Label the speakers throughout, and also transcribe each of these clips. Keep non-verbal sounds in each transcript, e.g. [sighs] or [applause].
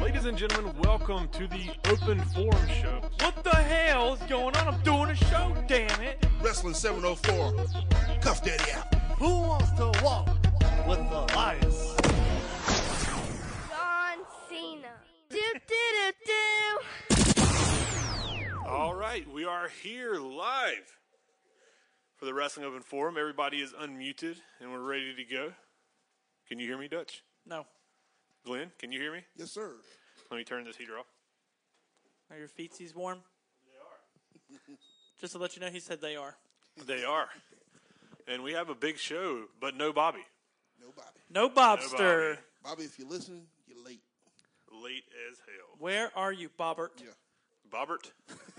Speaker 1: Ladies and gentlemen, welcome to the Open Forum Show. What the hell is going on? I'm doing a show, damn it!
Speaker 2: Wrestling 704. Cuff Daddy out.
Speaker 3: Who wants to walk with Elias?
Speaker 4: John Cena. do do do do.
Speaker 1: All right, we are here live for the Wrestling Open Forum. Everybody is unmuted and we're ready to go. Can you hear me, Dutch?
Speaker 5: No.
Speaker 1: Glenn, can you hear me?
Speaker 2: Yes, sir.
Speaker 1: Let me turn this heater off.
Speaker 5: Are your feetsies warm? They are. [laughs] Just to let you know, he said they are.
Speaker 1: They are. And we have a big show, but no Bobby.
Speaker 2: No Bobby.
Speaker 5: No Bobster.
Speaker 1: Bobby.
Speaker 2: Bobby, if you're listening, you're late.
Speaker 1: Late as hell.
Speaker 5: Where are you, Bobbert?
Speaker 2: Yeah,
Speaker 1: Bobbert,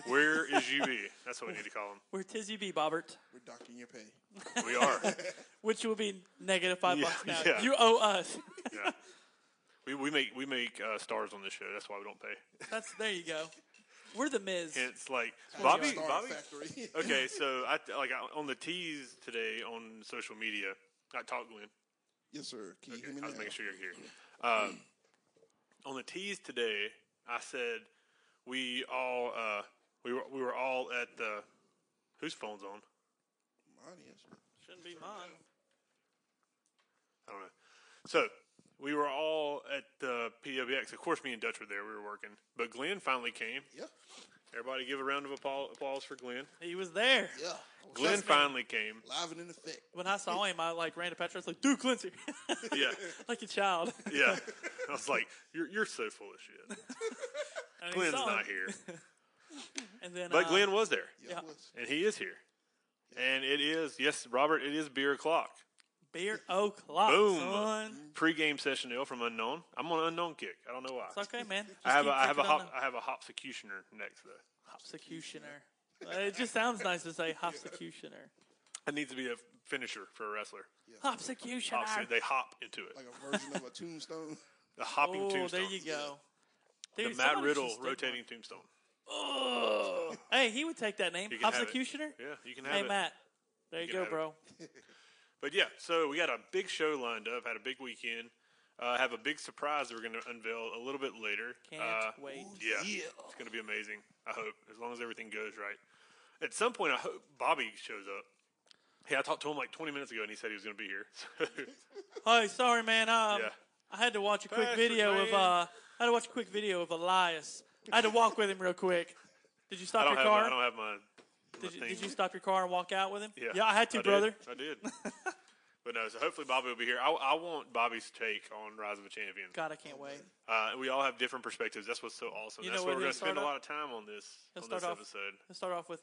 Speaker 1: where is UB? That's what we need to call him.
Speaker 5: Where tis you be, Bobbert?
Speaker 2: we're docking your pay.
Speaker 1: We are.
Speaker 5: Which will be negative five
Speaker 1: Yeah,
Speaker 5: bucks now.
Speaker 1: yeah.
Speaker 5: You owe us.
Speaker 1: Yeah. We, we make we make uh, stars on this show. That's why we don't pay.
Speaker 5: That's there. You go. We're the Miz.
Speaker 1: It's like Bobby.
Speaker 2: Star
Speaker 1: Bobby.
Speaker 2: Factory.
Speaker 1: Okay, so I like I, on the tease today on social media. I talked Glenn.
Speaker 2: [laughs] yes, sir. Can you hear me
Speaker 1: I was
Speaker 2: now?
Speaker 1: making sure you're here. Um, on the tease today, I said we all uh, we were we were all at the whose phone's on?
Speaker 2: Mine is.
Speaker 5: Shouldn't be mine.
Speaker 1: I don't know. So we were all at the PWX. Of course, me and Dutch were there. We were working, but Glenn finally came.
Speaker 2: Yep.
Speaker 1: Everybody, give a round of applause, applause for Glenn.
Speaker 5: He was there.
Speaker 2: Yeah.
Speaker 1: Glenn finally came.
Speaker 2: Live and in effect.
Speaker 5: When I saw him, I like ran to Petra. I was like, "Dude, Clancy,"
Speaker 1: Yeah,
Speaker 5: [laughs] like a child. [laughs]
Speaker 1: yeah. I was like, "You're you're so full of shit."
Speaker 5: And he
Speaker 1: Glenn's
Speaker 5: saw him.
Speaker 1: not here,
Speaker 5: And then,
Speaker 1: but
Speaker 5: uh,
Speaker 1: Glenn was there,
Speaker 2: Yeah.
Speaker 5: Yeah.
Speaker 2: it was.
Speaker 1: and he is here, and it is yes, Robert. It is beer o'clock.
Speaker 5: beer o'clock.
Speaker 1: Boom.
Speaker 5: son.
Speaker 1: Pre-game session ill from unknown. I'm on unknown kick. I don't know why.
Speaker 5: It's okay, man. Just
Speaker 1: I have a,
Speaker 5: keep
Speaker 1: I have a
Speaker 5: drinking on
Speaker 1: hop, I have a hop executioner next though.
Speaker 5: the- Hopsecutioner. It just sounds nice to say hopsecutioner.
Speaker 1: That needs to be a finisher for a wrestler.
Speaker 5: Hopsecutioner.
Speaker 1: Hop, they hop into it.
Speaker 2: Like a version of a tombstone.
Speaker 1: The hopping
Speaker 5: oh,
Speaker 1: tombstone.
Speaker 5: there you go.
Speaker 1: The
Speaker 5: Dude,
Speaker 1: Matt
Speaker 5: somebody should
Speaker 1: Riddle
Speaker 5: stick
Speaker 1: rotating tombstone.
Speaker 5: one. Hey, he would take that name.
Speaker 1: You can have it.
Speaker 5: Hopsecutioner.
Speaker 1: Yeah, you can have
Speaker 5: Hey,
Speaker 1: it.
Speaker 5: Matt. There you,
Speaker 1: can
Speaker 5: go,
Speaker 1: have it. Uh,
Speaker 5: bro.
Speaker 1: But yeah, so we got a big show lined up. Had a big weekend. Uh, have a big surprise that we're going to unveil a little bit later.
Speaker 5: Can't
Speaker 1: Uh,
Speaker 5: wait.
Speaker 1: [laughs] Yeah, it's going to be amazing. I hope as long as everything goes right. At some point, I hope Bobby shows up. Hey, I talked to him like 20 minutes ago, and he said he was going to be here. [laughs] So,
Speaker 5: Hey, sorry, man. Um,
Speaker 1: Yeah.
Speaker 5: I had to watch a quick
Speaker 1: Bastard,
Speaker 5: video of.
Speaker 1: man.
Speaker 5: Uh, I had to watch a quick video of Elias. I had to walk with him real quick. Did you
Speaker 1: I
Speaker 5: stop
Speaker 1: don't
Speaker 5: your
Speaker 1: have
Speaker 5: car?
Speaker 1: my, I don't have my.
Speaker 5: did, you,
Speaker 1: thing.
Speaker 5: did you stop your car and walk out with him?
Speaker 1: Yeah,
Speaker 5: I had to,
Speaker 1: did.
Speaker 5: brother.
Speaker 1: I
Speaker 5: [laughs]
Speaker 1: did. but no, so hopefully Bobby will be here. I, I want Bobby's take on Rise of a Champion.
Speaker 5: God, I can't wait.
Speaker 1: Uh, we all have different perspectives. That's what's so awesome.
Speaker 5: You
Speaker 1: That's
Speaker 5: know
Speaker 1: why
Speaker 5: what
Speaker 1: we're
Speaker 5: he'll
Speaker 1: going to spend
Speaker 5: start
Speaker 1: a
Speaker 5: off-
Speaker 1: lot of time on this
Speaker 5: He'll
Speaker 1: on this
Speaker 5: start off-
Speaker 1: episode.
Speaker 5: Let's start off with,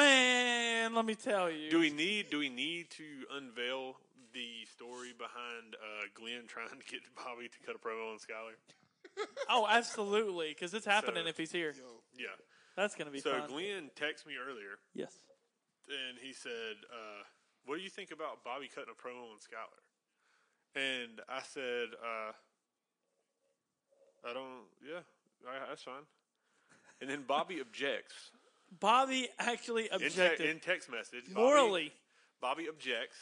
Speaker 5: man. Let me tell you.
Speaker 1: Do we need Do we need to unveil the story behind uh, Glenn [laughs] trying to get Bobby to cut a promo on Skyler?
Speaker 5: oh, absolutely, because it's happening
Speaker 1: So-
Speaker 5: if he's here.
Speaker 1: Yeah.
Speaker 5: That's gonna be
Speaker 1: So
Speaker 5: fun.
Speaker 1: Glenn texted me earlier
Speaker 5: yes.
Speaker 1: and he said, uh, "What do you think about Bobby cutting a promo on Skyler?" And I said, uh, "I don't. Yeah, all right, that's fine." And then Bobby objects
Speaker 5: Bobby actually
Speaker 1: in, te-
Speaker 5: objected
Speaker 1: in text message. Bobby-
Speaker 5: morally.
Speaker 1: Bobby objects.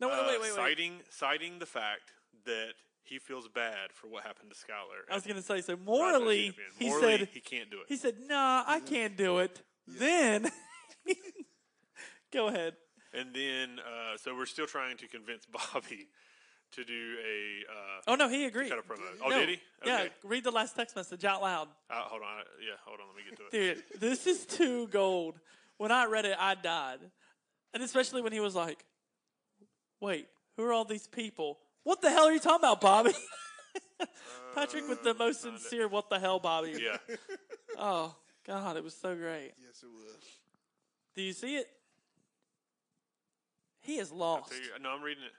Speaker 5: no, wait,
Speaker 1: uh,
Speaker 5: Oh, wait, wait, wait.
Speaker 1: citing citing the fact that he feels bad for what happened to Skyler.
Speaker 5: I was gonna say
Speaker 1: Rise
Speaker 5: so.
Speaker 1: of the
Speaker 5: Morally,
Speaker 1: Champion.
Speaker 5: he
Speaker 1: Morally,
Speaker 5: said
Speaker 1: he can't do it. Mm-hmm.
Speaker 5: He said, "Nah, I can't do it." Then, [laughs] go ahead.
Speaker 1: and then, uh, so we're still trying to convince [laughs] Bobby to do a uh,
Speaker 5: Oh no, he agreed.
Speaker 1: cut a promo. Oh,
Speaker 5: No.
Speaker 1: did he?
Speaker 5: Yeah,
Speaker 1: Okay.
Speaker 5: read the last text message out loud,
Speaker 1: Uh, hold on. Yeah, hold on. Let me get to it.
Speaker 5: dude. This is too gold. When I read it, I died, and especially when he was like, "Wait, who are all these people? What the hell are you talking about, Bobby?" [laughs] Patrick with the most sincere "What the hell, Bobby?"
Speaker 1: Uh, Yeah.
Speaker 5: [laughs] Oh God, it was so great.
Speaker 2: [laughs] Yes, it was.
Speaker 5: Do you see it? He is lost.
Speaker 1: So you- no, I'm reading it.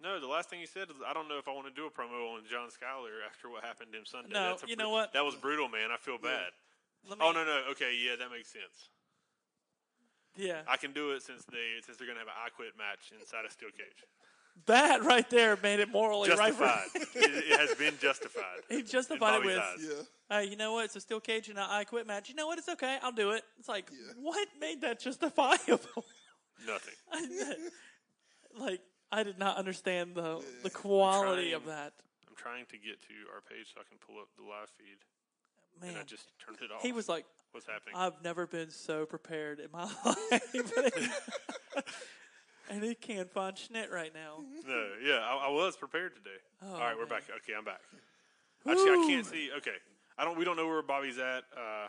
Speaker 1: No, the last thing he said is, I don't know if I want to do a promo on John Schuyler after what happened to him Sunday.
Speaker 5: No,
Speaker 1: That's a
Speaker 5: you
Speaker 1: bru-
Speaker 5: know what?
Speaker 1: That was brutal, man. I feel bad.
Speaker 5: Let
Speaker 1: Oh
Speaker 5: me-
Speaker 1: no, no. Okay, yeah, that makes sense.
Speaker 5: Yeah.
Speaker 1: I can do it since they since they're gonna have an I Quit match inside a steel cage.
Speaker 5: That right there made it morally
Speaker 1: Justified.
Speaker 5: [laughs] right.
Speaker 1: it, it has been justified.
Speaker 5: [laughs] He
Speaker 1: in
Speaker 5: justified it
Speaker 1: Bobby's
Speaker 5: with,
Speaker 1: eyes.
Speaker 2: Yeah.
Speaker 5: hey, you know what? It's a steel cage and I quit match. You know what? It's okay. I'll do it. It's like, what made that justifiable? [laughs]
Speaker 1: Nothing.
Speaker 5: I- like, I did not understand the the quality of that.
Speaker 1: I'm trying to get to our page so I can pull up the live feed,
Speaker 5: Man,
Speaker 1: and I just turned it off.
Speaker 5: he was like,
Speaker 1: "What's happening?"
Speaker 5: I've never been so prepared in my [laughs] life. [laughs] and he can't find Schnit right now.
Speaker 1: no, yeah, I, I was prepared today. All right, we're
Speaker 5: Oh, man.
Speaker 1: back. Okay, I'm back. Actually, I
Speaker 5: Woo.
Speaker 1: can't see. Okay, I don't. We don't know where Bobby's at. Uh,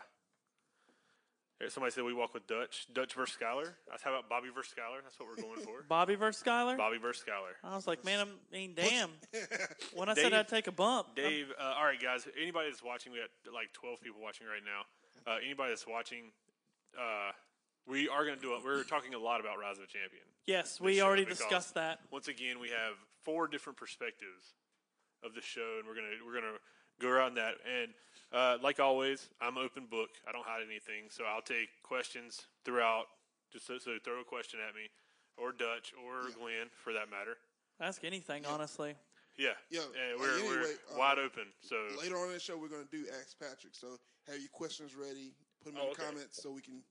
Speaker 1: here, somebody said we walk with Dutch. Dutch versus Skyler. That's how about Bobby versus Skyler? That's what we're going
Speaker 5: [laughs]
Speaker 1: for.
Speaker 5: Bobby versus Skyler?
Speaker 1: Bobby versus Skyler.
Speaker 5: I was like, man, I'm, I mean,
Speaker 1: [laughs]
Speaker 5: damn. When I said
Speaker 1: Dave-
Speaker 5: I'd take a bump, I'm-
Speaker 1: Dave, uh, all right, guys. Anybody that's watching, we got like twelve people watching right now. Uh, anybody that's watching, uh, we are going to do. A, we're talking a lot about Rise of a Champion.
Speaker 5: yes,
Speaker 1: this
Speaker 5: we
Speaker 1: show
Speaker 5: already
Speaker 1: because
Speaker 5: discussed that.
Speaker 1: Once again, we have four different perspectives of the show, and we're gonna we're gonna go around that. And uh, like always, I'm open book. I don't hide anything, so I'll take questions throughout. Just so, so throw a question at me, or Dutch, or Glenn, for that matter.
Speaker 5: Ask anything, honestly.
Speaker 1: Yeah,
Speaker 2: Yeah,
Speaker 1: And
Speaker 2: like
Speaker 1: we're,
Speaker 2: anyway,
Speaker 1: we're
Speaker 2: uh,
Speaker 1: wide open. So
Speaker 2: Later on in the show, we're going to do Ask Patrick. So have your questions ready. Put them
Speaker 1: Oh,
Speaker 2: in the
Speaker 1: okay.
Speaker 2: comments so we can,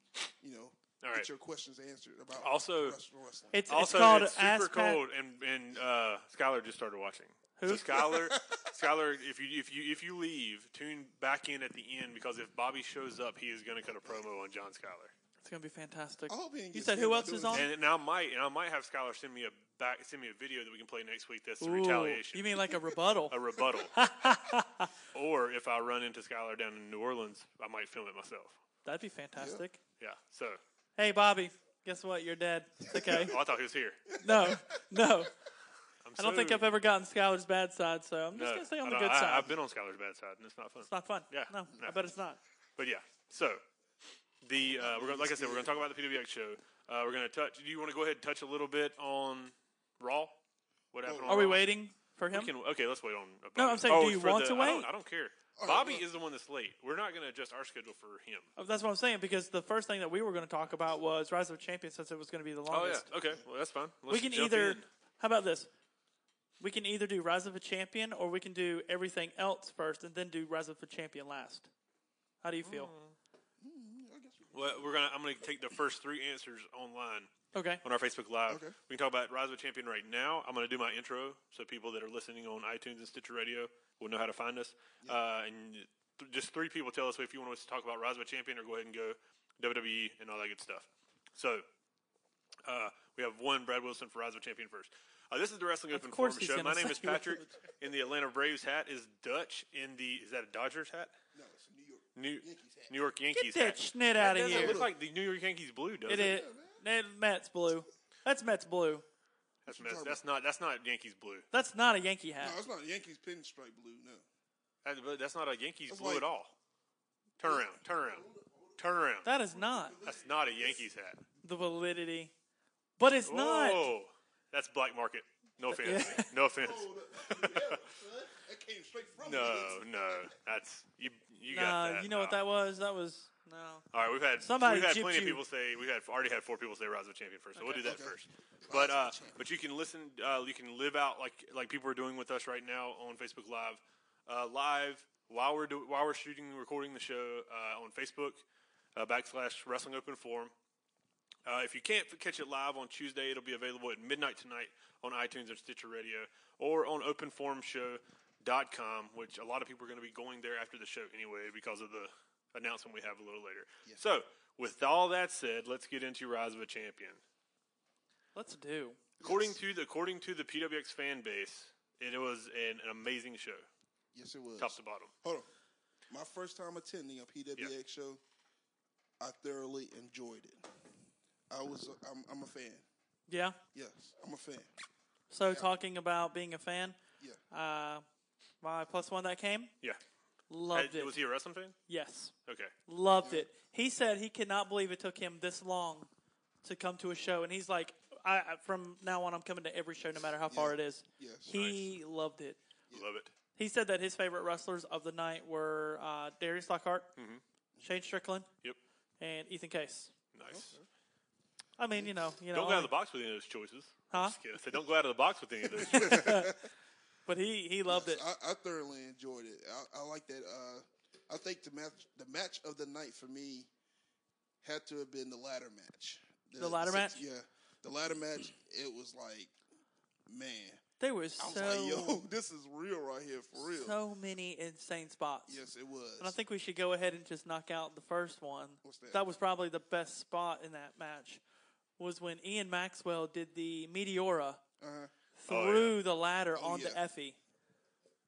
Speaker 2: you know,
Speaker 1: All right.
Speaker 2: get your questions answered about
Speaker 1: Also-
Speaker 2: professional wrestling.
Speaker 5: It's,
Speaker 1: also,
Speaker 5: it's called
Speaker 1: it's super
Speaker 5: Ask Pat-
Speaker 1: cold, and and uh, Skylar just started watching.
Speaker 5: Who?
Speaker 1: So Skylar,
Speaker 5: [laughs]
Speaker 1: Skylar, if you if you if you leave, tune back in at the end because if Bobby shows up, he is going to cut a promo on John Skylar.
Speaker 5: It's going to be fantastic.
Speaker 2: I hope he didn't
Speaker 5: You
Speaker 2: get
Speaker 5: said
Speaker 2: sued
Speaker 5: who
Speaker 2: by
Speaker 5: else
Speaker 2: doing
Speaker 5: is on?
Speaker 1: And, and I might and I might have Skylar send me a back send me a video that we can play next week. That's the
Speaker 5: Ooh,
Speaker 1: retaliation,
Speaker 5: You mean like a rebuttal?
Speaker 1: [laughs] a
Speaker 5: [laughs]
Speaker 1: rebuttal. or if I run into Skylar down in New Orleans, I might film it myself.
Speaker 5: That'd be fantastic.
Speaker 1: Yeah. So
Speaker 5: Hey, Bobby, guess what? You're dead.
Speaker 1: [laughs]
Speaker 5: It's okay.
Speaker 1: oh, I thought he was here.
Speaker 5: no, no.
Speaker 1: I'm
Speaker 5: I don't
Speaker 1: so-
Speaker 5: think I've ever gotten Skylar's bad side, so I'm just
Speaker 1: No,
Speaker 5: going to stay
Speaker 1: I
Speaker 5: on
Speaker 1: don't-
Speaker 5: the good
Speaker 1: I-
Speaker 5: side.
Speaker 1: I've been on Skylar's bad side, and it's not fun.
Speaker 5: it's not fun.
Speaker 1: Yeah,
Speaker 5: No,
Speaker 1: no.
Speaker 5: I bet it's not.
Speaker 1: But yeah, so the uh, we're gonna, like I said, we're going to talk about the PWX show. Uh, we're going to touch. Do you want to go ahead and touch a little bit on Raw? What happened? on
Speaker 5: Oh, Are we
Speaker 1: Raw?
Speaker 5: waiting for him?
Speaker 1: We can, okay, let's wait on. Bobby.
Speaker 5: No, I'm saying, do
Speaker 1: it's
Speaker 5: you
Speaker 1: for
Speaker 5: want
Speaker 1: the-
Speaker 5: to
Speaker 1: I don't,
Speaker 5: wait?
Speaker 1: I don't care.
Speaker 2: right,
Speaker 1: Bobby
Speaker 2: well-
Speaker 1: is the one that's late. We're not going to adjust our schedule for him.
Speaker 5: Oh, That's what I'm saying because the first thing that we were going to talk about was Rise of Champions since it was going to be the
Speaker 1: Oh
Speaker 5: longest.
Speaker 1: yeah, okay. Well, that's fine. Let's
Speaker 5: We can
Speaker 1: jump
Speaker 5: either.
Speaker 1: in.
Speaker 5: How about this? We can either do Rise of a Champion or we can do everything else first and then do Rise of a Champion last. How do you feel?
Speaker 1: Mm. Well, we're gonna. I'm going to take the first three answers online
Speaker 5: Okay.
Speaker 1: on our Facebook Live.
Speaker 2: Okay.
Speaker 1: We can talk about Rise of a Champion right now. I'm going to do my intro so people that are listening on iTunes and Stitcher Radio will know how to find us. Uh, and th- just three people tell us if you want us to talk about Rise of a Champion or go ahead and go WWE and all that good stuff. So uh, we have one Brad Wilson for Rise of a Champion first. Uh, this is the Wrestling Open
Speaker 5: course
Speaker 1: Forum
Speaker 5: he's
Speaker 1: show.
Speaker 5: gonna
Speaker 1: My name
Speaker 5: say
Speaker 1: is Patrick.
Speaker 5: Rise [laughs]
Speaker 1: In the Atlanta Braves hat is Dutch. In the is that a Dodgers hat?
Speaker 2: No, it's New York.
Speaker 1: New
Speaker 2: Yankees hat.
Speaker 1: New York Yankees
Speaker 5: Get that
Speaker 1: hat.
Speaker 5: schnit out of
Speaker 1: doesn't
Speaker 5: here.
Speaker 1: look like the New York Yankees blue, does
Speaker 5: It
Speaker 1: it?
Speaker 5: is. That Mets blue. That's Mets blue.
Speaker 1: That's, messed- that's not that's not Yankees blue.
Speaker 5: That's not a Yankee hat.
Speaker 2: No, it's not Yankees pinstripe blue. No. [laughs]
Speaker 1: That, but that's not a Yankees
Speaker 2: That's
Speaker 1: blue
Speaker 2: like-
Speaker 1: at all. Turn around, turn around, turn around.
Speaker 5: That is not
Speaker 1: That's not a Yankees hat.
Speaker 5: the validity. But it's not.
Speaker 1: Whoa, that's black market. No offense, no offense.
Speaker 2: That came straight from
Speaker 1: No,
Speaker 2: the-
Speaker 1: no, that's you. You got
Speaker 5: Nah,
Speaker 1: that.
Speaker 5: you know what
Speaker 1: No.
Speaker 5: that was? That was no.
Speaker 1: All right, we've had
Speaker 5: Somebody
Speaker 1: we've had
Speaker 5: gypped
Speaker 1: plenty of
Speaker 5: you.
Speaker 1: people say we've had already had four people say Rise of Champion first, so we'll do that
Speaker 2: Okay.
Speaker 1: first. But
Speaker 2: Rise of
Speaker 1: uh,
Speaker 2: Champion.
Speaker 1: but you can listen, uh, you can live out like like people are doing with us right now on Facebook Live, uh, live while we're do- while we're shooting and recording the show uh, on Facebook uh, backslash Wrestling Open Forum. Uh, if you can't f- catch it live on Tuesday, it'll be available at midnight tonight on iTunes and Stitcher Radio or on openforumshow.com, which a lot of people are going to be going there after the show anyway because of the announcement we have a little later. So, with all that said, let's get into Rise of a Champion.
Speaker 5: Let's do.
Speaker 1: According to the according to the PWX fan base, it was an, an amazing show,
Speaker 2: Yes, it was.
Speaker 1: top to bottom.
Speaker 2: Hold on. My first time attending a PWX show, I thoroughly enjoyed it. I was. I'm, I'm a fan.
Speaker 5: Yeah.
Speaker 2: Yes, I'm a fan.
Speaker 5: So talking about being a fan,
Speaker 2: Yeah.
Speaker 5: uh, my plus one that came
Speaker 1: Yeah.
Speaker 5: loved
Speaker 1: Hey,
Speaker 5: it.
Speaker 1: Was he a wrestling fan?
Speaker 5: Yes,
Speaker 1: Okay.
Speaker 5: loved it. He said he could not believe it took him this long to come to a show, and he's like, I, I- "From now on, I'm coming to every show, no matter how far it is."
Speaker 2: Yes.
Speaker 5: He loved it.
Speaker 1: Love it.
Speaker 5: He said that his favorite wrestlers of the night were uh, Darius
Speaker 1: Mm-hmm.
Speaker 5: Lockhart, Shane Strickland,
Speaker 1: Yep.
Speaker 5: and Ethan Case.
Speaker 1: Nice.
Speaker 5: I mean, you know, you know.
Speaker 1: Don't go out of the
Speaker 5: I-
Speaker 1: box with any of those choices.
Speaker 5: Huh?
Speaker 1: Just kidding. I said don't go out of the box with any of those.
Speaker 5: [laughs]
Speaker 1: choices.
Speaker 5: But he he loved it.
Speaker 2: I, I thoroughly enjoyed it. I, I like that. Uh, I think the match, the match of the night for me, had to have been the ladder match.
Speaker 5: The ladder
Speaker 2: six-
Speaker 5: match?
Speaker 2: yeah. The ladder match. It was like, man,
Speaker 5: There were
Speaker 2: I was
Speaker 5: so
Speaker 2: like, yo, [laughs] this is real right here for real.
Speaker 5: so many insane spots.
Speaker 2: yes, it was.
Speaker 5: And I think we should go ahead and just knock out the first one.
Speaker 2: What's that?
Speaker 5: was probably the best spot in that match. Was when Ian Maxwell did the Meteora
Speaker 1: Oh, yeah.
Speaker 5: through the ladder
Speaker 2: Uh-huh. Oh,
Speaker 5: onto
Speaker 2: yeah.
Speaker 5: Effie.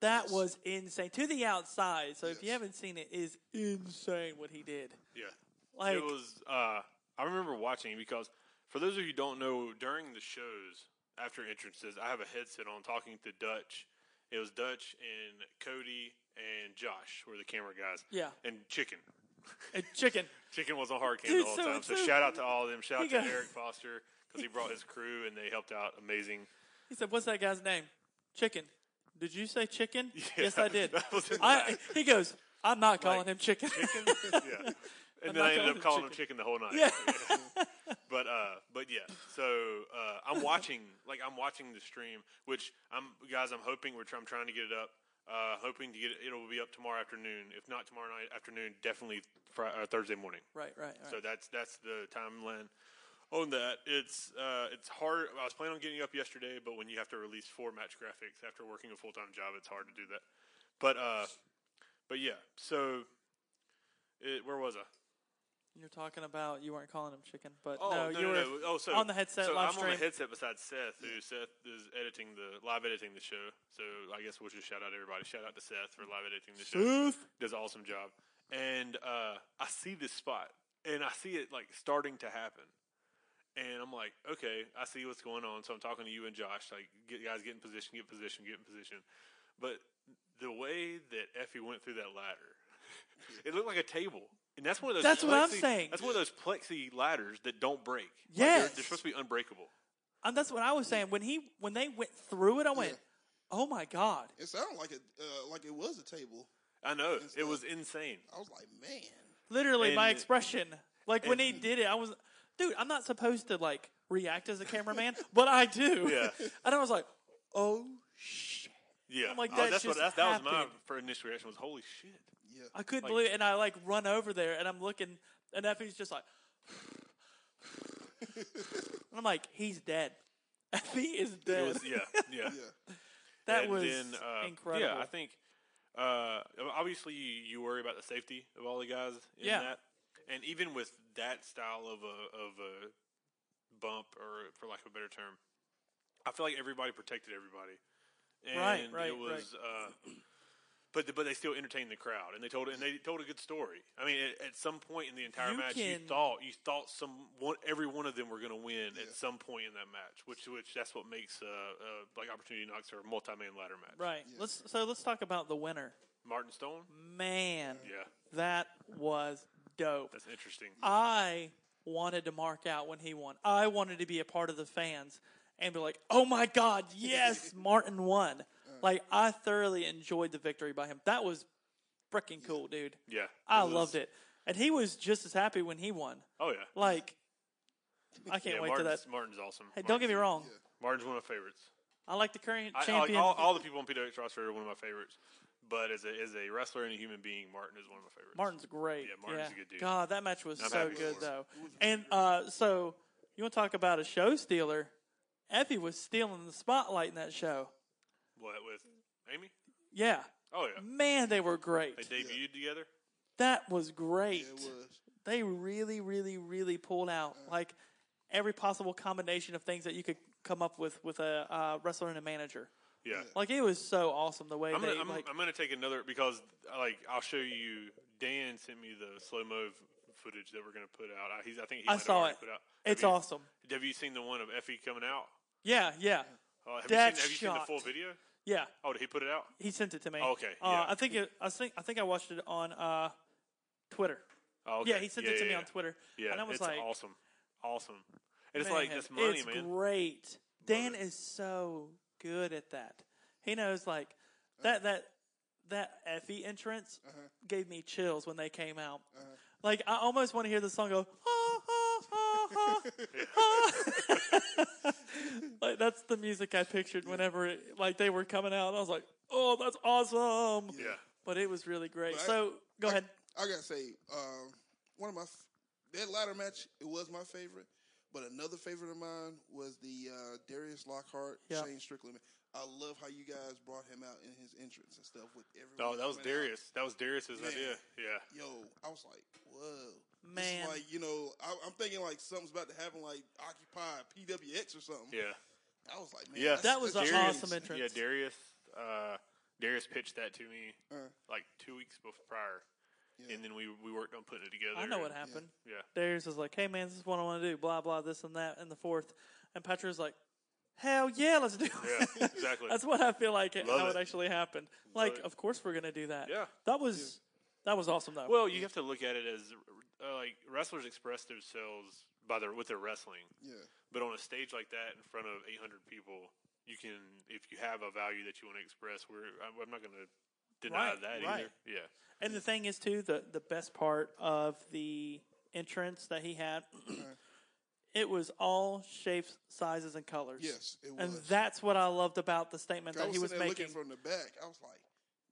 Speaker 5: That was insane to the outside. So if you
Speaker 2: Yes.
Speaker 5: haven't seen it, is insane what he did.
Speaker 1: yeah.
Speaker 5: Like
Speaker 1: it was. Uh, I remember watching because for those of you who don't know, during the shows after entrances, I have a headset on talking to Dutch. It was Dutch and Cody and Josh were the camera guys.
Speaker 5: Yeah.
Speaker 1: and Chicken.
Speaker 5: a chicken.
Speaker 1: Chicken was on hard
Speaker 5: Dude,
Speaker 1: cam the whole
Speaker 5: so
Speaker 1: time.
Speaker 5: it's
Speaker 1: So
Speaker 5: so-
Speaker 1: shout out to all of them. Shout
Speaker 5: He
Speaker 1: out to
Speaker 5: got-
Speaker 1: Eric Foster because he brought his crew and they helped out amazing.
Speaker 5: He said, "What's that guy's name? Chicken. Did you
Speaker 2: [laughs]
Speaker 5: say chicken? [laughs] Yes, I
Speaker 1: [laughs]
Speaker 5: did.
Speaker 1: that was in
Speaker 5: I, [laughs] he goes, I'm not calling
Speaker 1: Like,
Speaker 5: him chicken. [laughs]
Speaker 1: chicken. yeah. And then
Speaker 5: not
Speaker 1: I ended
Speaker 5: calling
Speaker 1: up
Speaker 5: him
Speaker 1: calling him chicken
Speaker 5: chicken.
Speaker 1: the whole night.
Speaker 5: yeah,
Speaker 1: [laughs] But uh but yeah. So uh I'm watching like I'm watching the stream, which I'm guys I'm hoping we're try, I'm trying to get it up. Uh hoping to get it it'll be up tomorrow afternoon. If not tomorrow night afternoon, definitely Friday, uh, Thursday morning.
Speaker 5: right, right, right.
Speaker 1: So that's that's the timeline on that. It's uh, it's hard. I was planning on getting up yesterday, but when you have to release four match graphics after working a full time job, it's hard to do that. But uh, but yeah. So it, where was I?
Speaker 5: You're talking about you weren't calling him chicken, but
Speaker 1: Oh
Speaker 5: no,
Speaker 1: no, no,
Speaker 5: you were
Speaker 1: no. Oh, so
Speaker 5: on the headset
Speaker 1: So
Speaker 5: live
Speaker 1: I'm on
Speaker 5: stream.
Speaker 1: the headset beside Seth, who Seth is editing the live editing the show. So I guess we'll just shout out everybody. Shout out to Seth for live editing the show. does an awesome job. And uh, I see this spot, and I see it like starting to happen. And I'm like, okay, I see what's going on. So I'm talking to you and Josh, like, get guys, get in position, get in position, get in position. But the way that Effie went through that ladder, [laughs] it looked like a table. And that's one of those.
Speaker 5: That's what I'm
Speaker 1: plexi-
Speaker 5: saying.
Speaker 1: That's one of those plexi ladders that don't break. Like, they're,
Speaker 5: Yes.
Speaker 1: they're supposed to be unbreakable.
Speaker 5: And that's what I was saying when he when they went through it. I went,
Speaker 2: Yeah.
Speaker 5: oh my god,
Speaker 2: it sounded like it, uh, like it was a table.
Speaker 1: I know it
Speaker 2: not-
Speaker 1: was insane.
Speaker 2: I was like, man,
Speaker 5: literally my
Speaker 1: And-
Speaker 5: expression. Like when he did it, I was, dude, I'm not supposed to like react as
Speaker 1: [laughs]
Speaker 5: a cameraman, but I do.
Speaker 1: Yeah.
Speaker 5: and I was like, oh shit.
Speaker 1: Yeah,
Speaker 5: I'm like,
Speaker 1: Oh,
Speaker 5: that
Speaker 1: that's what
Speaker 5: just
Speaker 1: that, that was my
Speaker 5: happened.
Speaker 1: first initial reaction was, holy shit.
Speaker 2: yeah.
Speaker 5: I couldn't believe it. And I like run over there and I'm looking, and Effie's
Speaker 1: [laughs]
Speaker 5: just like, and I'm like, he's dead. [laughs] Effie is dead.
Speaker 1: It was, yeah, yeah.
Speaker 5: [laughs]
Speaker 2: yeah.
Speaker 5: that
Speaker 1: and
Speaker 5: was
Speaker 1: then, uh,
Speaker 5: incredible.
Speaker 1: Yeah, I think uh, obviously you, you worry about the safety of all the guys in
Speaker 5: Yeah.
Speaker 1: that, and even with that style of a of a bump, or for lack of a better term, I feel like everybody protected everybody. And
Speaker 5: Right, right,
Speaker 1: It was, Uh, but th- but they still entertained the crowd, and they told and they told a good story. I mean, at, at some point in the entire
Speaker 5: You
Speaker 1: match,
Speaker 5: can-
Speaker 1: you thought oh, you thought some one, every one of them were going to win at some point in that match, which which that's what makes uh, uh like opportunity knocks or multi man ladder match.
Speaker 5: Right. Mm-hmm. Let's so let's talk about the winner.
Speaker 1: Martin Stone.
Speaker 5: Man,
Speaker 1: Yeah,
Speaker 5: that was dope.
Speaker 1: that's interesting.
Speaker 5: I wanted to mark out when he won. I wanted to be a part of the fans and be like, "Oh my god,
Speaker 1: [laughs]
Speaker 5: yes, Martin won."
Speaker 1: Uh.
Speaker 5: Like I thoroughly enjoyed the victory by him. That was freaking cool, dude.
Speaker 1: yeah,
Speaker 5: I
Speaker 1: was-
Speaker 5: loved it. And he was just as happy when he won.
Speaker 1: Oh yeah,
Speaker 5: Like I can't
Speaker 1: yeah.
Speaker 5: wait
Speaker 1: Martin's,
Speaker 5: till that.
Speaker 1: Martin's awesome.
Speaker 5: Hey, don't get me wrong.
Speaker 1: Martin's one of my favorites.
Speaker 5: I like the current
Speaker 1: I, I like
Speaker 5: champion.
Speaker 1: all, all the people on PWX roster are one of my favorites. But as a as a wrestler and a human being, Martin is one of my favorites.
Speaker 5: Martin's great.
Speaker 1: Yeah, Martin's a good dude.
Speaker 5: God, that match was
Speaker 1: I'm
Speaker 5: so
Speaker 1: happy
Speaker 5: good
Speaker 1: for
Speaker 5: though. And uh, so you want to talk about a show stealer? Effie was stealing the spotlight in that show.
Speaker 1: What with Amy?
Speaker 5: Yeah,
Speaker 1: Oh yeah,
Speaker 5: man, they were great.
Speaker 1: they debuted together.
Speaker 5: That was great.
Speaker 2: It was.
Speaker 5: They really, really, really pulled out like every possible combination of things that you could come up with with a uh, wrestler and a manager.
Speaker 1: Yeah.
Speaker 5: Like it was so awesome the way
Speaker 1: I'm gonna
Speaker 5: they
Speaker 1: I'm,
Speaker 5: like.
Speaker 1: I'm gonna take another because like I'll show you. Dan sent me the slow mo footage that we're gonna put out. I, he's, I think he
Speaker 5: I
Speaker 1: might have
Speaker 5: saw
Speaker 1: already
Speaker 5: it.
Speaker 1: Put out.
Speaker 5: it's
Speaker 1: have you,
Speaker 5: awesome.
Speaker 1: Have you seen the one of Effie coming out?
Speaker 5: Yeah, yeah,
Speaker 1: Uh, have
Speaker 5: That
Speaker 1: you seen, have you seen the
Speaker 5: shot.
Speaker 1: full video?
Speaker 5: yeah.
Speaker 1: Oh, did he put it out?
Speaker 5: He sent it to me.
Speaker 1: Okay,
Speaker 5: Uh,
Speaker 1: yeah.
Speaker 5: I think it, I think I think I watched it on uh, Twitter.
Speaker 1: Oh, okay.
Speaker 5: Yeah, he sent it to me
Speaker 1: yeah,
Speaker 5: on Twitter.
Speaker 1: Yeah,
Speaker 5: and I was
Speaker 1: it's
Speaker 5: like,
Speaker 1: awesome, awesome. And it's
Speaker 5: man,
Speaker 1: like that's money,
Speaker 5: it's
Speaker 1: man.
Speaker 5: great. Dan is so good at that. He knows like that that that Effie entrance gave me chills when they came out. Like I almost want to hear the song go. "Ah, ah, ah,
Speaker 1: [laughs]
Speaker 5: like that's the music I pictured whenever it, like they were coming out. I was like, oh, that's awesome.
Speaker 1: Yeah.
Speaker 5: But it was really great.
Speaker 2: But I-
Speaker 5: so go ahead.
Speaker 2: I gotta say, um, one of my f- that ladder match it was my favorite, but another favorite of mine was the uh, Darius Lockhart
Speaker 5: Yeah.
Speaker 2: Shane Strickland. I love how you guys brought him out in his entrance and stuff with everyone.
Speaker 1: No, Oh, that was
Speaker 2: coming out.
Speaker 1: Darius. That was Darius's
Speaker 2: Yeah.
Speaker 1: idea. Yeah.
Speaker 2: Yo, I was like, whoa, This is
Speaker 5: Man.
Speaker 2: like you know, I, I'm thinking like something's about to happen, like Occupy PWX or something.
Speaker 1: Yeah.
Speaker 2: I was like, man,
Speaker 1: Yeah.
Speaker 2: that's-
Speaker 5: That was
Speaker 2: that's
Speaker 5: an
Speaker 2: genius.
Speaker 5: awesome entrance.
Speaker 1: Yeah, Darius. Uh, Darius pitched that to me
Speaker 2: Uh,
Speaker 1: like two weeks before prior,
Speaker 2: Yeah.
Speaker 1: and then we we worked on putting it together.
Speaker 5: I know what
Speaker 1: and-
Speaker 5: happened.
Speaker 1: Yeah.
Speaker 5: Darius was like, hey man, this is what I want to do. Blah blah this and that and the fourth. And Petra's like, hell yeah, let's do it.
Speaker 1: Yeah, [laughs] exactly.
Speaker 5: That's what I feel like it,
Speaker 1: Love
Speaker 5: how it.
Speaker 1: it.
Speaker 5: actually happened. Like,
Speaker 1: it.
Speaker 5: of course we're gonna do that.
Speaker 1: Yeah.
Speaker 5: That was that was awesome though.
Speaker 1: Well, you have to look at it as uh, like wrestlers express themselves by their with their wrestling,
Speaker 2: yeah.
Speaker 1: but on a stage like that in front of 800 people, you can if you have a value that you want to express. We're I'm I'm not going to deny
Speaker 5: Right,
Speaker 1: that either.
Speaker 5: right.
Speaker 1: Yeah.
Speaker 5: And the thing is, too, the the best part of the entrance that he had, [clears throat] it was all shapes, sizes, and colors.
Speaker 2: Yes, it
Speaker 5: and
Speaker 2: was.
Speaker 5: that's what I loved about the statement
Speaker 2: I
Speaker 5: that
Speaker 2: was,
Speaker 5: he was
Speaker 2: sitting there
Speaker 5: making.
Speaker 2: looking from the back. I was like,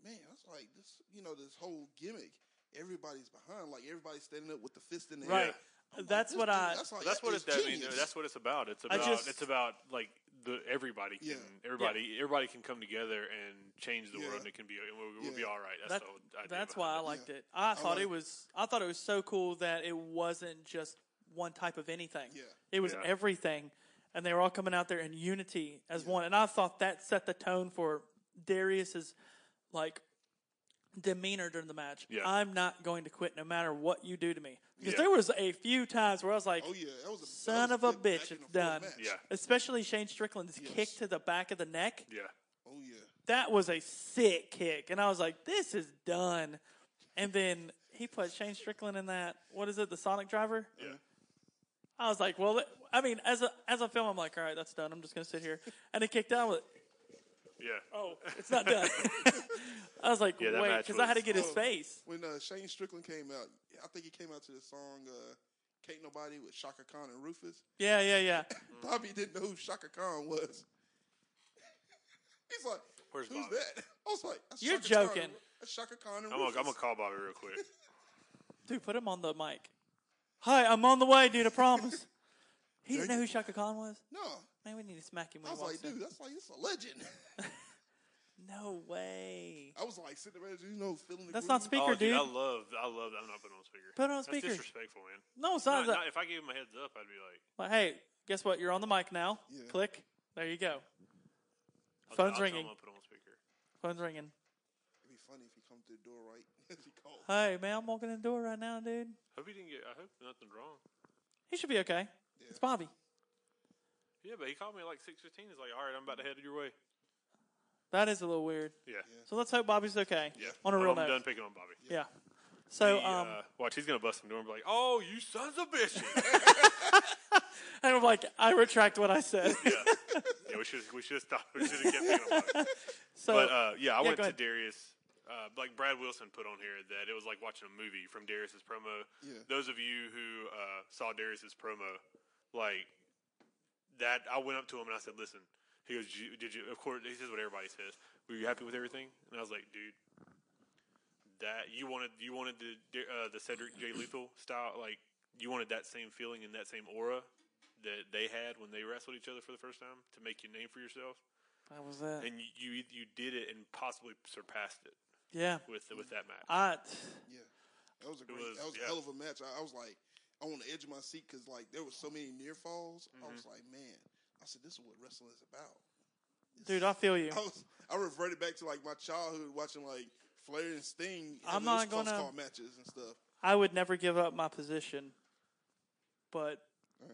Speaker 2: man, I was like this, you know, this whole gimmick. Everybody's behind, like everybody's standing up with the fist in the
Speaker 5: right.
Speaker 2: air. I'm like,
Speaker 5: that's
Speaker 2: this
Speaker 5: what
Speaker 2: dude-
Speaker 5: I.
Speaker 2: like,
Speaker 1: that's
Speaker 2: that
Speaker 1: what
Speaker 2: is
Speaker 1: it's. I mean,
Speaker 2: genius.
Speaker 1: that's what it's about. It's
Speaker 5: I
Speaker 1: about.
Speaker 5: just-
Speaker 1: it's about like the everybody can.
Speaker 2: Yeah.
Speaker 1: Everybody. Everybody can come together and change the
Speaker 2: Yeah.
Speaker 1: world. and It can be. and We'll, we'll be
Speaker 2: Yeah.
Speaker 1: all right. That's
Speaker 5: That,
Speaker 1: the whole idea
Speaker 5: that's why
Speaker 1: behind
Speaker 5: I
Speaker 1: it.
Speaker 5: liked it. I thought it
Speaker 2: like-
Speaker 5: was. I thought it was so cool that it wasn't just one type of anything.
Speaker 2: Yeah.
Speaker 5: It was
Speaker 1: Yeah.
Speaker 5: everything, and they were all coming out there in unity as one. And I thought that set the tone for Darius's like demeanor during the match.
Speaker 1: Yeah.
Speaker 5: I'm not going to quit no matter what you do to me. Because
Speaker 1: Yeah.
Speaker 5: there was a few times where I was like,
Speaker 2: Oh yeah, that was a that
Speaker 5: son
Speaker 2: was
Speaker 5: of a
Speaker 2: good back and
Speaker 5: bitch, it's
Speaker 2: forth
Speaker 5: done.
Speaker 2: match.
Speaker 1: Yeah.
Speaker 5: Especially Shane Strickland's kick to the back of the neck
Speaker 1: Yeah.
Speaker 2: Oh yeah.
Speaker 5: that was a sick kick. And I was like, this is done. And then he put Shane Strickland in that, what is it, the Sonic Driver?
Speaker 1: Yeah.
Speaker 5: I was like, well, it- I mean, as a, as a film, I'm like, all right, that's done. I'm just going to sit here. And it kicked out with,
Speaker 1: Yeah.
Speaker 5: oh, it's
Speaker 1: [laughs]
Speaker 5: not done. I was like,
Speaker 1: Yeah, that
Speaker 5: wait,
Speaker 1: match
Speaker 5: because I had to
Speaker 1: was-
Speaker 5: get his
Speaker 2: Oh.
Speaker 5: face.
Speaker 2: When uh, Shane Strickland came out, I think he came out to the song uh, "Can't Nobody" with Shaka Khan and Rufus.
Speaker 5: Yeah, yeah, yeah.
Speaker 1: Mm-hmm.
Speaker 2: Bobby didn't know who Shaka Khan was. [laughs] He's like,
Speaker 1: Where's
Speaker 2: "Who's
Speaker 1: Bobby?"
Speaker 2: that?" I was like, "That's
Speaker 5: You're
Speaker 2: Shaka Khan and
Speaker 5: joking.
Speaker 2: Ru- that's Shaka Khan and
Speaker 1: I'm gonna,
Speaker 2: Rufus."
Speaker 1: I'm gonna call Bobby real quick.
Speaker 5: Dude, put him on the mic. Hi, I'm on the way, dude, I promise. He didn't know who Shaka Khan was?
Speaker 2: No,
Speaker 5: Man, we need to smack him
Speaker 2: I
Speaker 5: when
Speaker 2: was
Speaker 5: he walks
Speaker 2: like, dude,
Speaker 5: in.
Speaker 2: that's like it's a legend. [laughs]
Speaker 5: No way.
Speaker 2: I was like sitting there, you know, feeling. The
Speaker 5: That's not
Speaker 2: groove.
Speaker 1: oh,
Speaker 5: speaker,
Speaker 1: dude,
Speaker 5: dude.
Speaker 1: I love. I love. that I'm not putting on speaker.
Speaker 5: Put it on speaker.
Speaker 1: That's disrespectful, man.
Speaker 5: No, it's
Speaker 1: No,
Speaker 5: not.
Speaker 1: no,
Speaker 5: that.
Speaker 1: if I gave him a heads up, I'd be like,
Speaker 5: Like, hey, guess what? You're on the mic now.
Speaker 2: Yeah.
Speaker 5: Click. There you go.
Speaker 1: I'll- I'll
Speaker 5: Phone's
Speaker 1: tell him
Speaker 5: ringing.
Speaker 1: I'll put it on speaker.
Speaker 5: Phone's ringing.
Speaker 2: It'd be funny if he come to the door right [laughs] as he called.
Speaker 5: Hey, man, I'm walking in the door right now, dude.
Speaker 1: Hope he didn't get. I hope nothing's wrong.
Speaker 5: He should be okay. It's Bobby.
Speaker 1: Yeah, but he called me at like 6:15. He's like, all right, I'm about to head your way.
Speaker 5: That is a little weird.
Speaker 1: Yeah.
Speaker 5: So let's hope Bobby's okay.
Speaker 1: Yeah.
Speaker 5: On a
Speaker 1: Well,
Speaker 5: real
Speaker 1: I'm
Speaker 5: note.
Speaker 1: done picking on Bobby.
Speaker 5: Yeah. So,
Speaker 1: He,
Speaker 5: um,
Speaker 1: uh, watch, he's gonna bust the door and be like, "Oh, you sons of
Speaker 5: [laughs]
Speaker 1: bitches!" uh,
Speaker 5: and [laughs] I'm like, I retract what
Speaker 1: [laughs]
Speaker 5: I said.
Speaker 1: Yeah, we should we should have stopped. We should have kept thinking about it.
Speaker 5: so,
Speaker 1: But uh, yeah, I
Speaker 5: Yeah,
Speaker 1: went to
Speaker 5: go ahead.
Speaker 1: Darius. Uh, like Brad Wilson put on here that it was like watching a movie from Darius's promo.
Speaker 2: Yeah.
Speaker 1: Those of you who uh, saw Darius's promo, like that, I went up to him and I said, "Listen." He goes, "You- "Did you?" Of course, he says what everybody says. Were you happy with everything? And I was like, "Dude." That you wanted, you wanted the uh, the Cedric J. Lethal style, like you wanted that same feeling and that same aura that they had when they wrestled each other for the first time to make your name for yourself
Speaker 5: that was that.
Speaker 1: and you- you you did it and possibly surpassed it
Speaker 5: Yeah.
Speaker 1: with with that match.
Speaker 5: I,
Speaker 2: Yeah, that was a great.
Speaker 1: was-
Speaker 2: that was
Speaker 1: yeah.
Speaker 2: a hell of a match. I, I was like on the edge of my seat because like there was so many near falls. I
Speaker 5: Mm-hmm.
Speaker 2: was like, man, I said this is what wrestling is about. [laughs]
Speaker 5: dude, I feel you.
Speaker 2: I was I reverted back to like my childhood watching like Flair and Sting.
Speaker 5: I'm
Speaker 2: having
Speaker 5: not
Speaker 2: those close
Speaker 5: gonna-
Speaker 2: call matches and stuff.
Speaker 5: I would never give up my position, but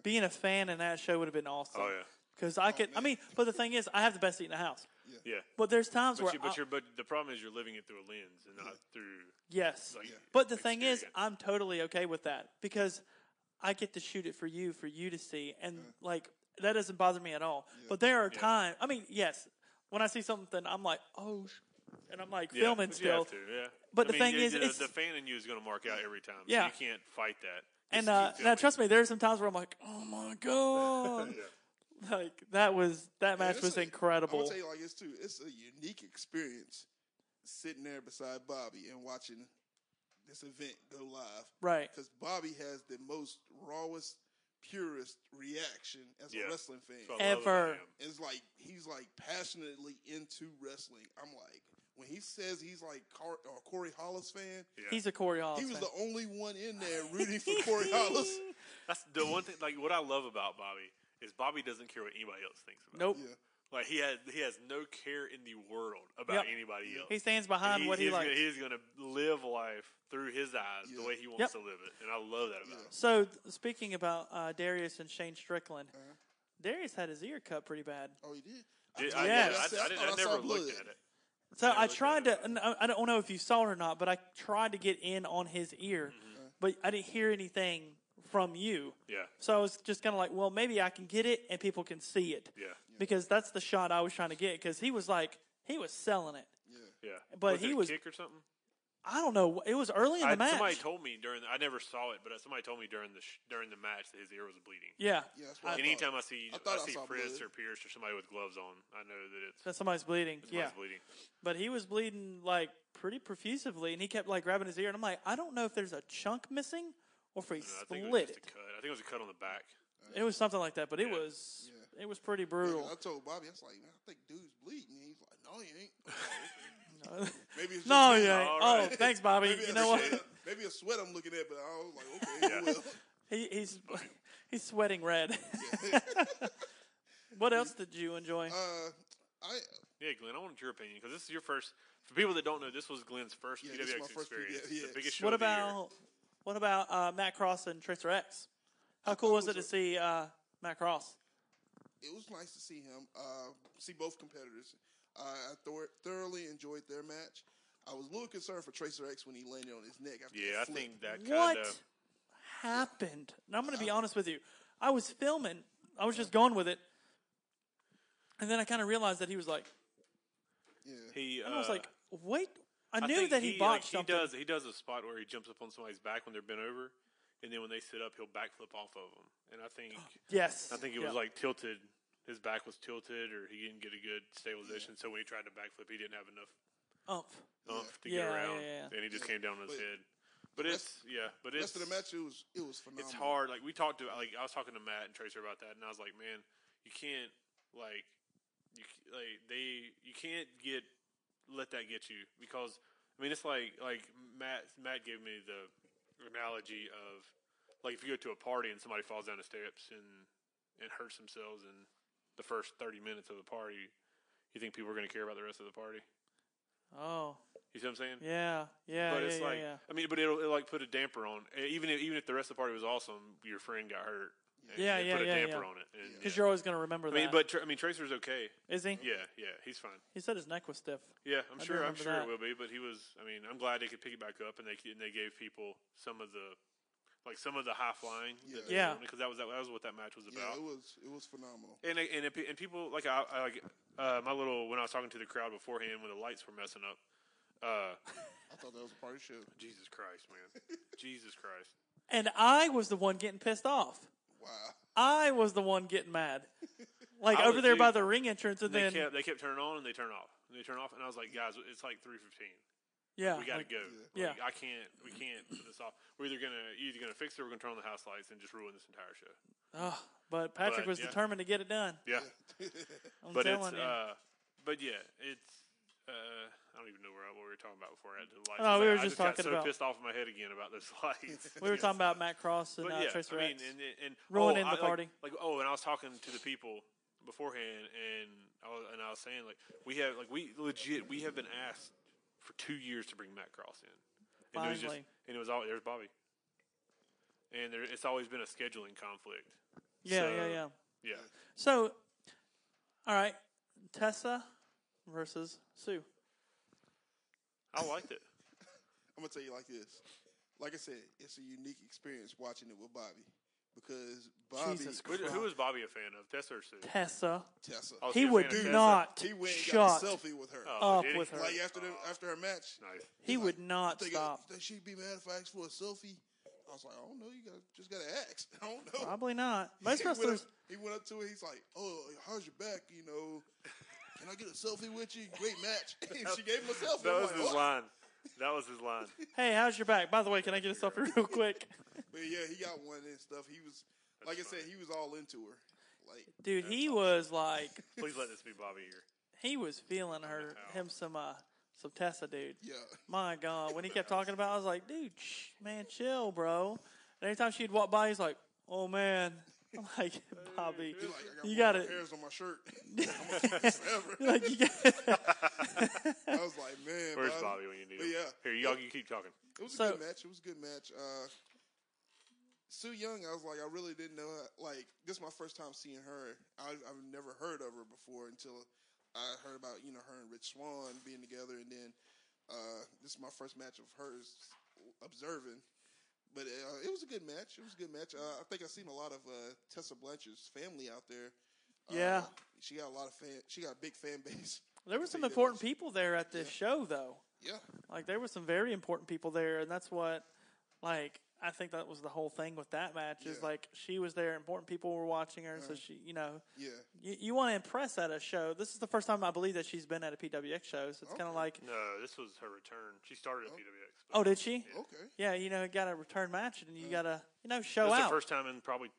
Speaker 5: being a fan in that show would have been awesome.
Speaker 1: Oh, yeah.
Speaker 5: Because I could, I mean, but the thing is, I have the best seat in the house.
Speaker 1: yeah,
Speaker 5: But there's times
Speaker 1: but
Speaker 5: where
Speaker 1: you,
Speaker 5: I-
Speaker 1: but, you're, but the problem is you're living it through a lens and not through.
Speaker 5: Yes.
Speaker 1: Like, Yeah.
Speaker 5: But the thing is,
Speaker 1: experience.
Speaker 5: I'm totally okay with that because I get to shoot it for you, for you to see. And, like, that doesn't bother me at all. But there are times, I mean, yes, when I see something, I'm like, oh, sh-, and I'm like
Speaker 1: Yeah,
Speaker 5: filming
Speaker 1: but you
Speaker 5: still.
Speaker 1: have to, yeah. I
Speaker 5: But the
Speaker 1: mean,
Speaker 5: thing
Speaker 1: you-
Speaker 5: is,
Speaker 1: the,
Speaker 5: it's-
Speaker 1: the fan in you is going to mark out every time. so
Speaker 5: Yeah.
Speaker 1: you can't fight that.
Speaker 5: And
Speaker 1: Just
Speaker 5: uh,
Speaker 1: keep
Speaker 5: now,
Speaker 1: going.
Speaker 5: trust me, there are some times where I'm like, oh
Speaker 1: [laughs]
Speaker 5: my god,
Speaker 1: Yeah.
Speaker 5: like that was that
Speaker 2: Man,
Speaker 5: match
Speaker 2: it's
Speaker 5: was
Speaker 2: a- I'm
Speaker 5: incredible.
Speaker 2: gonna tell you like this too. It's a unique experience sitting there beside Bobby and watching this event go live
Speaker 5: Right?
Speaker 2: because Bobby has the most rawest, purest reaction as
Speaker 1: Yeah.
Speaker 2: a wrestling fan.
Speaker 1: So I love
Speaker 5: Ever.
Speaker 1: him.
Speaker 2: It's like he's like passionately into wrestling. I'm like when he says he's like Car- or Corey Hollis fan.
Speaker 1: Yeah.
Speaker 5: He's a Corey Hollis.
Speaker 2: He was
Speaker 5: fan.
Speaker 2: the only one in there rooting for Corey Hollis.
Speaker 1: That's the one thing. Like what I love about Bobby is Bobby doesn't care what anybody else thinks about.
Speaker 5: nope.
Speaker 2: Yeah,
Speaker 1: Like he has he has no care in the world about
Speaker 5: Yep.
Speaker 1: anybody else.
Speaker 5: He stands behind
Speaker 1: He-
Speaker 5: what he
Speaker 1: he's
Speaker 5: likes.
Speaker 1: Gonna, he's going to live life through his eyes the
Speaker 2: Yeah.
Speaker 1: way he wants
Speaker 5: Yep.
Speaker 1: to live it, and I love that about him.
Speaker 5: So th- speaking about uh, Darius and Shane Strickland,
Speaker 1: Uh-huh.
Speaker 5: Darius had his ear cut pretty bad.
Speaker 2: oh, he did.
Speaker 1: Did-
Speaker 2: thought-
Speaker 1: I, I,
Speaker 5: Yeah.
Speaker 1: I,
Speaker 2: said-
Speaker 1: I, didn't- I
Speaker 2: thought
Speaker 1: never
Speaker 2: saw
Speaker 1: looked
Speaker 2: blood.
Speaker 1: at it.
Speaker 5: So
Speaker 1: Yeah,
Speaker 5: I
Speaker 1: look at
Speaker 5: tried
Speaker 1: it.
Speaker 5: to. and I I don't know if you saw it or not, but I tried to get in on his ear,
Speaker 1: Mm-hmm.
Speaker 5: but I didn't hear anything from you.
Speaker 1: Yeah,
Speaker 5: So I was just kind of like, well, maybe I can get it and people can see it.
Speaker 1: yeah,
Speaker 5: Because that's the shot I was trying to get. Because he was like, he was selling it.
Speaker 1: yeah.
Speaker 5: But
Speaker 1: Was it
Speaker 5: he
Speaker 1: a
Speaker 5: was-
Speaker 1: kick or something.
Speaker 5: I don't know. It was early in the
Speaker 1: I,
Speaker 5: match.
Speaker 1: somebody told me during. The, I never saw it, but uh, somebody told me during the sh- during the match that his ear was bleeding.
Speaker 5: yeah.
Speaker 2: Yeah, that's what I thought.
Speaker 1: Anytime I see
Speaker 2: I
Speaker 1: I,
Speaker 2: thought I
Speaker 1: see
Speaker 2: saw
Speaker 1: Frizz
Speaker 2: blood.
Speaker 1: or Pierce or somebody with gloves on, I know that it's
Speaker 5: That somebody's bleeding.
Speaker 1: somebody's
Speaker 5: yeah.
Speaker 1: bleeding.
Speaker 5: But he was bleeding like pretty profusively and he kept like grabbing his ear. And I'm like, I don't know if there's a chunk missing or if he
Speaker 1: No, I
Speaker 5: split
Speaker 1: think it
Speaker 5: it.
Speaker 1: was just a cut. I think it was a cut on the back.
Speaker 5: It was something like that. But it
Speaker 1: Yeah.
Speaker 5: was
Speaker 2: Yeah.
Speaker 5: it was pretty
Speaker 2: Yeah,
Speaker 5: brutal.
Speaker 2: 'cause I told Bobby, I was like, man, I think dude's bleeding. And he's like, no, he ain't. [laughs] Maybe it's
Speaker 5: no,
Speaker 2: just me.
Speaker 5: you ain't.
Speaker 1: All
Speaker 5: Oh,
Speaker 1: right.
Speaker 5: thanks, Bobby.
Speaker 2: Maybe
Speaker 5: you
Speaker 2: it's
Speaker 5: know
Speaker 2: a
Speaker 5: what?
Speaker 2: sweat- Maybe a sweat I'm looking at, but I was like, okay, well,
Speaker 5: He, he's he's sweating red. [laughs] what else did you enjoy?
Speaker 2: uh, I
Speaker 1: Yeah, Glenn, I wanted your opinion because this is your first. For people that don't know, this was Glenn's first
Speaker 2: Yeah, this is my
Speaker 1: PWX
Speaker 2: first
Speaker 1: experience.
Speaker 2: PWX.
Speaker 1: The biggest show
Speaker 5: What
Speaker 1: of the year.
Speaker 5: about what about uh, Matt Cross and Tracer X? How cool
Speaker 2: thought
Speaker 5: was
Speaker 2: it
Speaker 5: it to
Speaker 2: was
Speaker 5: see uh, Matt Cross?
Speaker 2: it was nice to see him, uh, see both competitors. Uh, I thor- thoroughly enjoyed their match. I was a little concerned for Tracer X when he landed on his neck. After
Speaker 1: Yeah, I
Speaker 2: that flip.
Speaker 1: think that
Speaker 5: What
Speaker 1: kind of.
Speaker 5: happened? And I'm going to be honest with you. I was filming. I was just going with it, and then I kind of realized that he was like,
Speaker 2: Yeah.
Speaker 1: He, uh,
Speaker 5: and I was like, wait. I,
Speaker 1: I
Speaker 5: knew
Speaker 1: think
Speaker 5: that he,
Speaker 1: like,
Speaker 5: botched something.
Speaker 1: He does. He does a spot where he jumps up on somebody's back when they're bent over, and then when they sit up, he'll backflip off of them. And I think,
Speaker 5: Yes,
Speaker 1: I think it
Speaker 5: Yeah.
Speaker 1: was like tilted. His back was tilted, or he didn't get a good stabilization. So when he tried to backflip, he didn't have enough
Speaker 5: Umph.
Speaker 1: oomph to
Speaker 5: Yeah,
Speaker 1: get around,
Speaker 5: yeah, yeah.
Speaker 1: and he just came down on his
Speaker 2: But
Speaker 1: head. But it's yeah, but
Speaker 2: The
Speaker 1: it's
Speaker 2: rest of the match, it was it was phenomenal.
Speaker 1: it's hard. Like we talked to, like I was talking to Matt and Tracer about that, and I was like, man, you can't like you c- like they you can't get let that get you because I mean it's like like Matt Matt gave me the analogy of like if you go to a party and somebody falls down the steps and and hurts themselves in the first thirty minutes of the party, you think people are going to care about the rest of the party?
Speaker 5: Oh,
Speaker 1: You see what I'm saying?
Speaker 5: yeah, yeah,
Speaker 1: But
Speaker 5: yeah,
Speaker 1: it's
Speaker 5: yeah,
Speaker 1: like,
Speaker 5: yeah.
Speaker 1: I mean, but it'll, it'll like put a damper on. e- Even if, even if the rest of the party was awesome, your friend got hurt. and
Speaker 5: Yeah,
Speaker 1: it
Speaker 5: yeah,
Speaker 1: Put a
Speaker 5: yeah,
Speaker 1: damper
Speaker 5: yeah.
Speaker 1: on it. And,
Speaker 5: Because
Speaker 1: yeah.
Speaker 5: you're always going to remember
Speaker 1: I mean,
Speaker 5: that.
Speaker 1: but Tr- I mean, Tracer's okay.
Speaker 5: is he?
Speaker 1: Yeah, yeah, he's fine.
Speaker 5: He said his neck was stiff.
Speaker 1: Yeah, I'm
Speaker 5: I do
Speaker 1: sure. I'm
Speaker 5: remember
Speaker 1: sure
Speaker 5: that.
Speaker 1: it will be. But he was. I mean, I'm glad they could pick it back up and they and they gave people some of the, like some of the high flying.
Speaker 5: Yeah.
Speaker 1: Because that was that was what that match was about.
Speaker 2: Yeah, it was it was phenomenal.
Speaker 1: And they- and if pe- and people like I, I like uh, my little when I was talking to the crowd beforehand when the lights were messing up. Uh,
Speaker 2: I thought that was a party show.
Speaker 1: Jesus Christ,
Speaker 2: [laughs]
Speaker 1: man! Jesus Christ!
Speaker 5: And I was the one getting pissed off.
Speaker 2: Wow.
Speaker 5: I was the one
Speaker 1: [laughs]
Speaker 5: getting mad. Like
Speaker 1: I
Speaker 5: over
Speaker 1: was,
Speaker 5: there by
Speaker 1: dude.
Speaker 5: the ring entrance, and
Speaker 1: they
Speaker 5: then
Speaker 1: kept they kept turning on and they turn off and they turn off and I was like, guys, it's like three fifteen.
Speaker 5: yeah,
Speaker 1: We got to
Speaker 5: like,
Speaker 1: go.
Speaker 5: Yeah.
Speaker 1: Like, I can't. We can't put this off. We're either gonna either gonna fix it or we're gonna turn on the house lights and just ruin this entire show.
Speaker 5: ugh. but Patrick
Speaker 1: But,
Speaker 5: was
Speaker 1: yeah.
Speaker 5: determined to get it
Speaker 1: [laughs]
Speaker 5: done.
Speaker 1: Yeah,
Speaker 5: [laughs] I'm
Speaker 1: but
Speaker 5: telling
Speaker 1: it's
Speaker 5: you.
Speaker 1: uh, but yeah, it's uh, I don't even know where I- what we were talking about before I had the lights.
Speaker 5: No, we
Speaker 1: I-
Speaker 5: were
Speaker 1: I
Speaker 5: just
Speaker 1: got
Speaker 5: talking
Speaker 1: so
Speaker 5: about-
Speaker 1: pissed off in my head again about those [laughs] lights.
Speaker 5: we were talking about Matt Cross and
Speaker 1: But
Speaker 5: uh,
Speaker 1: yeah,
Speaker 5: Tracer
Speaker 1: I mean,
Speaker 5: X.
Speaker 1: and, and, and
Speaker 5: Ruining
Speaker 1: oh,
Speaker 5: the
Speaker 1: I-
Speaker 5: party.
Speaker 1: Like, like, oh, and I was talking to the people beforehand, and I was, and I was saying like we have like we legit we have been asked for two years to bring Matt Cross in, and it was just
Speaker 5: Finally.
Speaker 1: and it was all there's Bobby, and there, it's always been a scheduling conflict.
Speaker 5: yeah,
Speaker 1: so-
Speaker 5: yeah, yeah.
Speaker 1: Yeah,
Speaker 5: So, all right, Tessa versus Sue.
Speaker 1: I liked it.
Speaker 2: I'm gonna tell you like this. Like I said, it's a unique experience watching it with Bobby because Bobby
Speaker 5: Jesus
Speaker 1: Who, who was Bobby a fan of? Tessa or Sue?
Speaker 5: Tessa.
Speaker 2: Tessa.
Speaker 1: I was a
Speaker 5: He
Speaker 1: fan
Speaker 5: would
Speaker 1: of Tessa.
Speaker 5: not
Speaker 2: He went and got
Speaker 5: shut
Speaker 2: a selfie with her.
Speaker 1: Oh,
Speaker 5: up
Speaker 1: did he?
Speaker 5: with her.
Speaker 2: Like after the, after her match,
Speaker 1: Nice.
Speaker 5: He would not
Speaker 2: think,
Speaker 5: stop.
Speaker 2: think she'd be mad if I asked for a selfie. I was like, I don't know. You got just got to ask. [laughs] I don't know.
Speaker 5: Probably not.
Speaker 2: [laughs]
Speaker 5: Most
Speaker 2: he, went up,
Speaker 5: wrestlers.
Speaker 2: he went up to it. He's like, "Oh, how's your back? You know, can I get a selfie with you? Great match." [laughs] And she gave him a selfie.
Speaker 1: That
Speaker 2: I'm
Speaker 1: was
Speaker 2: like,
Speaker 1: his
Speaker 2: "Oh."
Speaker 1: line. That was his line.
Speaker 5: Hey, how's your back? By the way, can I get a selfie
Speaker 2: [laughs]
Speaker 5: real quick?
Speaker 2: But yeah, he got one and stuff. He was, like I said, he was all into her. Like,
Speaker 5: Dude, he was like,
Speaker 1: Please let this be Bobby here.
Speaker 5: he was feeling her him some uh some Tessa dude.
Speaker 2: yeah, [laughs]
Speaker 5: My God, when he kept talking about, it, I was like, dude, shh, man, chill, bro. And every time she'd walk by, he's like, oh man. [laughs] I'm like, Bobby,
Speaker 2: he's like, I got
Speaker 5: you
Speaker 2: you
Speaker 5: got
Speaker 2: got
Speaker 5: it.
Speaker 2: hairs on my
Speaker 5: [laughs]
Speaker 2: shirt. [laughs] I'm gonna keep this forever.
Speaker 5: Like you got [laughs]
Speaker 2: I was like, man,
Speaker 1: Where's
Speaker 2: Bobby?"
Speaker 1: Bobby when you need
Speaker 2: Um, But
Speaker 1: him?
Speaker 2: yeah.
Speaker 1: Here, y'all, you keep talking.
Speaker 2: It was
Speaker 5: So-
Speaker 2: a good match. It was a good match. Uh, Sue Young, I was like, I really didn't know. her- Like, this is my first time seeing her. I, I've never heard of her before until I heard about you know her and Rich Swan being together, and then uh, this is my first match of hers observing. But uh, it was a good match. It was a good match. Uh, I think I've seen a lot of uh, Tessa Blanchard's family out there. Uh,
Speaker 5: Yeah.
Speaker 2: she got a lot of fan. She got a big fan base. [laughs]
Speaker 5: There were some important people there at this show, though.
Speaker 2: Yeah,
Speaker 5: Like there were some very important people there, and that's what, like, I think that was the whole thing with that match is
Speaker 2: Yeah.
Speaker 5: like she was there, important people were watching her, so she, you know,
Speaker 2: yeah.
Speaker 5: you, you want to impress at a show. This is the first time I believe that she's been at a PWX show, so it's kind of like,
Speaker 1: No, this was her return. She started at PWX. but
Speaker 5: oh, did she?
Speaker 2: Okay.
Speaker 5: Yeah, you know, got a return match, and you got to, you know, show
Speaker 1: This is
Speaker 5: out.
Speaker 1: the first time in probably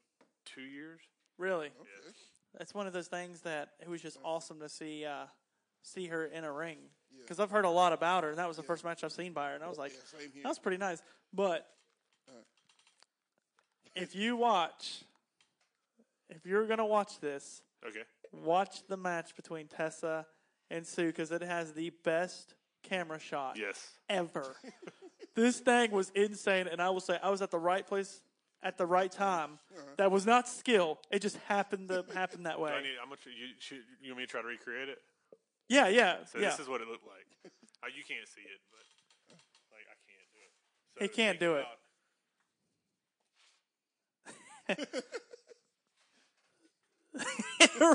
Speaker 1: two years.
Speaker 5: really,
Speaker 2: Okay.
Speaker 5: that's one of those things that it was just awesome to see uh, see her in a ring because I've heard a lot about her, and that was the first match I've seen by her, and I was like,
Speaker 2: Yeah, same here.
Speaker 5: that was pretty nice. But
Speaker 1: Uh.
Speaker 5: if you watch, if you're gonna watch this,
Speaker 1: Okay.
Speaker 5: watch the match between Tessa and Sue because it has the best camera shot
Speaker 1: Yes.
Speaker 5: ever. [laughs] this thing was insane, and I will say I was at the right place at the right time. That was not skill; it just happened to happen that way.
Speaker 1: I need, I'm gonna, tr- you, should, you want me to try to recreate it?
Speaker 5: Yeah, yeah,
Speaker 1: So
Speaker 5: yeah.
Speaker 1: this
Speaker 5: [laughs]
Speaker 1: is what it looked like. Uh, you can't see it, but like I can't do it. So
Speaker 5: He can't
Speaker 1: think
Speaker 5: do it.
Speaker 1: about-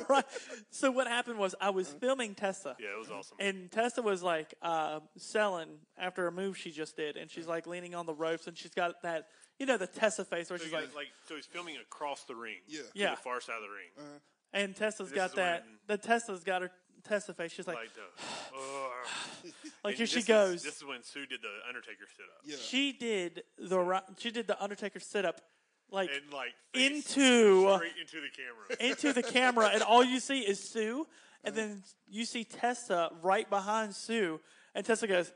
Speaker 5: right. So what happened was I was filming Tessa.
Speaker 1: Yeah, it was awesome.
Speaker 5: And Tessa was like uh, selling after a move she just did, and she's
Speaker 1: Uh-huh.
Speaker 5: like leaning on the ropes, and she's got that, you know, the Tessa face where
Speaker 1: so
Speaker 5: she's
Speaker 1: you
Speaker 5: like,
Speaker 1: got, like, so he's filming across the ring.
Speaker 2: Yeah. Uh-huh.
Speaker 1: to
Speaker 5: Yeah.
Speaker 1: The far side of the ring.
Speaker 5: and Tessa's
Speaker 1: This
Speaker 5: got
Speaker 1: is
Speaker 5: that,
Speaker 1: when-
Speaker 5: the Tessa's got her Tessa face. She's like, like,
Speaker 1: Like the. Uh, and
Speaker 5: here she
Speaker 1: this is-
Speaker 5: goes.
Speaker 1: this is when Sue did the Undertaker sit up.
Speaker 2: Yeah.
Speaker 5: she did the ri- she did the Undertaker sit up, like
Speaker 1: And [laughs] like face
Speaker 5: into
Speaker 1: straight into the camera.
Speaker 5: into the camera, and all you see is Sue, and
Speaker 1: Uh-huh.
Speaker 5: then you see Tessa right behind Sue, and Tessa goes,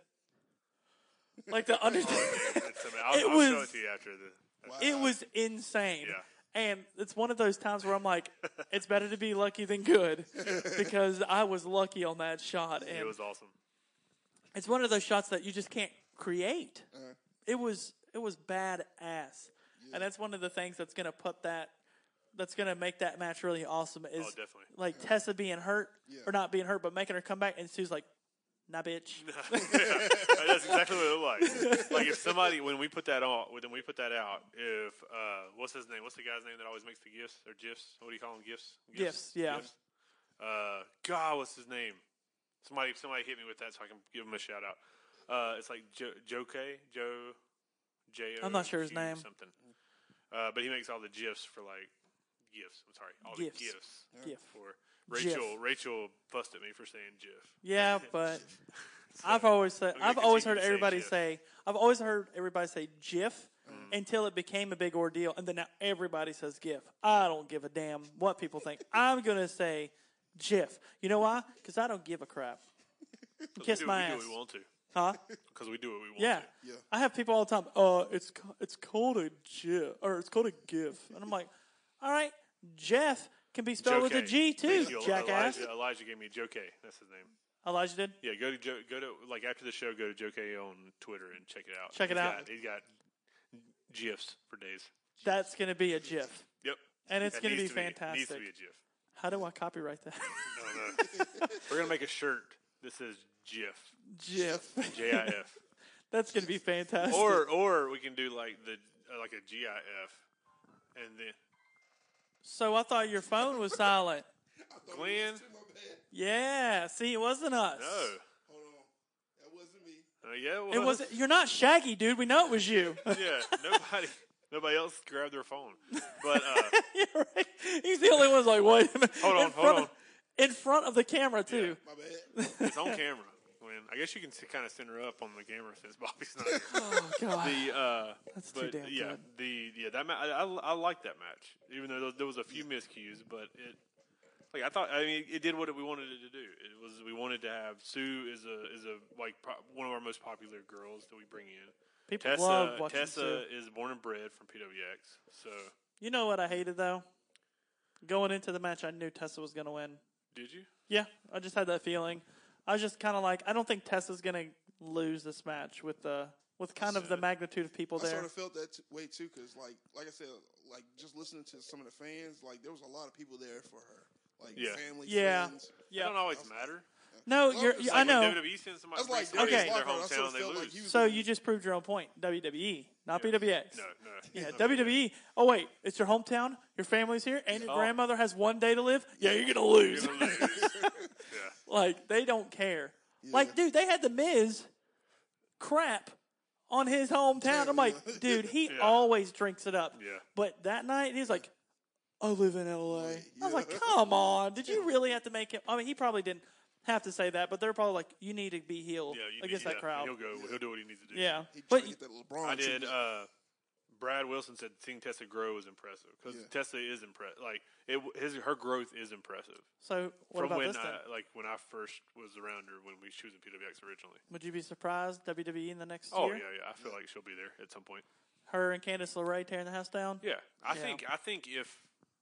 Speaker 5: like
Speaker 1: [laughs]
Speaker 5: the Undertaker.
Speaker 1: It's ama- I'll, I'll
Speaker 5: It
Speaker 1: show
Speaker 5: was-
Speaker 1: it to you after the.
Speaker 5: [laughs] It was insane.
Speaker 1: Yeah.
Speaker 5: And it's one of those times where I'm
Speaker 1: [laughs]
Speaker 5: like, it's better to be lucky than good because I was lucky on that shot. And
Speaker 1: It was awesome.
Speaker 5: it's one of those shots that you just can't create. It was it was badass. And that's one of the things that's gonna put that that's gonna make that match really awesome is
Speaker 1: Oh, definitely. [laughs]
Speaker 5: like Tessa being hurt
Speaker 2: Yeah.
Speaker 5: or not being hurt, but making her come back and Sue's like, nah bitch.
Speaker 1: Uh, [laughs] That's exactly what it looked like. Like if somebody when we put that on when we put that out, if uh, what's his name? What's the guy's name that always makes the gifts or gifs? What do you call them? Gifts.
Speaker 5: Gifts, yeah.
Speaker 1: Uh, God, what's his name? Somebody, somebody hit me with that so I can give him a shout out. Uh, it's like jo- Joe K. Joe J. O
Speaker 5: I'm not sure his
Speaker 1: Q
Speaker 5: name.
Speaker 1: Something. Uh, but he makes all the gifs for like gifts. I'm sorry, all
Speaker 5: Gifs.
Speaker 1: the gifs
Speaker 5: Gif.
Speaker 1: for Rachel. Rachel busted me for saying gif. [laughs]
Speaker 5: Yeah, but I've always said
Speaker 1: I'm gonna
Speaker 5: I've always heard
Speaker 1: continue to say
Speaker 5: everybody
Speaker 1: GIF.
Speaker 5: say I've always heard everybody say GIF
Speaker 1: Mm.
Speaker 5: until it became a big ordeal, and then now everybody says GIF. I don't give a damn what people think. I'm gonna say GIF. You know why? Because I don't give a
Speaker 1: [laughs]
Speaker 5: crap. Kiss
Speaker 1: we do, we
Speaker 5: my
Speaker 1: do
Speaker 5: ass,
Speaker 1: what we want to [laughs]
Speaker 5: huh?
Speaker 1: because we do what we want.
Speaker 5: Yeah.
Speaker 1: to.
Speaker 2: Yeah.
Speaker 5: I have people all the time. Uh, it's ca- it's called a GIF or it's called a GIF, and I'm like, all right, Jeff can be spelled with a
Speaker 1: Joe
Speaker 5: G
Speaker 1: K.
Speaker 5: too,
Speaker 1: Thank you,
Speaker 5: jackass.
Speaker 1: Elijah, Elijah gave me Joe K. That's his name.
Speaker 5: Elijah did.
Speaker 1: Yeah, go to Joe, go to like after the show, go to Joe K on Twitter and check it out.
Speaker 5: Check it
Speaker 1: He's
Speaker 5: out.
Speaker 1: Got, he's got gifs for days.
Speaker 5: That's gonna be a GIF.
Speaker 1: Yep,
Speaker 5: And it's
Speaker 1: That
Speaker 5: gonna
Speaker 1: needs
Speaker 5: be
Speaker 1: It needs to
Speaker 5: fantastic.
Speaker 1: be a gif.
Speaker 5: How do I copyright that? [laughs]
Speaker 1: We're gonna make a shirt that says gif,
Speaker 5: GIF. [laughs]
Speaker 1: J I F,
Speaker 5: That's gonna be fantastic.
Speaker 1: or or we can do like the uh, like a G I F, and then
Speaker 5: so I thought your phone was silent.
Speaker 1: Glenn.
Speaker 2: Oh, My bad.
Speaker 5: Yeah. See, it wasn't us.
Speaker 1: No,
Speaker 2: Hold on. That wasn't me.
Speaker 1: Uh, yeah, [laughs]
Speaker 5: It wasn't. You're not Shaggy, dude. We know it was you. [laughs]
Speaker 1: Yeah, nobody. Nobody else grabbed their phone. But
Speaker 5: [laughs]
Speaker 1: uh,
Speaker 5: yeah, right. He's the only one who's like, wait a minute.
Speaker 1: Hold on,
Speaker 5: [laughs] in
Speaker 1: hold
Speaker 5: front
Speaker 1: on.
Speaker 5: Of, in front of the camera, too.
Speaker 2: My
Speaker 5: [laughs]
Speaker 2: bad.
Speaker 1: it's on camera. Glenn. I guess you can kind of send her up on the camera since Bobby's not here.
Speaker 5: Oh, [laughs] God.
Speaker 1: [laughs] The uh,
Speaker 5: That's too
Speaker 1: but
Speaker 5: damn
Speaker 1: yeah,
Speaker 5: good.
Speaker 1: the yeah that ma- I, I I like that match, even though there was a few miscues, but it like I thought. I mean, it did what we wanted it to do. It was we wanted to have Sue is a is a like pro- one of our most popular girls that we bring in.
Speaker 5: People
Speaker 1: Tessa
Speaker 5: love watching
Speaker 1: Tessa
Speaker 5: Sue.
Speaker 1: is born and bred from PWX, so
Speaker 5: You know what I hated, though? Going into the match, I knew Tessa was going to win.
Speaker 1: did you?
Speaker 5: Yeah, I just had that feeling. I was just kind of like, I don't think Tessa's going to lose this match with the with kind of the magnitude of people
Speaker 2: I
Speaker 5: there.
Speaker 2: sort of felt that t- way too, because like like I said, like just listening to some of the fans, like there was a lot of people there for her, like
Speaker 1: Yeah.
Speaker 2: family,
Speaker 5: Yeah.
Speaker 2: friends.
Speaker 1: It
Speaker 5: yeah.
Speaker 1: don't always matter.
Speaker 5: No,
Speaker 2: Well,
Speaker 5: you're,
Speaker 2: it's
Speaker 5: you-
Speaker 2: like
Speaker 5: I
Speaker 1: When
Speaker 5: know.
Speaker 1: WWE sends somebody
Speaker 2: That's like
Speaker 1: to bring
Speaker 5: Darius
Speaker 1: somebody to
Speaker 2: Lockhart. I
Speaker 1: their
Speaker 2: sorta
Speaker 1: hometown, they
Speaker 2: felt like
Speaker 1: lose.
Speaker 2: he was-
Speaker 5: So you just proved your own point. WWE, not BWX.
Speaker 1: no, no.
Speaker 5: Yeah, WWE. Oh wait, it's your hometown. Your family's here, and your
Speaker 1: Oh.
Speaker 5: grandmother has one day to live. Yeah, you're gonna lose.
Speaker 1: You're gonna lose. yeah.
Speaker 5: like they don't care. Like, dude, they had the Miz crap on his hometown.
Speaker 2: [laughs]
Speaker 5: I'm like, dude, he
Speaker 1: Yeah.
Speaker 5: always drinks it up.
Speaker 1: Yeah.
Speaker 5: But that night, he's like, I live in LA. I was like, come on, did
Speaker 2: [laughs]
Speaker 5: you really have to make him? I mean, he probably didn't have to say that, but they're probably like, you need to be healed
Speaker 1: Yeah, you
Speaker 5: against
Speaker 1: need,
Speaker 5: that
Speaker 1: yeah,
Speaker 5: crowd.
Speaker 1: He'll go. He'll do what he needs to do.
Speaker 5: Yeah,
Speaker 2: He tried
Speaker 5: but
Speaker 2: to get that LeBron.
Speaker 1: I did.
Speaker 2: treatment.
Speaker 1: Uh, Brad Wilson said seeing Tessa grow is impressive because
Speaker 2: Yeah.
Speaker 1: Tessa is impressive. Like it, w- his her growth is impressive.
Speaker 5: so what
Speaker 1: From
Speaker 5: about
Speaker 1: when uh,
Speaker 5: this? Then?
Speaker 1: I, like when I first was around her when we she was in PWX originally.
Speaker 5: Would you be surprised WWE in the next
Speaker 1: Oh
Speaker 5: year?
Speaker 1: yeah, yeah. I feel like she'll be there at some point.
Speaker 5: Her and Candice LeRae tearing the house down.
Speaker 1: Yeah, I
Speaker 5: Yeah.
Speaker 1: think I think if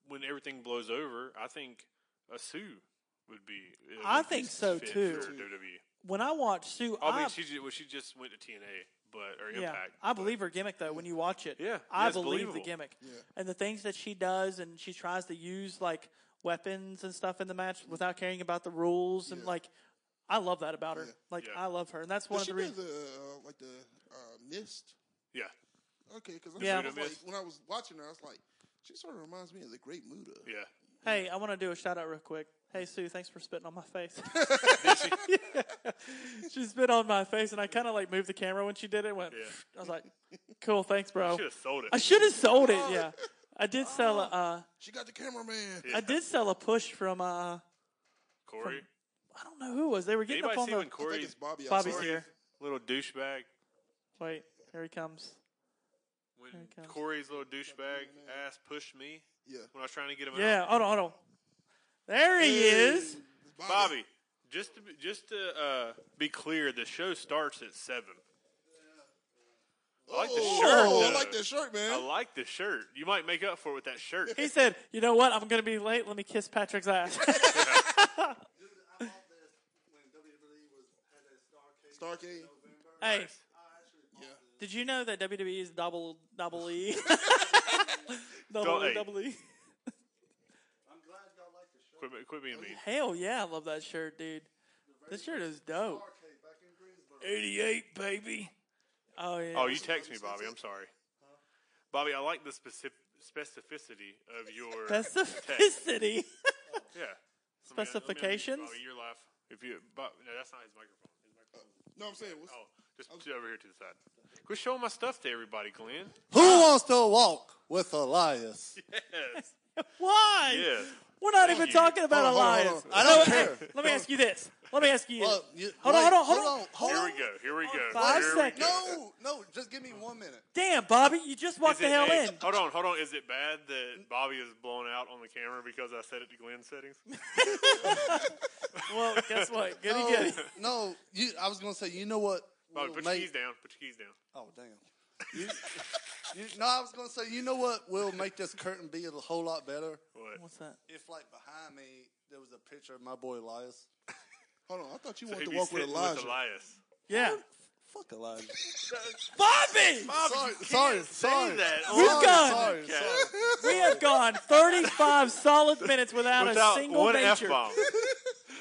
Speaker 1: when everything blows over, I think a Sue would be. uh,
Speaker 5: I
Speaker 1: would be
Speaker 5: think so,
Speaker 1: fit
Speaker 5: too.
Speaker 1: For WWE.
Speaker 5: When I watch Sue,
Speaker 1: I mean,
Speaker 5: I-
Speaker 1: she just, well, she just went to TNA, but or
Speaker 5: yeah,
Speaker 1: Impact.
Speaker 5: I believe her gimmick though. When you watch it,
Speaker 1: Yeah,
Speaker 5: I
Speaker 1: yeah, it's
Speaker 5: believe the
Speaker 1: believable.
Speaker 5: gimmick
Speaker 2: Yeah.
Speaker 5: and the things that she does, and she tries to use like weapons and stuff in the match without caring about the rules, and
Speaker 2: Yeah.
Speaker 5: like I love that about her. Like
Speaker 1: Yeah.
Speaker 5: I love her, and that's one
Speaker 2: Did
Speaker 5: of
Speaker 2: she
Speaker 5: the
Speaker 2: do
Speaker 5: reasons.
Speaker 2: the uh, like the uh, mist?
Speaker 1: Yeah,
Speaker 2: Okay, because
Speaker 5: Yeah.
Speaker 2: I was like,
Speaker 1: Mist.
Speaker 2: when I was watching her, I was like, she sort of reminds me of the Great Muda.
Speaker 1: yeah.
Speaker 5: Hey, I want to do a shout out real quick. Hey Sue, thanks for spitting on
Speaker 1: [laughs]
Speaker 5: my face. [laughs] she spit on my face, and I kind of like moved the camera when she did it. and Went,
Speaker 1: Yeah.
Speaker 5: I was like, "Cool, thanks, bro."
Speaker 1: Should have sold it.
Speaker 5: I should have sold
Speaker 1: Oh.
Speaker 5: it. Yeah, I did sell a. Uh,
Speaker 2: She got the cameraman.
Speaker 5: I did sell a push from uh,
Speaker 1: Corey.
Speaker 5: I don't know who it was. They were getting
Speaker 1: Anybody
Speaker 5: up on
Speaker 1: see
Speaker 5: the
Speaker 1: when
Speaker 2: I think
Speaker 1: Corey
Speaker 2: it's Bobby.
Speaker 5: Bobby's
Speaker 2: outside.
Speaker 5: here.
Speaker 1: little douchebag
Speaker 5: Wait, here he comes.
Speaker 1: when
Speaker 5: it comes.
Speaker 1: Corey's little douchebag ass pushed me
Speaker 2: Yeah.
Speaker 1: when I was trying to get him
Speaker 5: Yeah,
Speaker 1: out?
Speaker 5: hold on, hold on. There he is.
Speaker 2: It's
Speaker 1: Bobby, just to be, just to uh, be clear, the show starts at seven. I like the
Speaker 2: Oh,
Speaker 1: shirt.
Speaker 2: oh, I
Speaker 1: though.
Speaker 2: like that shirt, man.
Speaker 1: I like the shirt. You might make up for it with that shirt.
Speaker 5: He said, "You know what? I'm gonna be late. Let me kiss Patrick's ass." [laughs]
Speaker 6: I bought this when WWE was had that Starcade.
Speaker 2: Starcade.
Speaker 5: hey,
Speaker 6: I actually bought
Speaker 2: Yeah.
Speaker 5: did you know that WWE is double double E? [laughs] double
Speaker 1: Don't-
Speaker 5: E,
Speaker 1: hey.
Speaker 5: double E.
Speaker 6: it. I'm glad y'all like the show.
Speaker 1: Quit, be- quit being mean.
Speaker 5: Hell [laughs] yeah, I love that shirt, dude. This shirt is dope.
Speaker 6: Starcade back in Greensboro.
Speaker 5: 88, baby. Oh yeah. [laughs]
Speaker 1: Oh, you text me, Bobby. I'm sorry, Bobby. I like the specific specificity of your text.
Speaker 5: specificity.
Speaker 1: Yeah. Let me- let me unmute you,
Speaker 5: Specifications?
Speaker 1: Bobby, your life. If you, Bob, no, that's not his microphone. His microphone.
Speaker 2: No, I'm saying, what's,
Speaker 1: Oh, just over here to the side. Quit showing my stuff to everybody, Glenn.
Speaker 3: Who wants to walk with [laughs] Elias?
Speaker 1: Yes.
Speaker 5: [laughs] Why?
Speaker 1: [laughs] Yeah.
Speaker 5: We're not even
Speaker 1: you.
Speaker 5: talking about
Speaker 2: Hold on, hold on,
Speaker 5: Elias.
Speaker 2: hold on.
Speaker 3: I don't
Speaker 5: Hey,
Speaker 3: [laughs] care.
Speaker 5: let me ask you this. Let me ask you. this.
Speaker 3: Well, you-
Speaker 5: Hold on,
Speaker 3: wait,
Speaker 5: hold on, hold on.
Speaker 3: hold
Speaker 1: Here
Speaker 3: on.
Speaker 1: we go. Here we go.
Speaker 5: Oh, Five
Speaker 1: here
Speaker 5: seconds.
Speaker 1: We go.
Speaker 3: No, no, just give me one minute.
Speaker 5: [laughs] Damn, Bobby, you just
Speaker 1: Is
Speaker 5: walked the
Speaker 1: it-
Speaker 5: hell
Speaker 1: hey,
Speaker 5: in.
Speaker 1: Hold on, hold on. Is it bad that Bobby is blown out on the camera because I set it to Glenn's settings?
Speaker 5: Well, guess what?
Speaker 1: [laughs]
Speaker 5: Goody
Speaker 1: Oh.
Speaker 3: No,
Speaker 5: goody.
Speaker 3: no, you, I was gonna say, you know what?
Speaker 1: Bobby,
Speaker 3: will
Speaker 1: put your
Speaker 3: make-
Speaker 1: keys down. Put your keys down.
Speaker 3: Oh damn. You, [laughs] you, no, I was gonna say, you know what will make this curtain be a whole lot better?
Speaker 1: What?
Speaker 5: What's that?
Speaker 3: If like behind me there was a picture of my boy Elias.
Speaker 2: hold on. I thought you
Speaker 1: So
Speaker 2: wanted
Speaker 1: he'd
Speaker 2: to
Speaker 1: be
Speaker 2: walk with
Speaker 1: sitting
Speaker 2: Elijah.
Speaker 1: Elias.
Speaker 5: Yeah.
Speaker 3: Fuck Elias.
Speaker 5: Bobby!
Speaker 3: sorry, sorry, sorry.
Speaker 1: that.
Speaker 3: Sorry,
Speaker 5: We've gone.
Speaker 3: sorry,
Speaker 1: Okay.
Speaker 3: sorry.
Speaker 5: We have gone 35 solid minutes without, a
Speaker 1: Without
Speaker 5: single
Speaker 1: one
Speaker 5: nature.
Speaker 1: F bomb.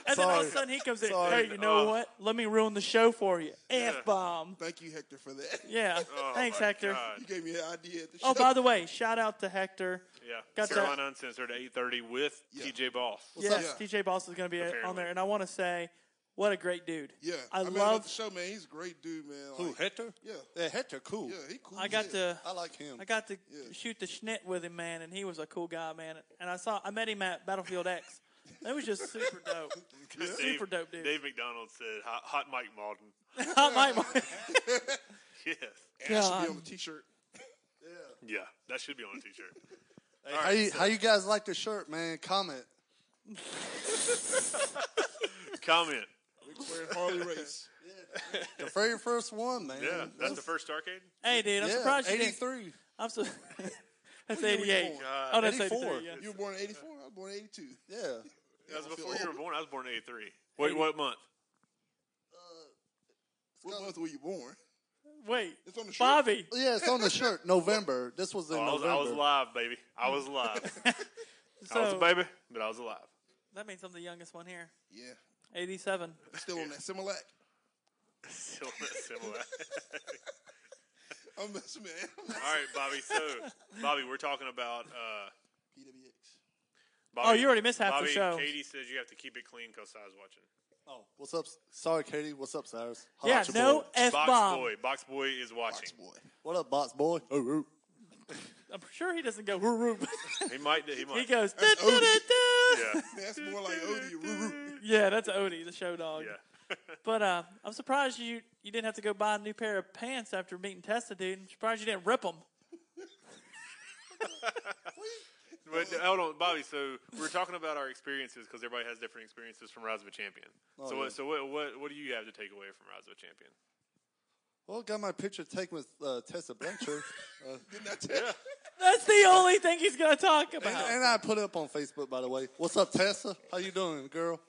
Speaker 5: And then all of a
Speaker 3: Sorry.
Speaker 5: sudden he comes in.
Speaker 3: Sorry.
Speaker 5: Hey, you know
Speaker 1: Oh.
Speaker 5: what? Let me ruin the show for you. F bomb.
Speaker 2: Thank you, Hector, for that.
Speaker 5: Yeah.
Speaker 1: Oh,
Speaker 5: Thanks, Hector.
Speaker 2: [laughs] You gave me an idea at the
Speaker 5: Oh,
Speaker 2: show.
Speaker 5: by the way, shout out to Hector.
Speaker 1: Yeah.
Speaker 5: Got that.
Speaker 1: Carolina Uncensored at 8.30 with
Speaker 2: Yeah.
Speaker 1: TJ Boss.
Speaker 5: yes,
Speaker 2: up?
Speaker 5: DJ Boss is going to be on
Speaker 1: Apparently.
Speaker 5: there. And I want to say What a great dude.
Speaker 2: Yeah,
Speaker 5: I,
Speaker 2: mean, about
Speaker 5: love.
Speaker 2: the show, man. He's a great dude, man. Like,
Speaker 3: Who Hector?
Speaker 2: Yeah.
Speaker 3: yeah, Hector, cool.
Speaker 2: Yeah, he cool.
Speaker 5: I
Speaker 2: as
Speaker 5: got
Speaker 2: hell.
Speaker 5: to.
Speaker 3: I like him.
Speaker 5: I got to
Speaker 2: Yeah.
Speaker 5: shoot the schnit with him, man, and he was a cool guy, man. And I saw, I met him at Battlefield X. That was just super
Speaker 2: [laughs]
Speaker 5: dope. Super dope dude.
Speaker 1: Dave McDonald said, "Hot, hot Mike Malden." [laughs]
Speaker 5: Hot Mike Mar-
Speaker 1: Yes.
Speaker 2: And that should
Speaker 5: God.
Speaker 2: be on the T-shirt.
Speaker 1: Yeah, that should be on a T-shirt.
Speaker 3: Hey, how, you, how you guys like the shirt, man? Comment.
Speaker 1: Comment.
Speaker 2: Wearing Harley [laughs] race.
Speaker 3: The very first one, man.
Speaker 1: Yeah, that's the first arcade.
Speaker 5: Hey, dude, I'm surprised you didn't.
Speaker 3: 83.
Speaker 5: I'm so. [laughs] That's
Speaker 2: year were you
Speaker 5: 88.
Speaker 2: born?
Speaker 1: Uh,
Speaker 5: Oh, that's
Speaker 3: 84.
Speaker 5: 84. Yeah.
Speaker 2: You were born in '84. I was born in '82.
Speaker 3: Yeah.
Speaker 1: That was
Speaker 2: I feel
Speaker 1: before you were
Speaker 2: old.
Speaker 1: born. I was born in '83. Wait, what month?
Speaker 2: What month were you born?
Speaker 5: Wait,
Speaker 2: It's on the shirt.
Speaker 5: Bobby.
Speaker 3: Yeah, it's on the shirt. November. This was in
Speaker 1: Oh, I, was,
Speaker 3: November.
Speaker 1: I was alive, baby. I was
Speaker 5: [laughs]
Speaker 1: alive. I was a
Speaker 5: So
Speaker 1: baby, but I was alive.
Speaker 5: that means I'm the youngest one here.
Speaker 2: Yeah,
Speaker 5: 87.
Speaker 2: still on that Similac.
Speaker 1: Still not similar.
Speaker 2: I'm messing, man. [laughs]
Speaker 1: All right, Bobby. So, Bobby, we're talking about. Uh,
Speaker 2: PWX.
Speaker 1: Bobby,
Speaker 5: Oh, you already missed half the
Speaker 1: Bobby,
Speaker 5: show.
Speaker 1: Katie says you have to keep it clean because I was watching.
Speaker 3: Oh, what's up? Sorry, Katie. What's up, Cyrus? How
Speaker 5: yeah,
Speaker 3: about your
Speaker 5: no eh.
Speaker 3: boy?
Speaker 5: F
Speaker 1: Box
Speaker 5: bomb.
Speaker 1: boy, box boy is watching.
Speaker 2: Box boy.
Speaker 3: What up, box boy? Oh, oh.
Speaker 5: I'm sure he doesn't go. "Roo, roo."
Speaker 2: [laughs]
Speaker 1: He might. He might.
Speaker 5: he goes.
Speaker 2: That's
Speaker 5: "Doo, doo,
Speaker 2: Odie."
Speaker 5: doo, doo."
Speaker 1: Yeah,
Speaker 2: That's more like Odie. Roo roo.
Speaker 5: Yeah, that's Odie, the show dog.
Speaker 1: yeah.
Speaker 5: But uh, I'm surprised you you didn't have to go buy a new pair of pants after meeting Tessa, dude. I'm surprised you didn't rip them.
Speaker 1: But uh, hold on, Bobby. So we're talking about our experiences because everybody has different experiences from Rise of a Champion.
Speaker 5: Oh,
Speaker 1: so,
Speaker 3: yeah.
Speaker 1: what, so what, what, what do you have to take away from Rise of a Champion?
Speaker 3: Well, got my picture taken with uh, Tessa
Speaker 5: [laughs]
Speaker 3: Blanchard. uh,
Speaker 2: Didn't I tell you?
Speaker 5: That's the only thing he's gonna talk
Speaker 3: and,
Speaker 5: about.
Speaker 3: and I put it up on Facebook, by the way. What's up, Tessa? How you doing,
Speaker 5: [laughs]
Speaker 3: girl?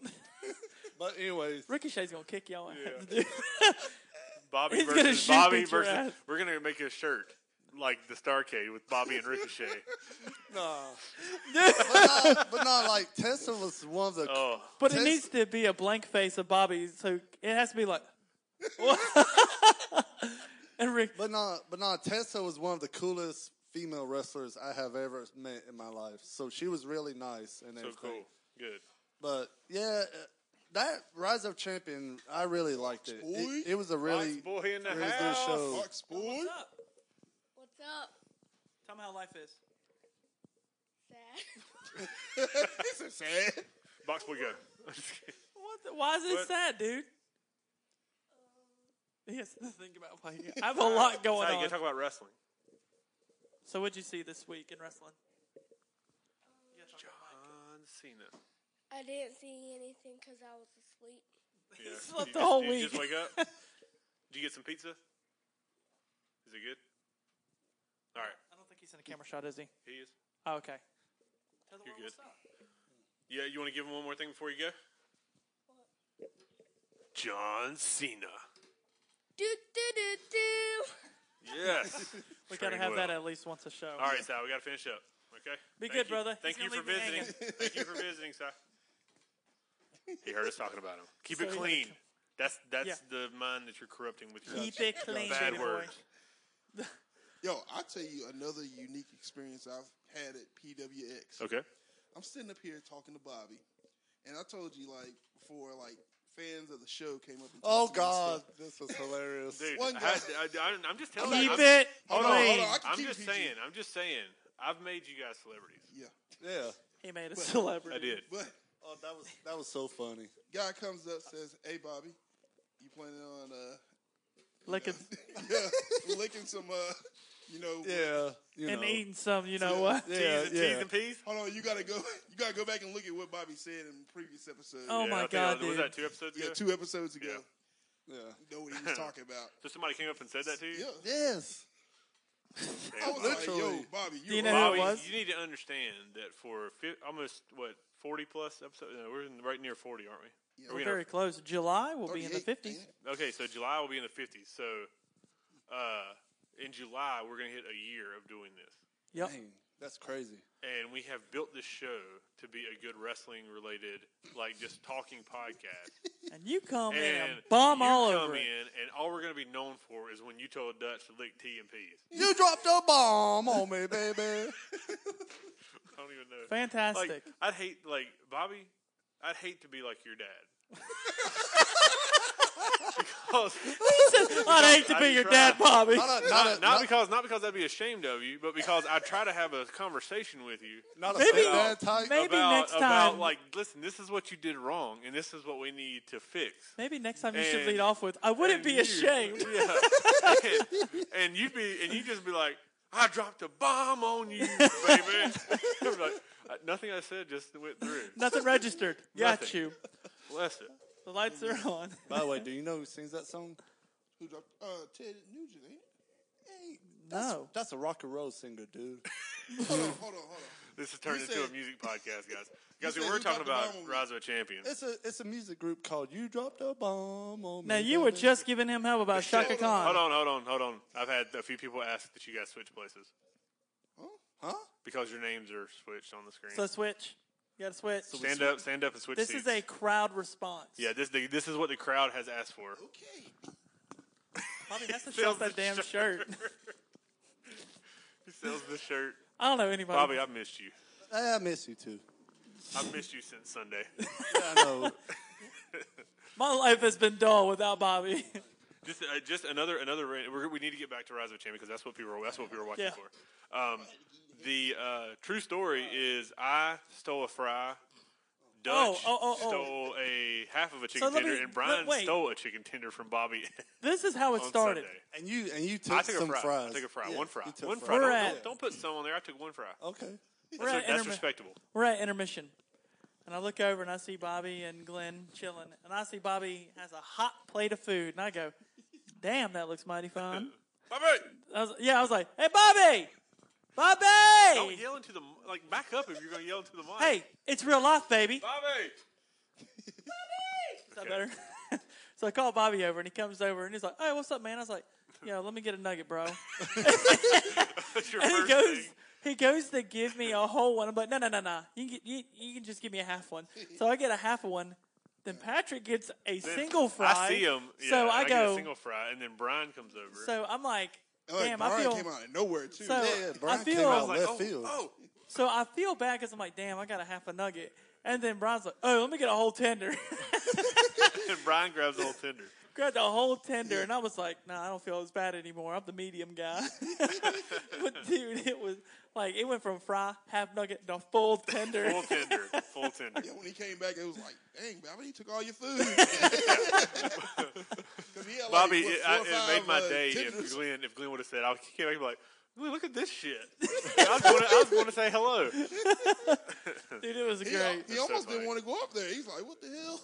Speaker 3: but anyways,
Speaker 5: Ricochet's gonna kick y'all. ass,
Speaker 1: Yeah.
Speaker 5: dude.
Speaker 1: Bobby
Speaker 5: He's gonna
Speaker 1: versus
Speaker 5: shoot
Speaker 1: Bobby
Speaker 5: at your
Speaker 1: versus.
Speaker 5: ass.
Speaker 1: We're gonna make a shirt like the Starcade with Bobby and Ricochet.
Speaker 5: [laughs]
Speaker 3: nah. but, not, but not like Tessa was one of the.
Speaker 1: oh,
Speaker 5: But it
Speaker 3: Tess-
Speaker 5: needs to be a blank face of Bobby, so it has to be like. [laughs] and Rick,
Speaker 3: But not, but not Tessa was one of the coolest female wrestlers I have ever met in my life. So she was really nice and
Speaker 1: so
Speaker 3: everything.
Speaker 1: cool, good.
Speaker 3: But yeah, uh, that Rise of Champion, I really liked it. It,
Speaker 2: Boy.
Speaker 3: it was a really,
Speaker 1: Box boy in the
Speaker 3: really good
Speaker 1: house.
Speaker 3: show.
Speaker 2: Box boy.
Speaker 5: what's up?
Speaker 4: What's up?
Speaker 5: Tell me how life is.
Speaker 4: Sad.
Speaker 2: [laughs] This is sad.
Speaker 1: Box boy go. [laughs]
Speaker 5: What the, why is it
Speaker 1: What?
Speaker 5: sad, dude? He has to think about why. he- I have a lot going
Speaker 1: Ty, you
Speaker 5: on.
Speaker 1: gotta talk about wrestling.
Speaker 5: so, what'd you see this week in wrestling?
Speaker 1: John Cena.
Speaker 4: [laughs] I didn't see anything because I was asleep.
Speaker 1: Yeah. You just-
Speaker 5: slept the whole
Speaker 1: did You just
Speaker 5: week.
Speaker 1: wake
Speaker 5: [laughs]
Speaker 1: up. Did you get some pizza? Is it good? All right,
Speaker 5: I don't think he's in a camera shot, is he?
Speaker 1: he is.
Speaker 5: Oh, okay. Tell the
Speaker 1: You're good.
Speaker 5: world what's up.
Speaker 1: Yeah, you want to give him one more thing before you go? John Cena.
Speaker 4: Do do do do.
Speaker 1: Yes.
Speaker 5: [laughs] We gotta
Speaker 1: Train
Speaker 5: have that
Speaker 1: well.
Speaker 5: at least once a show.
Speaker 1: All right, Sal, we got to finish up. Okay?
Speaker 5: Be
Speaker 1: Thank
Speaker 5: good,
Speaker 1: you.
Speaker 5: brother.
Speaker 1: Thank
Speaker 5: He's
Speaker 1: you
Speaker 5: gonna
Speaker 1: for
Speaker 5: leave me
Speaker 1: visiting. [laughs] Thank you for visiting, Sal. He heard us talking about him. Keep
Speaker 5: So
Speaker 1: it
Speaker 5: he-
Speaker 1: clean. That's that's
Speaker 5: Yeah.
Speaker 1: the mind that you're corrupting with your
Speaker 5: Keep it clean,
Speaker 1: bad
Speaker 5: baby
Speaker 1: words.
Speaker 5: boy.
Speaker 2: Yo, I'll tell you another unique experience I've had at PWX.
Speaker 1: Okay.
Speaker 2: I'm sitting up here talking to Bobby, and I told you like before, like fans of the show came up. And
Speaker 3: Oh
Speaker 2: talked to me and
Speaker 3: God,
Speaker 2: stuff.
Speaker 3: this was hilarious.
Speaker 1: Dude,
Speaker 2: One
Speaker 1: I,
Speaker 2: guy-
Speaker 1: I, I, am just telling you. I'm,
Speaker 5: Keep it
Speaker 2: Hold
Speaker 5: clean.
Speaker 2: on, hold on, I can
Speaker 1: I'm
Speaker 2: keep
Speaker 1: just
Speaker 2: PG.
Speaker 1: saying. I'm just saying. I've made you guys celebrities.
Speaker 2: Yeah,
Speaker 3: Yeah.
Speaker 5: He made a celebrity.
Speaker 1: I did.
Speaker 2: but
Speaker 3: Oh, that was that was so funny.
Speaker 2: guy comes up says, "Hey, Bobby, you planning on uh [laughs]
Speaker 5: Like a,
Speaker 2: yeah licking some uh you know
Speaker 3: Yeah.
Speaker 5: [laughs]
Speaker 3: You
Speaker 5: and
Speaker 3: know.
Speaker 5: eating some, you know
Speaker 2: Yeah.
Speaker 5: what?
Speaker 3: Yeah,
Speaker 1: T's and, T's
Speaker 3: yeah.
Speaker 1: and P's?
Speaker 2: Hold on, you gotta go. [laughs] You gotta go back and look at what Bobby said in previous episodes.
Speaker 5: Oh,
Speaker 1: Yeah,
Speaker 5: my
Speaker 1: I think
Speaker 5: God,
Speaker 1: that was, was
Speaker 5: dude.
Speaker 1: that two episodes
Speaker 2: yeah,
Speaker 1: ago?
Speaker 2: two episodes ago.
Speaker 3: Yeah.
Speaker 2: Know what he was talking about?
Speaker 1: So somebody came up and said that to you?
Speaker 2: Yeah,
Speaker 3: Yes.
Speaker 1: Damn,
Speaker 2: I was like, "Yo,
Speaker 3: Literally.
Speaker 2: Bobby,
Speaker 5: Do you
Speaker 2: you
Speaker 5: know who
Speaker 2: know
Speaker 5: it
Speaker 1: Bobby,
Speaker 5: was?
Speaker 1: you need to understand that for fi- almost what forty plus episodes, no, we're in right near forty, aren't we? Are
Speaker 2: Yeah.
Speaker 1: we
Speaker 5: We're
Speaker 1: in our-
Speaker 5: very close. July will be in the
Speaker 2: 38,
Speaker 5: 50s.
Speaker 2: man.
Speaker 1: okay, so July will be in the fifties. So uh, in July, we're going to hit a year of doing this,
Speaker 5: Yep.
Speaker 3: Dang, that's crazy.
Speaker 1: and we have built this show to be a good wrestling related, like just talking
Speaker 5: [laughs]
Speaker 1: podcast.
Speaker 5: And you come in and
Speaker 1: and
Speaker 5: Oh, bomb
Speaker 1: you
Speaker 5: all
Speaker 1: come
Speaker 5: over. it.
Speaker 1: in, and all we're going to be known for is when you told Dutch to lick T and P's.
Speaker 3: You dropped a bomb on
Speaker 5: [laughs]
Speaker 3: me, baby.
Speaker 1: I don't even know.
Speaker 5: Fantastic. [laughs]
Speaker 1: Like, I'd hate like Bobby. I'd hate to be like your dad. because
Speaker 5: I'd hate to be your dad, Bobby.
Speaker 3: Not,
Speaker 1: not,
Speaker 3: a, not, a,
Speaker 1: not
Speaker 3: not,
Speaker 1: because not because I'd be ashamed of you, but because I try to have a conversation with you
Speaker 3: not a
Speaker 5: Maybe-
Speaker 3: big dad type.
Speaker 5: Maybe
Speaker 1: about
Speaker 5: next
Speaker 1: about
Speaker 5: time.
Speaker 1: like listen, this is what you did wrong, and this is what we need to fix.
Speaker 5: Maybe next time you should
Speaker 1: And-
Speaker 5: lead off with, "I wouldn't
Speaker 1: And
Speaker 5: be
Speaker 1: you- [laughs]
Speaker 5: ashamed." [laughs]
Speaker 1: Yeah. and, and you'd be and you just be like, I dropped a bomb on you, baby. [laughs] I'd be like, "Uh, Nothing I said just went
Speaker 5: [laughs]
Speaker 1: through.
Speaker 5: Nothing registered. Got
Speaker 1: Nothing.
Speaker 5: you.
Speaker 1: Bless it.
Speaker 5: The lights are on.
Speaker 1: [laughs]
Speaker 3: By the way, do you know who sings that song?
Speaker 2: Who dropped? Uh, Ted Nugent. Ain't it?
Speaker 5: No.
Speaker 3: That's a rock and roll singer, dude.
Speaker 2: Hold on, hold on, hold on.
Speaker 1: This has turned
Speaker 2: You
Speaker 1: into a
Speaker 2: said-
Speaker 1: music podcast, guys. Guys,
Speaker 2: said
Speaker 1: we were
Speaker 2: who
Speaker 1: talking
Speaker 2: dropped the
Speaker 1: about
Speaker 2: bomb on me?
Speaker 1: Rise of a Champion.
Speaker 3: It's a it's a music group called You Dropped a Bomb on
Speaker 5: Now
Speaker 3: Me.
Speaker 5: you were
Speaker 3: Baby.
Speaker 5: just giving him hell about Shaka
Speaker 1: Shit.
Speaker 5: Khan.
Speaker 1: Hold on, hold on, hold on. I've had a few people ask that you guys switch places
Speaker 3: huh?
Speaker 1: because your names are switched on the screen.
Speaker 5: So switch. You gotta switch.
Speaker 1: stand up, stand up, and switch.
Speaker 5: This
Speaker 1: seats.
Speaker 5: is a crowd response.
Speaker 1: yeah. This the, this is what the crowd has asked for.
Speaker 2: Okay.
Speaker 5: Bobby
Speaker 1: [laughs]
Speaker 5: has to
Speaker 1: Sells
Speaker 5: shop that
Speaker 1: the
Speaker 5: damn shirt.
Speaker 1: He sells this shirt.
Speaker 5: I don't know anybody.
Speaker 1: Bobby, I missed you.
Speaker 3: Hey, I miss
Speaker 5: [laughs]
Speaker 3: you too.
Speaker 1: I've missed you since Sunday.
Speaker 3: Yeah, I know.
Speaker 5: My life has been dull without Bobby. [laughs]
Speaker 1: Just, uh, just another, another. ra- We're, we need to get back to Rise of the Champion because that's what people were. That's what people were watching
Speaker 5: Yeah.
Speaker 1: for. Um, the uh, true story is I stole a fry. Dutch
Speaker 5: Oh, oh, oh, oh.
Speaker 1: stole a half of a chicken
Speaker 5: let
Speaker 1: tender,
Speaker 5: me-
Speaker 1: and Brian
Speaker 5: but wait.
Speaker 1: stole a chicken tender from Bobby [laughs]
Speaker 5: this is how it
Speaker 1: on
Speaker 5: started.
Speaker 1: Sunday.
Speaker 3: and you and you took
Speaker 1: I took
Speaker 3: some
Speaker 1: a fry.
Speaker 3: fries.
Speaker 1: I took a fry.
Speaker 3: Yeah,
Speaker 1: one fry.
Speaker 3: you took
Speaker 1: One
Speaker 3: fries.
Speaker 1: fry.
Speaker 5: We're
Speaker 1: Don't,
Speaker 5: at-
Speaker 1: don't, don't put some on there. I took one fry.
Speaker 3: Okay.
Speaker 5: We're
Speaker 1: That's,
Speaker 5: at
Speaker 1: that's
Speaker 5: intermi-
Speaker 1: respectable.
Speaker 5: We're at intermission. And I look over and I see Bobby and Glenn chilling. And I see Bobby has a hot plate of food. And I go, damn, that looks mighty fine.
Speaker 1: Bobby,
Speaker 5: I was, yeah, I was like, hey, Bobby! Bobby!
Speaker 1: don't yell into the m- like. Back up if you're going to yell into the mic.
Speaker 5: Hey, it's real life, baby.
Speaker 1: Bobby. [laughs]
Speaker 5: Is that better? [laughs] so I called Bobby over and he comes over and he's like, hey, what's up, man? I was like, yo, let me get a nugget, bro.
Speaker 1: That's your
Speaker 5: and he
Speaker 1: first
Speaker 5: goes,
Speaker 1: thing.
Speaker 5: he goes to give me a whole one. I'm like, no, no, no, no. You can, get, you, you can just give me a half one. So I get a half of one. Then Patrick gets a single fry.
Speaker 1: I see him. Yeah,
Speaker 5: so I,
Speaker 1: I,
Speaker 5: go.
Speaker 1: get a single fry, and then Brian comes over.
Speaker 5: So I'm like,
Speaker 2: And, like,
Speaker 5: damn, I
Speaker 2: Brian
Speaker 5: feel.
Speaker 2: came out of nowhere too.
Speaker 5: So-
Speaker 3: Yeah, yeah,
Speaker 5: I
Speaker 3: Brian
Speaker 5: feel-
Speaker 3: came
Speaker 5: I
Speaker 3: out
Speaker 5: was
Speaker 1: like,
Speaker 3: left
Speaker 1: oh,
Speaker 3: field.
Speaker 1: oh,
Speaker 5: So I feel bad because I'm like, damn, I got a half a nugget. And then Brian's like, oh, let me get a whole tender.
Speaker 1: [laughs]
Speaker 5: [laughs]
Speaker 1: and Brian grabs the whole tender.
Speaker 5: Grabbed a whole tender, and I was like, nah, I don't feel as bad anymore. I'm the medium guy. [laughs] but dude, it was like it went from fry, half nugget to full tender.
Speaker 1: Full tender. Full tender.
Speaker 2: Yeah, when he came back, it was like, dang, Bobby, he took all
Speaker 1: [laughs]
Speaker 2: your food. [laughs] 'Cause he had, like,
Speaker 1: Bobby,
Speaker 2: what,
Speaker 1: it,
Speaker 2: four
Speaker 1: I,
Speaker 2: or
Speaker 1: it made
Speaker 2: five,
Speaker 1: my
Speaker 2: uh,
Speaker 1: day
Speaker 2: tenders.
Speaker 1: if Glenn if Glenn would have said, I [laughs] came back and be like, Glenn, look at this shit. I was gonna- I was going to say hello.
Speaker 5: Dude, it was
Speaker 2: He,
Speaker 5: great.
Speaker 2: he
Speaker 1: That's so
Speaker 2: almost didn't
Speaker 1: funny.
Speaker 2: want to go up there. He's like, what the
Speaker 1: [laughs]
Speaker 2: hell?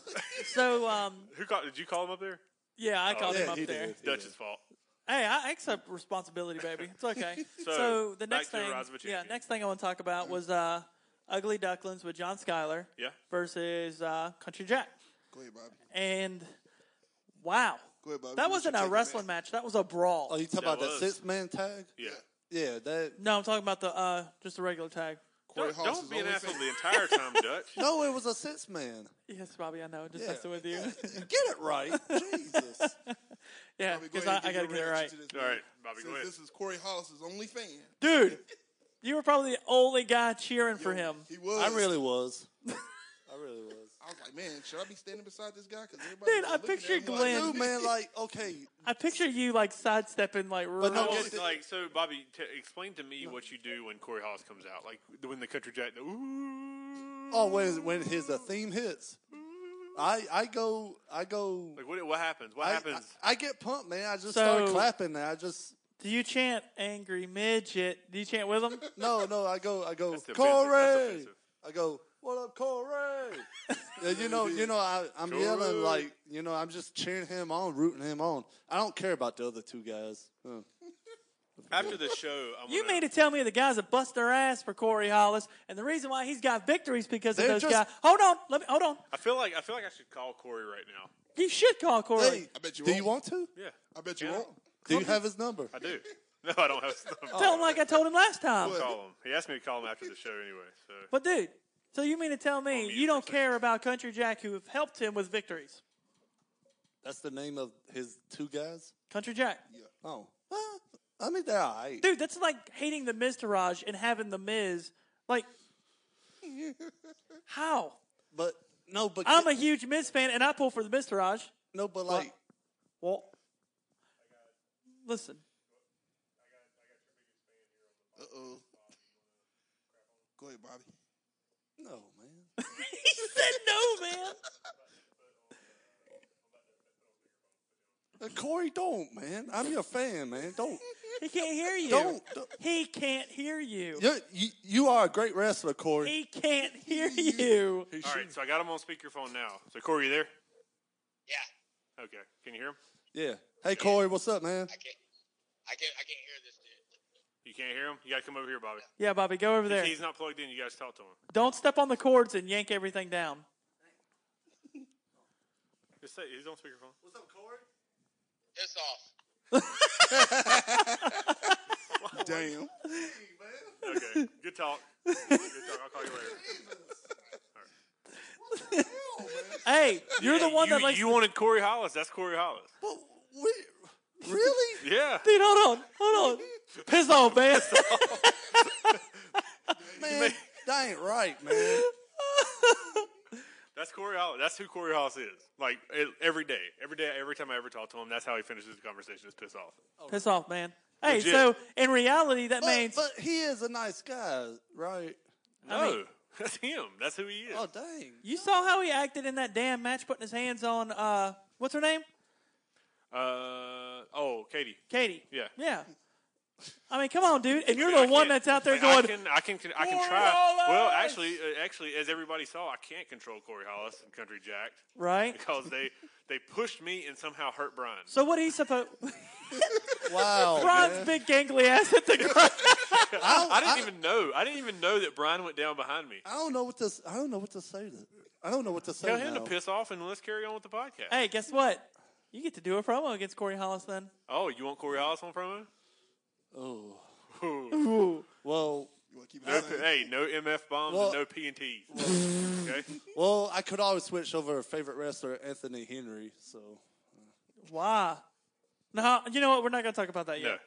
Speaker 5: So um,
Speaker 1: Who called? Did you call him up there?
Speaker 5: yeah,
Speaker 2: Oh,
Speaker 5: I called
Speaker 3: yeah,
Speaker 5: him up
Speaker 3: he
Speaker 5: there.
Speaker 3: did. Yeah.
Speaker 1: Dutch's fault.
Speaker 5: Hey, I accept responsibility, baby.
Speaker 2: [laughs]
Speaker 5: It's okay. so, the
Speaker 1: back
Speaker 5: next
Speaker 1: to
Speaker 5: thing,
Speaker 1: Rise of a
Speaker 5: yeah,
Speaker 1: Champion.
Speaker 5: next thing I want to talk about was uh, Ugly Ducklings with John Schuyler
Speaker 1: Yeah.
Speaker 5: versus uh, Country Jack,
Speaker 2: go ahead, Bobby.
Speaker 5: and wow,
Speaker 2: Go ahead, Bobby.
Speaker 5: that
Speaker 2: You should
Speaker 5: wasn't a
Speaker 2: take it
Speaker 5: wrestling
Speaker 2: back.
Speaker 5: match. That was a brawl.
Speaker 3: Oh, you talking
Speaker 1: That
Speaker 3: about that
Speaker 1: was.
Speaker 3: six man tag?
Speaker 1: Yeah.
Speaker 3: Yeah, that.
Speaker 5: no, I'm talking about the uh, just the regular tag.
Speaker 2: Corey
Speaker 1: Don't,
Speaker 2: Hawks
Speaker 1: don't
Speaker 2: is
Speaker 1: be an
Speaker 2: only
Speaker 1: asshole
Speaker 2: [laughs] fan-
Speaker 1: the entire time,
Speaker 3: [laughs]
Speaker 1: Dutch.
Speaker 3: No, it was a six man. [laughs]
Speaker 5: Yes, Bobby, I know. Just
Speaker 3: Yeah.
Speaker 5: messing
Speaker 2: [laughs]
Speaker 5: with you.
Speaker 3: Get it right, Jesus.
Speaker 5: yeah,
Speaker 2: Bobby, go
Speaker 5: because
Speaker 2: ahead
Speaker 5: I, I
Speaker 2: and your
Speaker 5: gotta get it right,
Speaker 2: reaction to this,
Speaker 1: All right,
Speaker 2: man.
Speaker 1: Bobby, go
Speaker 2: Since
Speaker 1: ahead.
Speaker 2: This is Corey Hollis's only fan.
Speaker 5: dude.
Speaker 2: [laughs]
Speaker 5: You were probably the only guy cheering for him.
Speaker 2: He was.
Speaker 3: I really was. I really was.
Speaker 2: I was like, man, should I be standing beside this guy? Because
Speaker 5: Dude, I pictured Glenn.
Speaker 3: Dude, man, like, okay,
Speaker 5: I picture you like sidestepping, like
Speaker 3: But
Speaker 1: I
Speaker 3: no,
Speaker 5: real-
Speaker 1: want-
Speaker 3: get the-
Speaker 1: like so, Bobby, t- explain to me what you do when Corey Hollis comes out, like when the country jack. The, ooh,
Speaker 3: oh, when when his uh, theme hits, I I go I go.
Speaker 1: like what? What happens? What
Speaker 3: I,
Speaker 1: happens?
Speaker 3: I, I get pumped, man. I just
Speaker 5: So-
Speaker 3: start clapping. Man. I just
Speaker 5: Do you chant "angry midget"? Do you chant with him?
Speaker 3: no, no. I go, I go,
Speaker 1: That's offensive. That's
Speaker 3: Corey.
Speaker 1: offensive.
Speaker 3: I go, what up, [laughs] Corey? yeah, you know, you know, I, I'm
Speaker 1: Corey.
Speaker 3: yelling like, you know, I'm just cheering him on, rooting him on. I don't care about the other two guys. Huh.
Speaker 1: After the show, I'm
Speaker 5: You
Speaker 1: gonna,
Speaker 5: mean to tell me the guys that bust their ass for Corey Hollis, and the reason why he's got victories because
Speaker 3: They're
Speaker 5: of those
Speaker 3: just-
Speaker 5: guys? Hold on, let me hold on.
Speaker 1: I feel like I feel like I should call Corey right now.
Speaker 5: You should call Corey.
Speaker 3: Hey,
Speaker 2: I bet you
Speaker 3: do
Speaker 2: won't.
Speaker 3: you want to?
Speaker 1: Yeah,
Speaker 2: I bet you
Speaker 1: Yeah.
Speaker 2: won't.
Speaker 3: Do you have his number?
Speaker 1: I do. [laughs] No, I don't have [laughs] his number.
Speaker 5: Tell him like I told him last time.
Speaker 2: What?
Speaker 1: call him. He asked me to call him after the show anyway. So
Speaker 5: But dude, so you mean to tell me
Speaker 1: mute
Speaker 5: you don't
Speaker 1: for a second.
Speaker 5: care about Country Jack, who have helped him with victories?
Speaker 3: That's the name of his two guys.
Speaker 5: Country Jack,
Speaker 3: Oh, well, I mean they're all right.
Speaker 5: dude, that's like hating the Miz Taraj and having the Miz. Like, how?
Speaker 3: but no, but
Speaker 5: I'm a huge Miz fan, and I pull for the Miz Taraj.
Speaker 3: no, but like
Speaker 5: What? Listen,
Speaker 2: Uh oh. Go ahead, Bobby.
Speaker 3: No, man.
Speaker 1: [laughs]
Speaker 5: he said no, man.
Speaker 3: Uh, Corey, don't, man. I'm your fan, man. [laughs] Don't.
Speaker 5: He can't hear you.
Speaker 3: Don't.
Speaker 5: He can't hear you.
Speaker 3: You're- you, you are a great wrestler, Corey.
Speaker 5: He can't hear you.
Speaker 1: All right, so I got him on speakerphone now. So Corey, you there?
Speaker 7: Yeah,
Speaker 1: Okay, can you hear him?
Speaker 3: Yeah. Hey, Corey, what's up, man?
Speaker 7: I can't, I can't, I can't hear this dude.
Speaker 1: You can't hear him. You gotta come over here, Bobby.
Speaker 5: Yeah, Bobby, go over there.
Speaker 1: He's not plugged in. You guys talk to him.
Speaker 5: Don't step on the cords and yank everything down.
Speaker 1: Just say he's on speakerphone.
Speaker 6: What's up, Corey?
Speaker 7: Piss off.
Speaker 2: Damn.
Speaker 6: Hey, man.
Speaker 1: Okay, good
Speaker 5: [laughs]
Speaker 1: talk. Good talk. I'll call you later.
Speaker 5: Hey, you're the
Speaker 1: Hey,
Speaker 5: one
Speaker 1: you,
Speaker 5: that likes. [laughs]
Speaker 1: you wanted Corey Hollis. That's Corey Hollis.
Speaker 3: But we, really?
Speaker 1: Yeah.
Speaker 5: Dude, hold on,
Speaker 1: [laughs]
Speaker 5: hold on. Piss off, man.
Speaker 3: [laughs] man, that ain't right, man.
Speaker 1: That's Corey Hollis. That's who Corey Hollis is. Like e- every day, every day, every time I ever talk to him, that's how he finishes the conversation. Is piss off.
Speaker 5: Piss off, man. Hey,
Speaker 1: Legit.
Speaker 5: so in reality, that
Speaker 3: But,
Speaker 5: means
Speaker 3: but he is a nice guy, right?
Speaker 1: No, [laughs]
Speaker 5: mean-
Speaker 1: that's him. That's who he is.
Speaker 3: Oh,
Speaker 1: [laughs]
Speaker 3: dang.
Speaker 5: you saw how he acted in that damn match, putting his hands on uh, what's her name,
Speaker 1: Uh oh, Katie.
Speaker 5: Katie.
Speaker 1: Yeah.
Speaker 5: Yeah. I mean, come on, dude. And you're
Speaker 1: I
Speaker 5: the one
Speaker 1: can't-
Speaker 5: that's out there
Speaker 1: like,
Speaker 5: going.
Speaker 1: I can, I can, I can
Speaker 5: "Corey
Speaker 1: try.
Speaker 5: Hollis!"
Speaker 1: Well, actually, uh, actually, as everybody saw, I can't control Corey Hollis and Country Jack
Speaker 5: Right.
Speaker 1: because they [laughs] they pushed me and somehow hurt Brian.
Speaker 5: So what he supposed? [laughs]
Speaker 3: Wow.
Speaker 5: Brian's
Speaker 3: man.
Speaker 5: big gangly ass at the ground.
Speaker 1: I didn't even know. I didn't even know that Brian went down behind me.
Speaker 3: I don't know what to. s- I don't know what to say. To, I don't know what to say.
Speaker 1: Tell him to
Speaker 3: now.
Speaker 1: piss off and let's carry on with the podcast.
Speaker 5: hey, guess what? You get to do a promo against Corey Hollis then.
Speaker 1: Oh, you want Corey Hollis on promo?
Speaker 3: Oh.
Speaker 1: Ooh.
Speaker 3: Well,
Speaker 2: You want to keep it
Speaker 5: Uh,
Speaker 1: No,
Speaker 2: the same?
Speaker 1: hey, no MF bombs
Speaker 3: Well-
Speaker 1: and no P and T.
Speaker 5: [laughs]
Speaker 1: Okay,
Speaker 3: well, I could always switch over favorite wrestler Anthony Henry. So
Speaker 5: Why? No, you know what? We're not going to talk about that
Speaker 1: no,
Speaker 5: yet.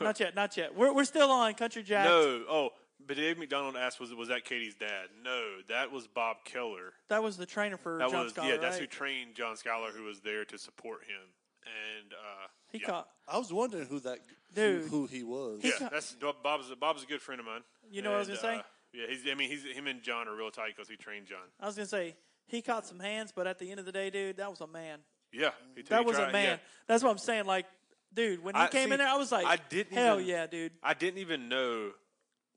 Speaker 5: Not yet. Not yet. We're, we're still on Country Jack.
Speaker 1: no. Oh, but Dave McDonald asked, "Was was that Katie's dad?" No, that was Bob Keller.
Speaker 5: That was the trainer for
Speaker 1: That
Speaker 5: John
Speaker 1: was
Speaker 5: Scott,
Speaker 1: yeah. That's who
Speaker 5: right?
Speaker 1: trained John Schuyler, who was there to support him. And uh,
Speaker 5: he
Speaker 1: yeah.
Speaker 5: caught.
Speaker 3: I was wondering who that
Speaker 5: Dude.
Speaker 3: who, who he was.
Speaker 1: Yeah,
Speaker 5: caught-
Speaker 1: that's Bob- Bob's. Bob's a good friend of mine.
Speaker 5: You know what I was
Speaker 1: And,
Speaker 5: gonna say?
Speaker 1: uh, yeah, he's. I mean, he's him and John are real tight because he trained John.
Speaker 5: I was going to say, he caught some hands, but at the end of the day, dude, that was a man.
Speaker 1: Yeah, he
Speaker 5: That
Speaker 1: he
Speaker 5: was
Speaker 1: tried-
Speaker 5: a man.
Speaker 1: yeah.
Speaker 5: That's what I'm saying. Like, dude, when he
Speaker 1: I-
Speaker 5: came
Speaker 1: see,
Speaker 5: in there, I was like,
Speaker 1: I didn't
Speaker 5: hell
Speaker 1: even-
Speaker 5: yeah, dude.
Speaker 1: I didn't even know.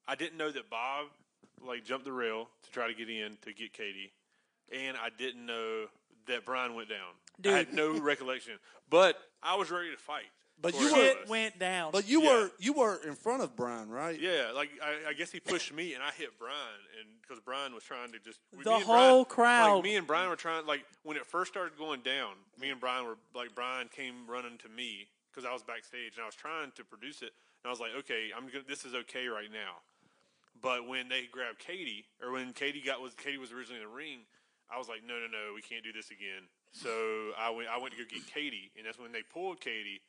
Speaker 1: I didn't know that Bob like jumped the rail to try to get in to get Katie, and I didn't know that Brian went down. I had
Speaker 5: Dude.
Speaker 1: no recollection, but I was ready to fight.
Speaker 3: But
Speaker 1: Corey
Speaker 3: you
Speaker 1: Hollis.
Speaker 5: Shit went down.
Speaker 3: But you
Speaker 1: Yeah.
Speaker 3: were you were in front of Brian, right?
Speaker 1: Yeah, like I, I guess he pushed me and I hit Brian, and because Brian was trying to just me
Speaker 5: The
Speaker 1: and Brian-
Speaker 5: whole crowd.
Speaker 1: Like, me and Brian were trying. Like when it first started going down, me and Brian were like Brian came running to me because I was backstage and I was trying to produce it, and I was like, okay, I'm gonna, this is okay right now. But when they grabbed Katie, or when Katie got was Katie was originally in the ring, I was like, no, no, no, we can't do this again. So I went, I went to go get Katie, and that's when they pulled Katie,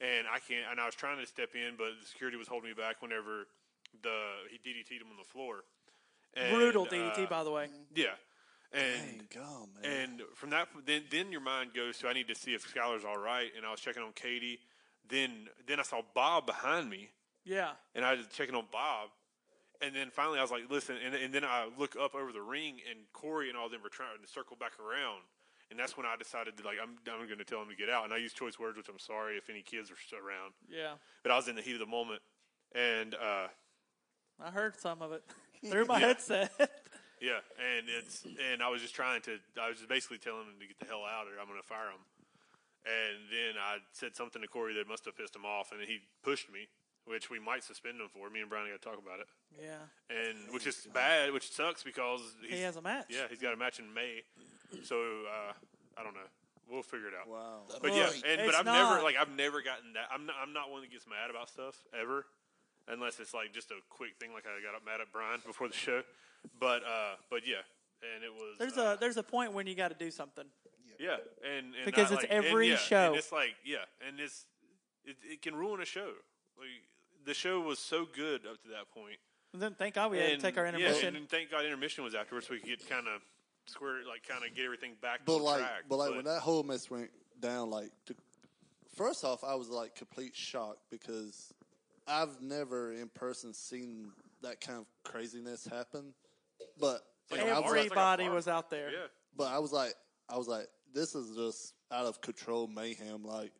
Speaker 1: and I can't. And I was trying to step in, but the security was holding me back. Whenever the he DDT'd him on the floor, And,
Speaker 5: Brutal DDT,
Speaker 1: uh,
Speaker 5: by the way.
Speaker 1: yeah, and
Speaker 3: Dang, God, man.
Speaker 1: and from that, then then your mind goes to I need to see if Skylar's all right. And I was checking on Katie. Then then I saw Bob behind me,
Speaker 5: Yeah.
Speaker 1: and I was checking on Bob. And then finally, I was like, "Listen!" And, and then I look up over the ring, and Corey and all them were trying to circle back around. And that's when I decided that like I'm I'm going to tell him to get out. And I used choice words, which I'm sorry if any kids are still around.
Speaker 5: Yeah.
Speaker 1: But I was in the heat of the moment, and uh,
Speaker 5: I heard some of it [laughs] through my headset. [laughs]
Speaker 1: yeah, and it's and I was just trying to I was just basically telling him to get the hell out, or I'm going to fire him. And then I said something to Corey that must have pissed him off, and then he pushed me, which we might suspend him for. Me and Brian got to talk about it.
Speaker 5: yeah.
Speaker 1: and which is bad, which sucks because he's,
Speaker 5: He has a match.
Speaker 1: yeah, he's got a match in May, so uh, I don't know. We'll figure it out.
Speaker 3: wow.
Speaker 1: But yeah,
Speaker 2: Right.
Speaker 1: and but
Speaker 5: It's
Speaker 1: I've
Speaker 5: not.
Speaker 1: never like I've never gotten that. I'm not I'm not one that gets mad about stuff ever, unless it's like just a quick thing. Like I got mad at Brian before the show, but uh, but yeah, and it was
Speaker 5: There's
Speaker 1: uh,
Speaker 5: a there's a point when you got to do something.
Speaker 1: yeah, and, and
Speaker 5: Because
Speaker 1: I,
Speaker 5: it's
Speaker 1: like- and
Speaker 5: every
Speaker 1: yeah,
Speaker 5: show.
Speaker 1: And it's like yeah, and it's it, it can ruin a show. Like the show was so good up to that point.
Speaker 5: And then thank God we had to
Speaker 1: And,
Speaker 5: take our
Speaker 1: yeah, and,
Speaker 5: intermission.
Speaker 1: then thank God intermission was afterwards, so we could get kind of square, like kind of get everything back.
Speaker 3: But
Speaker 1: to
Speaker 3: like,
Speaker 1: track.
Speaker 3: but like when that whole mess went down, like the First off, I was like complete shock because I've never in person seen that kind of craziness happen. But
Speaker 1: Like
Speaker 3: and
Speaker 1: Marty.
Speaker 3: I was like,
Speaker 5: Everybody
Speaker 1: farm.
Speaker 5: was out there.
Speaker 1: Yeah.
Speaker 3: but I was like, I was like, this is just out of control mayhem. Like,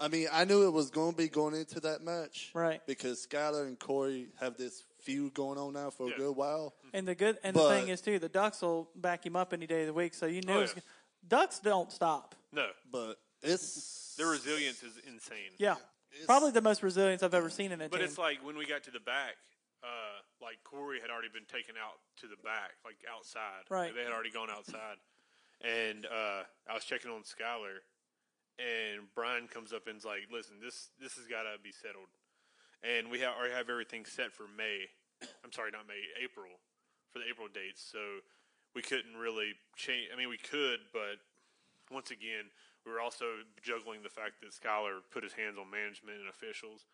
Speaker 3: I mean, I knew it was going to be going into that match,
Speaker 5: Right.
Speaker 3: Because Skylar and Corey have this feud going on now for
Speaker 1: Yeah. Mm-hmm.
Speaker 3: a good while.
Speaker 5: And the good and the
Speaker 3: But-
Speaker 5: thing is too, the ducks will back him up any day of the week. So you know,
Speaker 1: Oh,
Speaker 5: it's
Speaker 1: yeah.
Speaker 5: ducks don't stop.
Speaker 1: No,
Speaker 3: But it's
Speaker 1: their resilience is insane.
Speaker 5: Yeah, probably the most resilience I've ever seen in a
Speaker 1: But
Speaker 5: team.
Speaker 1: it's like when we got to the back, uh, like Corey had already been taken out to the back, like outside.
Speaker 5: Right.
Speaker 1: They had already gone outside. And uh, I was checking on Skylar, and Brian comes up and's like, listen, this, this has got to be settled. And we have, already have everything set for May. I'm sorry, not May, April, for the April dates. So we couldn't really change. I mean, we could, but once again, we were also juggling the fact that Skylar put his hands on management and officials.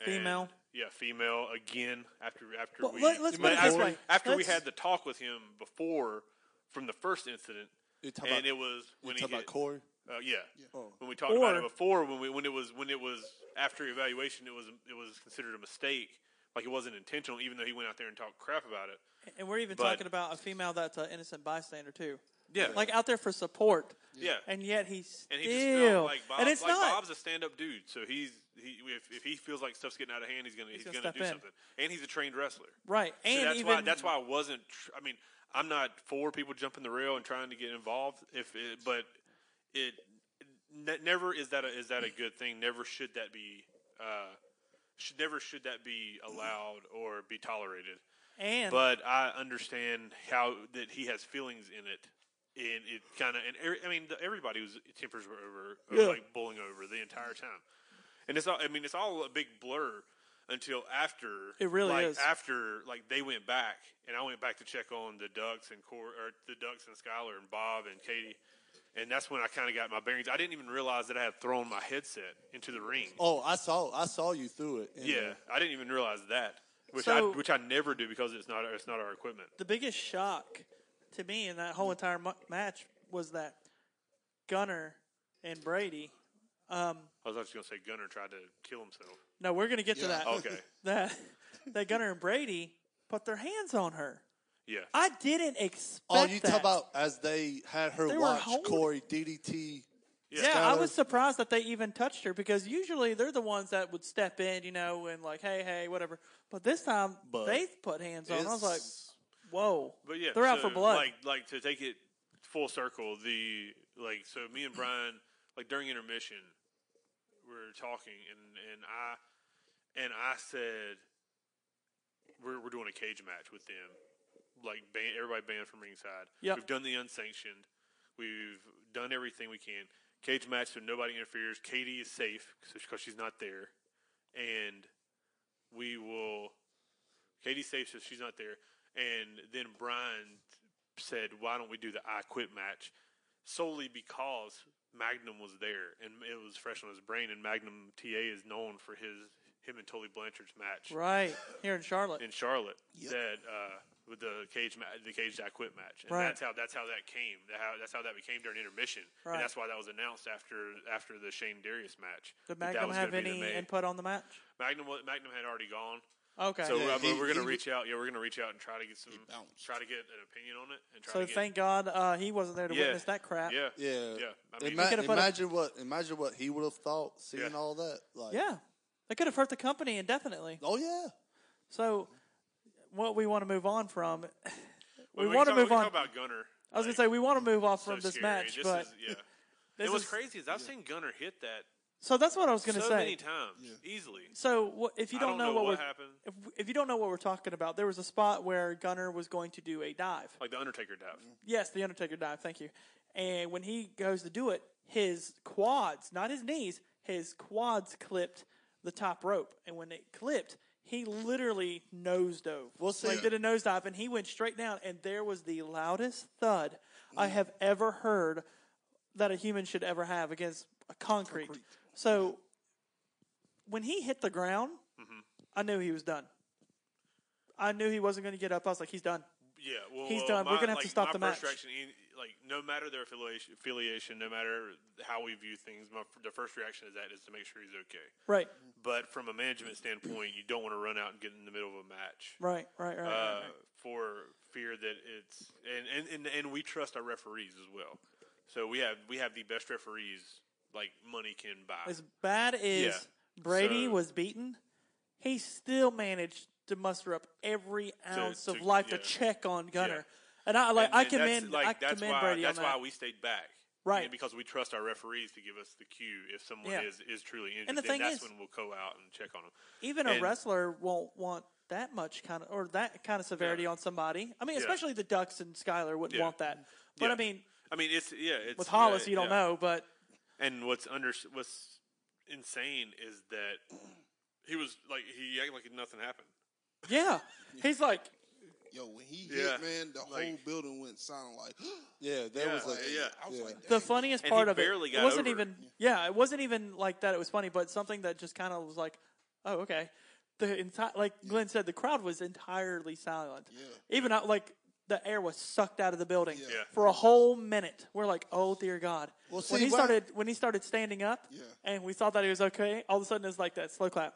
Speaker 1: And,
Speaker 5: Female.
Speaker 1: yeah, female again. After after
Speaker 5: Well,
Speaker 1: we
Speaker 5: let- let's
Speaker 1: but
Speaker 5: put it this
Speaker 1: after,
Speaker 5: way.
Speaker 1: after we
Speaker 5: Let's-
Speaker 1: had the talk with him before from the first incident,
Speaker 3: You talk
Speaker 1: and
Speaker 3: about,
Speaker 1: it was when
Speaker 3: you
Speaker 1: he
Speaker 3: talk about
Speaker 1: hit-
Speaker 3: Corey.
Speaker 1: uh, yeah.
Speaker 3: Oh.
Speaker 1: When we talked about
Speaker 5: Or-
Speaker 1: it before, when we when it was when it was after evaluation, it was it was considered a mistake. Like it wasn't intentional, even though he went out there and talked crap about it.
Speaker 5: and we're even
Speaker 1: but-
Speaker 5: talking about a female that's an innocent bystander too,
Speaker 1: Yeah,
Speaker 5: like out there for support.
Speaker 1: yeah.
Speaker 5: And yet he's still.
Speaker 1: And he just felt like Bob,
Speaker 5: and it's
Speaker 1: like
Speaker 5: not.
Speaker 1: Bob's a stand-up dude, so he's he if, if he feels like stuff's getting out of hand, he's gonna he's,
Speaker 5: gonna
Speaker 1: gonna,
Speaker 5: step
Speaker 1: do
Speaker 5: in.
Speaker 1: something. And he's a trained wrestler,
Speaker 5: right.
Speaker 1: So
Speaker 5: And
Speaker 1: that's
Speaker 5: even
Speaker 1: why that's why I wasn't. Tr- I mean, I'm not for people jumping the rail and trying to get involved. If it, but it ne- never is that a, is that a good thing? Never should that be. Uh, should never should that be allowed or be tolerated?
Speaker 5: and
Speaker 1: But I understand how that he has feelings in it. And it kind of, and every, I mean, the, everybody was tempers were over, over like bowling over the entire time. And it's all, I mean, it's all a big blur until after
Speaker 5: It really
Speaker 1: like,
Speaker 5: is.
Speaker 1: After like they went back, and I went back to check on the ducks and Cor, or the ducks and Skylar and Bob and Katie, and that's when I kind of got my bearings. I didn't even realize that I had thrown my headset into the ring.
Speaker 3: Oh, I saw I saw you through it. and,
Speaker 1: yeah,
Speaker 3: uh,
Speaker 1: I didn't even realize that, which I
Speaker 5: So-
Speaker 1: which I never do because it's not it's not our equipment.
Speaker 5: the biggest shock to me in that whole entire mu- match was that Gunner and Brady.
Speaker 1: I was actually going to say Gunner tried to kill himself.
Speaker 5: No, we're going to get to
Speaker 2: Yeah.
Speaker 3: Oh.
Speaker 5: that.
Speaker 1: Okay.
Speaker 5: [laughs] That that Gunner and Brady put their hands on her.
Speaker 1: Yeah.
Speaker 5: I didn't expect.
Speaker 3: Oh, you
Speaker 5: that.
Speaker 3: talk about as they had her
Speaker 5: They were
Speaker 3: watch
Speaker 5: holding-
Speaker 3: Corey DDT.
Speaker 5: Yeah, I
Speaker 3: Skylar.
Speaker 5: was surprised that they even touched her because usually they're the ones that would step in, you know, and like, hey, hey, whatever. But this time
Speaker 3: But
Speaker 5: they put hands on. I was like,
Speaker 3: It's-
Speaker 5: whoa.
Speaker 1: But yeah,
Speaker 5: they're out
Speaker 1: so,
Speaker 5: for blood.
Speaker 1: Like, like to take it full circle, the like, so me and Brian, like during intermission, we were talking, and and I, and I said, we're we're doing a cage match with them, like ban- everybody banned from ringside.
Speaker 5: Yep.
Speaker 1: we've done the unsanctioned, we've done everything we can. Cage match, so nobody interferes. Katie is safe because she's not there, and we will. Katie's safe, so she's not there. And then Brian said, "Why don't we do the I Quit match?" Solely because Magnum was there and it was fresh on his brain. And Magnum TA is known for his him and Tully Blanchard's match
Speaker 5: right here in Charlotte.
Speaker 1: in Charlotte that uh, with the cage ma- the cage I quit match, and
Speaker 5: Right.
Speaker 1: that's how that's how that came. That how, that's how that became during intermission,
Speaker 5: Right.
Speaker 1: and that's why that was announced after after the Shane Darius match.
Speaker 5: Did
Speaker 1: that that
Speaker 5: Magnum
Speaker 1: was
Speaker 5: have
Speaker 1: gonna be the
Speaker 5: any
Speaker 1: main-
Speaker 5: input on the match?
Speaker 1: Magnum wa- Magnum had already gone,
Speaker 5: Okay.
Speaker 1: so uh,
Speaker 2: Yeah, he-
Speaker 1: we're gonna
Speaker 2: he-
Speaker 1: reach out. Yeah, we're gonna reach out and try to get some
Speaker 2: bounced.
Speaker 1: try to get an opinion on it and try
Speaker 5: so
Speaker 1: to get,
Speaker 5: thank God uh, he wasn't there to
Speaker 1: Yeah.
Speaker 5: witness that crap.
Speaker 1: yeah yeah.
Speaker 3: Yeah,
Speaker 1: I mean,
Speaker 3: Ima-
Speaker 5: could've put a-
Speaker 3: imagine what imagine what he would have thought seeing
Speaker 1: Yeah.
Speaker 3: all that. Like,
Speaker 5: Yeah. That could have hurt the company indefinitely.
Speaker 3: Oh yeah.
Speaker 5: So, what we want to move on from,
Speaker 1: Well,
Speaker 5: we
Speaker 1: can
Speaker 5: want to
Speaker 1: talk- we
Speaker 5: move
Speaker 1: can
Speaker 5: on.
Speaker 1: talk about Gunner.
Speaker 5: I was going to say, we want to move off
Speaker 1: so
Speaker 5: from this
Speaker 1: scary.
Speaker 5: match,
Speaker 1: This
Speaker 5: but
Speaker 1: is- yeah.
Speaker 5: [laughs] this
Speaker 1: And what's
Speaker 5: is-
Speaker 1: crazy is I've seen Gunner hit that
Speaker 5: so that's what I was going
Speaker 1: so
Speaker 5: to say.
Speaker 1: many times easily.
Speaker 5: So what, if you
Speaker 1: I don't
Speaker 5: don't,
Speaker 1: know
Speaker 5: what,
Speaker 1: what
Speaker 5: we're-
Speaker 1: happened.
Speaker 5: If, if you don't know what we're talking about, there was a spot where Gunner was going to do a dive.
Speaker 1: Like the Undertaker dive.
Speaker 5: Yes, the Undertaker dive. Thank you. And when he goes to do it, his quads, not his knees, his quads clipped the top rope, and when it clipped, he literally nose dove.
Speaker 3: We'll see.
Speaker 5: Like did a nose dive, and he went straight down, and there was the loudest thud I have ever heard that a human should ever have against a concrete. So when he hit the ground, I knew he was done. I knew he wasn't going to get up. I was like, he's done.
Speaker 1: Yeah, well,
Speaker 5: He's
Speaker 1: uh,
Speaker 5: done. We're
Speaker 1: my-
Speaker 5: gonna have to
Speaker 1: like,
Speaker 5: stop
Speaker 1: my
Speaker 5: the
Speaker 1: first
Speaker 5: match.
Speaker 1: Reaction, in- like, no matter their affiliation, affiliation, no matter how we view things, my, f- the first reaction is that is to make sure he's okay.
Speaker 5: Right,
Speaker 1: But from a management standpoint, you don't want to run out and get in the middle of a match
Speaker 5: right, right, right. right,
Speaker 1: uh,
Speaker 5: right.
Speaker 1: for fear that it's and, and, and, and we trust our referees as well. So we have we have the best referees like money can buy.
Speaker 5: As bad as
Speaker 1: Yeah.
Speaker 5: Brady
Speaker 1: So-
Speaker 5: was beaten, he still managed to muster up every ounce of
Speaker 1: to-
Speaker 5: life to
Speaker 1: yeah.
Speaker 5: check on Gunner.
Speaker 1: Yeah.
Speaker 5: And I like
Speaker 1: And-
Speaker 5: I
Speaker 1: and that's,
Speaker 5: commend I
Speaker 1: that's
Speaker 5: commend
Speaker 1: why,
Speaker 5: Brady
Speaker 1: That's
Speaker 5: on
Speaker 1: why
Speaker 5: that.
Speaker 1: we stayed back.
Speaker 5: Right.
Speaker 1: Yeah, because we trust our referees to give us the cue if someone
Speaker 5: Yeah.
Speaker 1: is, is truly injured.
Speaker 5: And the
Speaker 1: then
Speaker 5: thing
Speaker 1: that's
Speaker 5: is-
Speaker 1: when we'll go out and check on them.
Speaker 5: Even a
Speaker 1: and-
Speaker 5: wrestler won't want that much kind of or that kind of severity
Speaker 1: Yeah.
Speaker 5: on somebody. I mean, especially the Ducks and Skyler wouldn't
Speaker 1: Yeah.
Speaker 5: want that. But
Speaker 1: Yeah.
Speaker 5: I mean,
Speaker 1: I mean, it's yeah. It's
Speaker 5: with Hollis,
Speaker 1: yeah,
Speaker 5: you don't
Speaker 1: yeah.
Speaker 5: know. But
Speaker 1: And what's under what's insane is that he was like he acted like nothing happened. [laughs]
Speaker 5: yeah, he's like,
Speaker 2: Yo, when he
Speaker 1: Yeah.
Speaker 2: hit, man, the
Speaker 1: Like-
Speaker 2: whole building went silent. Like, [gasps]
Speaker 3: Yeah, that
Speaker 1: Yeah,
Speaker 3: was like,
Speaker 1: yeah.
Speaker 2: I was [laughs] like,
Speaker 5: the
Speaker 2: dang.
Speaker 5: funniest
Speaker 1: And he
Speaker 5: part of
Speaker 1: barely
Speaker 5: it,
Speaker 1: got
Speaker 5: it wasn't
Speaker 1: over it.
Speaker 5: even yeah it wasn't even like that it was funny but something that just kind of was like oh okay the entire like glenn said the crowd was entirely silent
Speaker 2: Yeah.
Speaker 5: even out like the air was sucked out of the building
Speaker 2: Yeah. Yeah.
Speaker 5: for a whole minute we're like oh dear god when
Speaker 3: Well, see,
Speaker 5: he
Speaker 3: why-
Speaker 5: started when he started standing up
Speaker 2: Yeah.
Speaker 5: and we saw that he was okay all of a sudden it's like that slow clap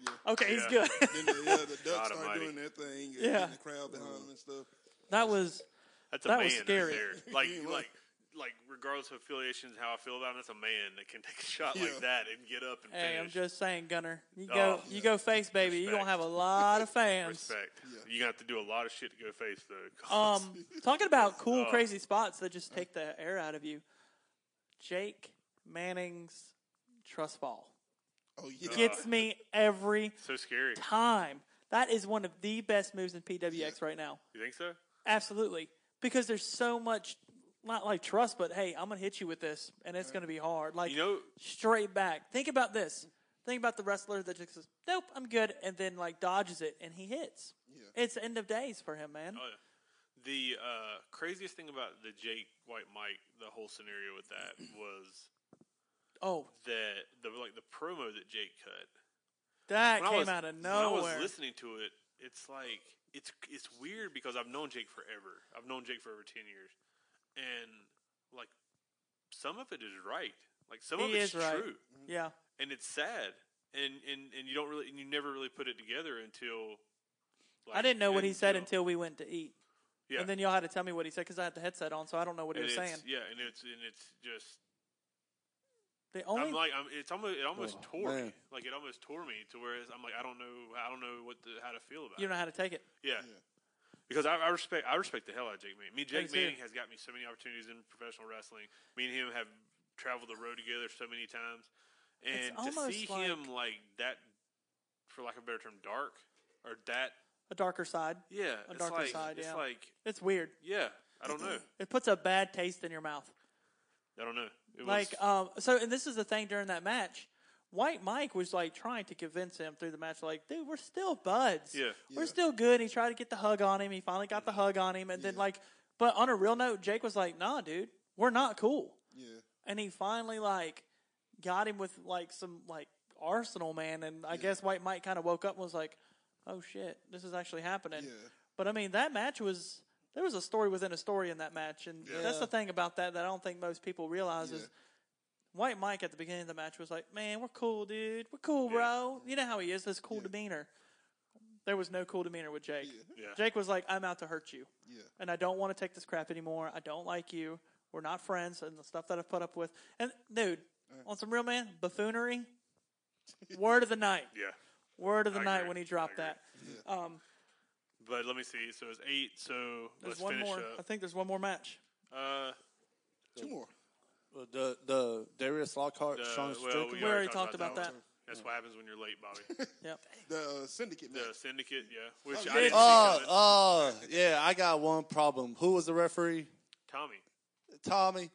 Speaker 2: Yeah.
Speaker 5: okay he's
Speaker 1: Yeah.
Speaker 5: good
Speaker 2: [laughs] Then the, yeah, the ducks
Speaker 1: God
Speaker 2: started
Speaker 1: almighty.
Speaker 2: doing their thing, and
Speaker 5: Yeah.
Speaker 2: getting the crowd
Speaker 3: Uh-huh.
Speaker 2: behind them and stuff.
Speaker 5: [laughs] that was
Speaker 1: That's a
Speaker 5: That
Speaker 1: man
Speaker 5: was scary. [laughs]
Speaker 1: right there. Like
Speaker 2: You ain't
Speaker 1: like like regardless of affiliations, how I feel about him, that's a man that can take a [laughs] shot
Speaker 2: Yeah.
Speaker 1: like that and get up and
Speaker 5: hey i'm
Speaker 1: finish.
Speaker 5: just saying gunner you
Speaker 1: Oh,
Speaker 5: go you go face baby you're gonna
Speaker 1: Respect.
Speaker 5: have a lot of fans
Speaker 1: Respect.
Speaker 2: Yeah.
Speaker 1: You have to do a lot of shit to go face [laughs] though.
Speaker 5: Um, talking about cool,
Speaker 1: Oh.
Speaker 5: crazy spots that just take the air out of you. Jake Manning's trust fall
Speaker 2: Oh yeah,
Speaker 5: gets me every
Speaker 1: so scary.
Speaker 5: time. That is one of the best moves in PWX right now.
Speaker 1: You think so?
Speaker 5: Absolutely, because there's so much not like trust, but hey, I'm gonna hit you with this, and it's gonna be hard. Like
Speaker 1: You know-
Speaker 5: straight back. Think about this. Think about the wrestler that just says, "Nope, I'm good," and then like dodges it, and he hits. It's end of days for him, man.
Speaker 1: Oh, yeah. The uh, craziest thing about the Jake White Mike, the whole scenario with that
Speaker 5: [clears throat]
Speaker 1: was
Speaker 5: Oh,
Speaker 1: that the like the promo that Jake cut.
Speaker 5: that
Speaker 1: When I
Speaker 5: came
Speaker 1: was-
Speaker 5: out of
Speaker 1: When
Speaker 5: nowhere.
Speaker 1: I was listening to it, it's like it's it's weird because I've known Jake forever. I've known Jake for over ten years, and like some of it is right. Like some of
Speaker 5: He
Speaker 1: it's
Speaker 5: is right.
Speaker 1: true,
Speaker 5: Yeah.
Speaker 1: and it's sad, and and and you don't really and you never really put it together until.
Speaker 5: I didn't know what he said until we went to eat.
Speaker 1: yeah.
Speaker 5: And then y'all had to tell me what he said because I had the headset on, so I don't know what he
Speaker 1: And
Speaker 5: was
Speaker 1: it's-
Speaker 5: saying.
Speaker 1: Yeah, and it's and it's just
Speaker 5: The only
Speaker 1: I'm like, I'm, it's almost, it almost
Speaker 3: Oh,
Speaker 1: tore me.
Speaker 3: man.
Speaker 1: Like it almost tore me to where it's- I'm like, I don't know, I don't know what the, how to feel about
Speaker 5: you don't
Speaker 1: it.
Speaker 5: know how to take it.
Speaker 1: yeah. Because I, I respect, I respect the hell out of Jake Manning. Me, and Jake
Speaker 5: do too.
Speaker 1: Manning has got me so many opportunities in professional wrestling. Me and him have traveled the road together so many times, and to
Speaker 5: almost
Speaker 1: see
Speaker 5: like-
Speaker 1: him like that, for lack of a better term, dark or that,
Speaker 5: A darker side.
Speaker 1: yeah, it's
Speaker 5: A darker
Speaker 1: like,
Speaker 5: side,
Speaker 1: it's
Speaker 5: yeah.
Speaker 1: like,
Speaker 5: It's weird.
Speaker 1: yeah, I don't know,
Speaker 5: It puts a bad taste in your mouth.
Speaker 1: I don't know. It was,
Speaker 5: Like, um, so, and this is the thing during that match. White Mike was like trying to convince him through the match, like, dude, we're still buds.
Speaker 1: Yeah.
Speaker 5: We're still good. He tried to get the hug on him. He finally got the hug on him. And then, like, but on a real note, Jake was like, nah, dude, we're not cool.
Speaker 2: yeah.
Speaker 5: and he finally like got him with like some like arsenal man and i guess white mike kind of woke up and was like oh shit this is actually happening
Speaker 2: Yeah.
Speaker 5: but i mean that match was there was a story within a story in that match and that's the thing about that that i don't think most people realize is white mike at the beginning of the match was like man we're cool dude we're cool bro you know how he is this cool demeanor there was no cool demeanor with jake
Speaker 1: Yeah.
Speaker 5: jake was like i'm out to hurt you
Speaker 2: Yeah.
Speaker 5: and I don't want to take this crap anymore. I don't like you. We're not friends, and the stuff that I've put up with. And dude, on some real man buffoonery, word of the night,
Speaker 1: [laughs] yeah.
Speaker 5: word of the
Speaker 1: I
Speaker 5: night
Speaker 1: agree.
Speaker 5: when he
Speaker 1: I
Speaker 5: dropped
Speaker 1: agree.
Speaker 5: that.
Speaker 1: But let me see. So it's eight. So
Speaker 5: There's
Speaker 1: let's
Speaker 5: one
Speaker 1: finish
Speaker 5: more. I
Speaker 1: up.
Speaker 5: think there's one more match.
Speaker 1: Uh,
Speaker 2: Two more.
Speaker 3: the the Darius Lockhart,
Speaker 1: Uh,
Speaker 3: Sean
Speaker 1: well,
Speaker 3: Strickland.
Speaker 5: We already talked about that.
Speaker 1: That's what happens when you're late, Bobby.
Speaker 5: [laughs] Yep.
Speaker 2: The uh, syndicate match.
Speaker 1: The syndicate, yeah. Which I
Speaker 5: yeah.
Speaker 1: didn't
Speaker 3: Oh,
Speaker 1: think of it.
Speaker 3: oh, yeah. I got one problem. Who was the referee?
Speaker 1: Tommy.
Speaker 3: Tommy.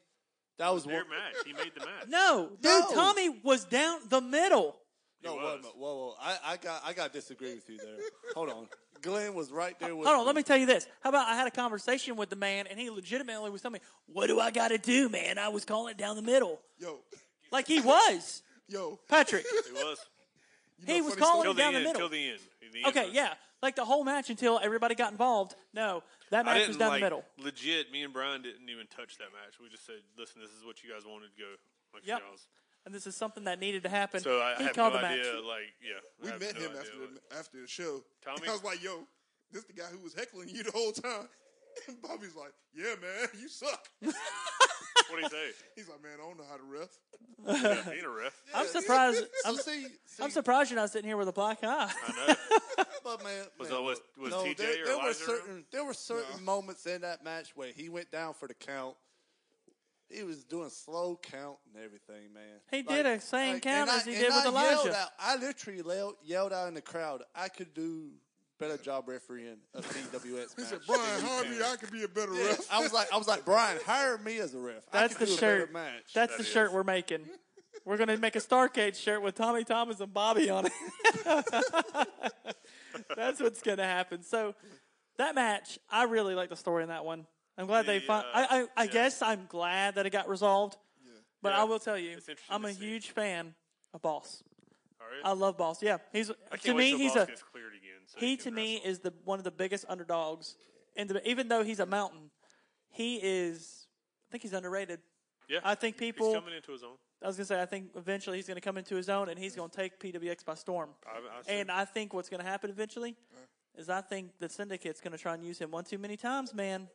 Speaker 3: That was
Speaker 1: Their
Speaker 3: one.
Speaker 1: match. He made the match.
Speaker 5: No, dude,
Speaker 3: No.
Speaker 5: Tommy was down the middle.
Speaker 3: No, wait a
Speaker 1: was.
Speaker 3: minute. Whoa, whoa. I, I got, I got to disagree with you there. Hold on. Glenn was right there with.
Speaker 5: Hold on, let me tell you this. How about I had a conversation with the man, and he legitimately was telling me, "What do I got to do, man? I was calling it down the middle,
Speaker 2: Yo, [laughs]
Speaker 5: like he was
Speaker 2: yo.
Speaker 5: Patrick.
Speaker 1: [laughs] He was.
Speaker 5: he was
Speaker 2: funny
Speaker 5: calling
Speaker 1: Till
Speaker 5: it
Speaker 1: the
Speaker 5: down the
Speaker 1: end.
Speaker 5: middle.
Speaker 1: Till the end. The end
Speaker 5: Okay,
Speaker 1: was-
Speaker 5: yeah. like the whole match until everybody got involved. No, that
Speaker 1: I
Speaker 5: match
Speaker 1: didn't
Speaker 5: was down
Speaker 1: like
Speaker 5: the middle.
Speaker 1: legit. Me and Brian didn't even touch that match. We just said, "Listen, this is what you guys wanted. Go." Like
Speaker 5: Yep.
Speaker 1: y'all's.
Speaker 5: And this is something that needed to happen.
Speaker 1: So I, I
Speaker 5: he
Speaker 1: have no
Speaker 5: called the
Speaker 1: idea.
Speaker 5: match.
Speaker 1: Like, yeah,
Speaker 2: We
Speaker 1: I have
Speaker 2: met
Speaker 1: no
Speaker 2: him
Speaker 1: idea,
Speaker 2: after
Speaker 1: [laughs] like-
Speaker 2: the, after the show.
Speaker 1: Tommy?
Speaker 2: [laughs] I was like, "Yo, this the guy who was heckling you the whole time." [laughs] And Bobby's like, "Yeah, man, [laughs] you suck."
Speaker 1: what do you
Speaker 5: [laughs]
Speaker 1: say?
Speaker 2: He's like, "Man, I don't know how to ref."
Speaker 1: Yeah, being a ref,
Speaker 5: I'm surprised.
Speaker 3: I'm see, see,
Speaker 5: I'm surprised you're not sitting here with a black
Speaker 1: [laughs]
Speaker 5: eye.
Speaker 1: I
Speaker 5: [laughs]
Speaker 1: know.
Speaker 3: But man,
Speaker 1: Was
Speaker 3: man,
Speaker 1: that- was- was
Speaker 3: look, no,
Speaker 1: TJ
Speaker 3: there,
Speaker 1: or
Speaker 3: there were
Speaker 1: Elijah around?
Speaker 3: certain there were certain moments in that match where he went down for the count. He was doing slow count and everything, man.
Speaker 5: He did a same count
Speaker 3: and
Speaker 5: as he
Speaker 3: and
Speaker 5: did with
Speaker 3: I yelled
Speaker 5: Elijah.
Speaker 3: out- I literally yelled, yelled out in the crowd. I could do better job refereeing [laughs] a PWS
Speaker 2: He
Speaker 3: match.
Speaker 2: said,
Speaker 3: than
Speaker 2: "Brian
Speaker 3: you
Speaker 2: Harvey,
Speaker 3: can."
Speaker 2: I could be a better
Speaker 3: Yeah,
Speaker 2: ref."
Speaker 3: I was like, I was like, Brian, hire me as a ref. I
Speaker 5: That's
Speaker 3: could
Speaker 5: the
Speaker 3: do a better
Speaker 5: shirt.
Speaker 3: match.
Speaker 5: That's the
Speaker 1: That
Speaker 5: shirt
Speaker 1: is.
Speaker 5: we're making. We're gonna make a Starcade shirt with Tommy Thomas and Bobby on it. [laughs] That's what's gonna happen. So that match, I really like the story in that one. I'm glad they.
Speaker 1: The,
Speaker 5: Fin-
Speaker 1: uh,
Speaker 5: I I, I
Speaker 1: yeah.
Speaker 5: guess I'm glad that it got resolved. But
Speaker 1: Yeah,
Speaker 5: I will tell you,
Speaker 1: it's interesting
Speaker 5: I'm
Speaker 1: to
Speaker 5: a
Speaker 1: see.
Speaker 5: huge fan of Boss.
Speaker 1: all right.
Speaker 5: I love Boss. Yeah, he's
Speaker 1: I can't
Speaker 5: Uh, to
Speaker 1: wait
Speaker 5: me
Speaker 1: till
Speaker 5: he's
Speaker 1: Boss
Speaker 5: a
Speaker 1: gets cleared again. So
Speaker 5: he
Speaker 1: can
Speaker 5: to me
Speaker 1: wrestle.
Speaker 5: is the one of the biggest underdogs. And the, even though he's a mountain, he is. I think he's underrated.
Speaker 1: yeah.
Speaker 5: I think
Speaker 1: he's
Speaker 5: people.
Speaker 1: coming into his own.
Speaker 5: I was gonna say I think eventually he's gonna come into his own and he's gonna take PWX by storm.
Speaker 1: I, I
Speaker 5: and I think what's gonna happen eventually is I think the syndicate's gonna try and use him one too many times, man.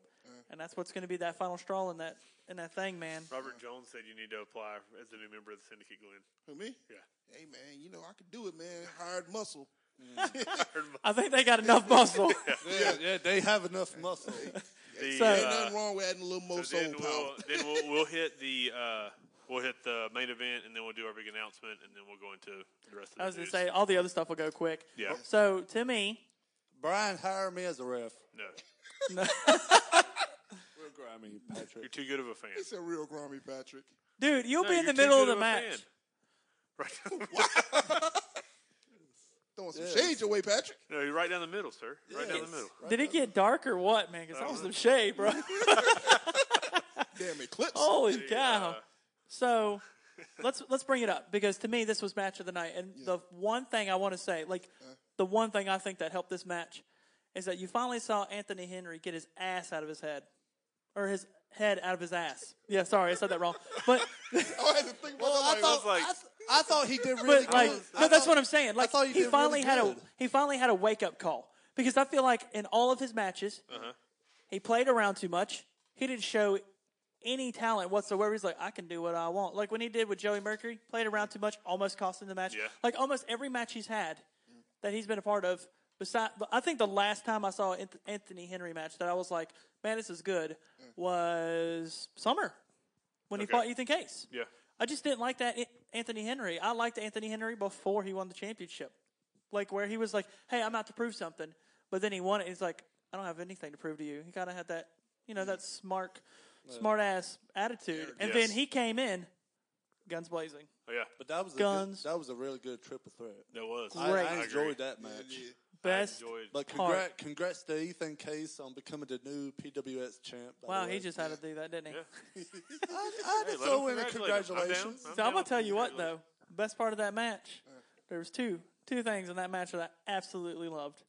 Speaker 5: And that's what's gonna be that final straw in that in that thing, man.
Speaker 1: Robert Jones said you need to apply as a new member of the syndicate, Glenn.
Speaker 2: Who me?
Speaker 1: Yeah.
Speaker 2: Hey, man, you know I could do it, man. Hired muscle.
Speaker 5: I think they got
Speaker 1: [laughs]
Speaker 5: enough muscle.
Speaker 3: Yeah, yeah, they have [laughs] enough muscle.
Speaker 1: The,
Speaker 5: So-
Speaker 2: Ain't
Speaker 1: uh,
Speaker 2: nothing wrong with adding a little more
Speaker 1: so
Speaker 2: soul
Speaker 1: then
Speaker 2: power.
Speaker 1: we'll then we'll,
Speaker 3: [laughs]
Speaker 1: we'll hit the uh, we'll hit the main event, and then we'll do our big announcement, and then we'll go into the rest of the.
Speaker 5: I was gonna
Speaker 1: news.
Speaker 5: say all the other stuff will go quick.
Speaker 1: Yeah.
Speaker 5: So to me,
Speaker 3: Brian, hire me as a ref.
Speaker 1: No,
Speaker 3: Real grimy,
Speaker 1: you're
Speaker 3: Patrick.
Speaker 1: too good of a fan.
Speaker 2: He's a real grimy Patrick.
Speaker 5: dude, you'll
Speaker 1: No,
Speaker 5: be in
Speaker 1: you're
Speaker 5: the
Speaker 1: too
Speaker 5: middle of
Speaker 1: good
Speaker 5: the
Speaker 1: a
Speaker 5: match.
Speaker 1: fan. Right.
Speaker 2: Throwing some
Speaker 3: Yes.
Speaker 2: shades your way, Patrick.
Speaker 1: no, you're right down the middle, sir. Right down the middle.
Speaker 5: Did it get dark or what, man? Because I was some shade, bro.
Speaker 2: Damn eclipse.
Speaker 5: Holy
Speaker 1: The,
Speaker 5: cow!
Speaker 1: uh,
Speaker 5: So let's let's bring it up because to me this was match of the night, and the one thing I want to say, like the one thing I think that helped this match, is that you finally saw Anthony Henry get his ass out of his head, or his head out of his ass. Yeah, sorry, I said that wrong, but
Speaker 2: I had to think about that.
Speaker 3: I
Speaker 2: like,
Speaker 3: thought,
Speaker 1: like-
Speaker 3: I, th- I thought he did really
Speaker 5: but like
Speaker 3: good. I
Speaker 5: no, that's
Speaker 3: thought-
Speaker 5: what I'm saying. Like
Speaker 3: thought he
Speaker 5: he
Speaker 3: did
Speaker 5: finally
Speaker 3: really
Speaker 5: had a
Speaker 3: good.
Speaker 5: he finally had a wake up call because I feel like in all of his matches,
Speaker 3: Uh-huh.
Speaker 5: he played around too much. He didn't show any talent whatsoever. He's like, I can do what I want. Like when he did with Joey Mercury, played around too much, almost cost him the match.
Speaker 1: Yeah.
Speaker 5: Like almost every match he's had that he's been a part of. Beside, I think the last time I saw an Anthony Henry match that I was like, man, this is good,
Speaker 3: Mm.
Speaker 5: was Summer when he
Speaker 1: Okay.
Speaker 5: fought Ethan Case.
Speaker 1: Yeah.
Speaker 5: I just didn't like that An- Anthony Henry. I liked Anthony Henry before he won the championship, like where he was like, "Hey, I'm out to prove something," but then he won it. He's like, "I don't have anything to prove to you." He kind of had that, you know, that smart, smart ass attitude. And
Speaker 1: Yes.
Speaker 5: then he came in, guns blazing.
Speaker 1: Oh, yeah.
Speaker 3: But that was a
Speaker 5: Guns.
Speaker 3: Good, that was a really good triple threat.
Speaker 1: That was.
Speaker 3: I,
Speaker 5: Great.
Speaker 3: I
Speaker 5: I
Speaker 1: agree.
Speaker 3: enjoyed that match.
Speaker 5: Best.
Speaker 1: enjoyed-
Speaker 3: But congrats, congrats to Ethan Case on becoming the new PWS champ. by the
Speaker 5: Wow,
Speaker 3: way.
Speaker 5: he just had to do that, didn't he?
Speaker 1: Yeah. Hey,
Speaker 3: I, I just
Speaker 1: let him
Speaker 3: throw in
Speaker 1: congratulate him. I'm
Speaker 3: a
Speaker 1: down.
Speaker 3: congratulations.
Speaker 1: I'm
Speaker 5: So I'm
Speaker 1: down.
Speaker 5: gonna tell you what
Speaker 1: Congratulations.
Speaker 5: though, best part of that match, there was two two things in that match that I absolutely loved.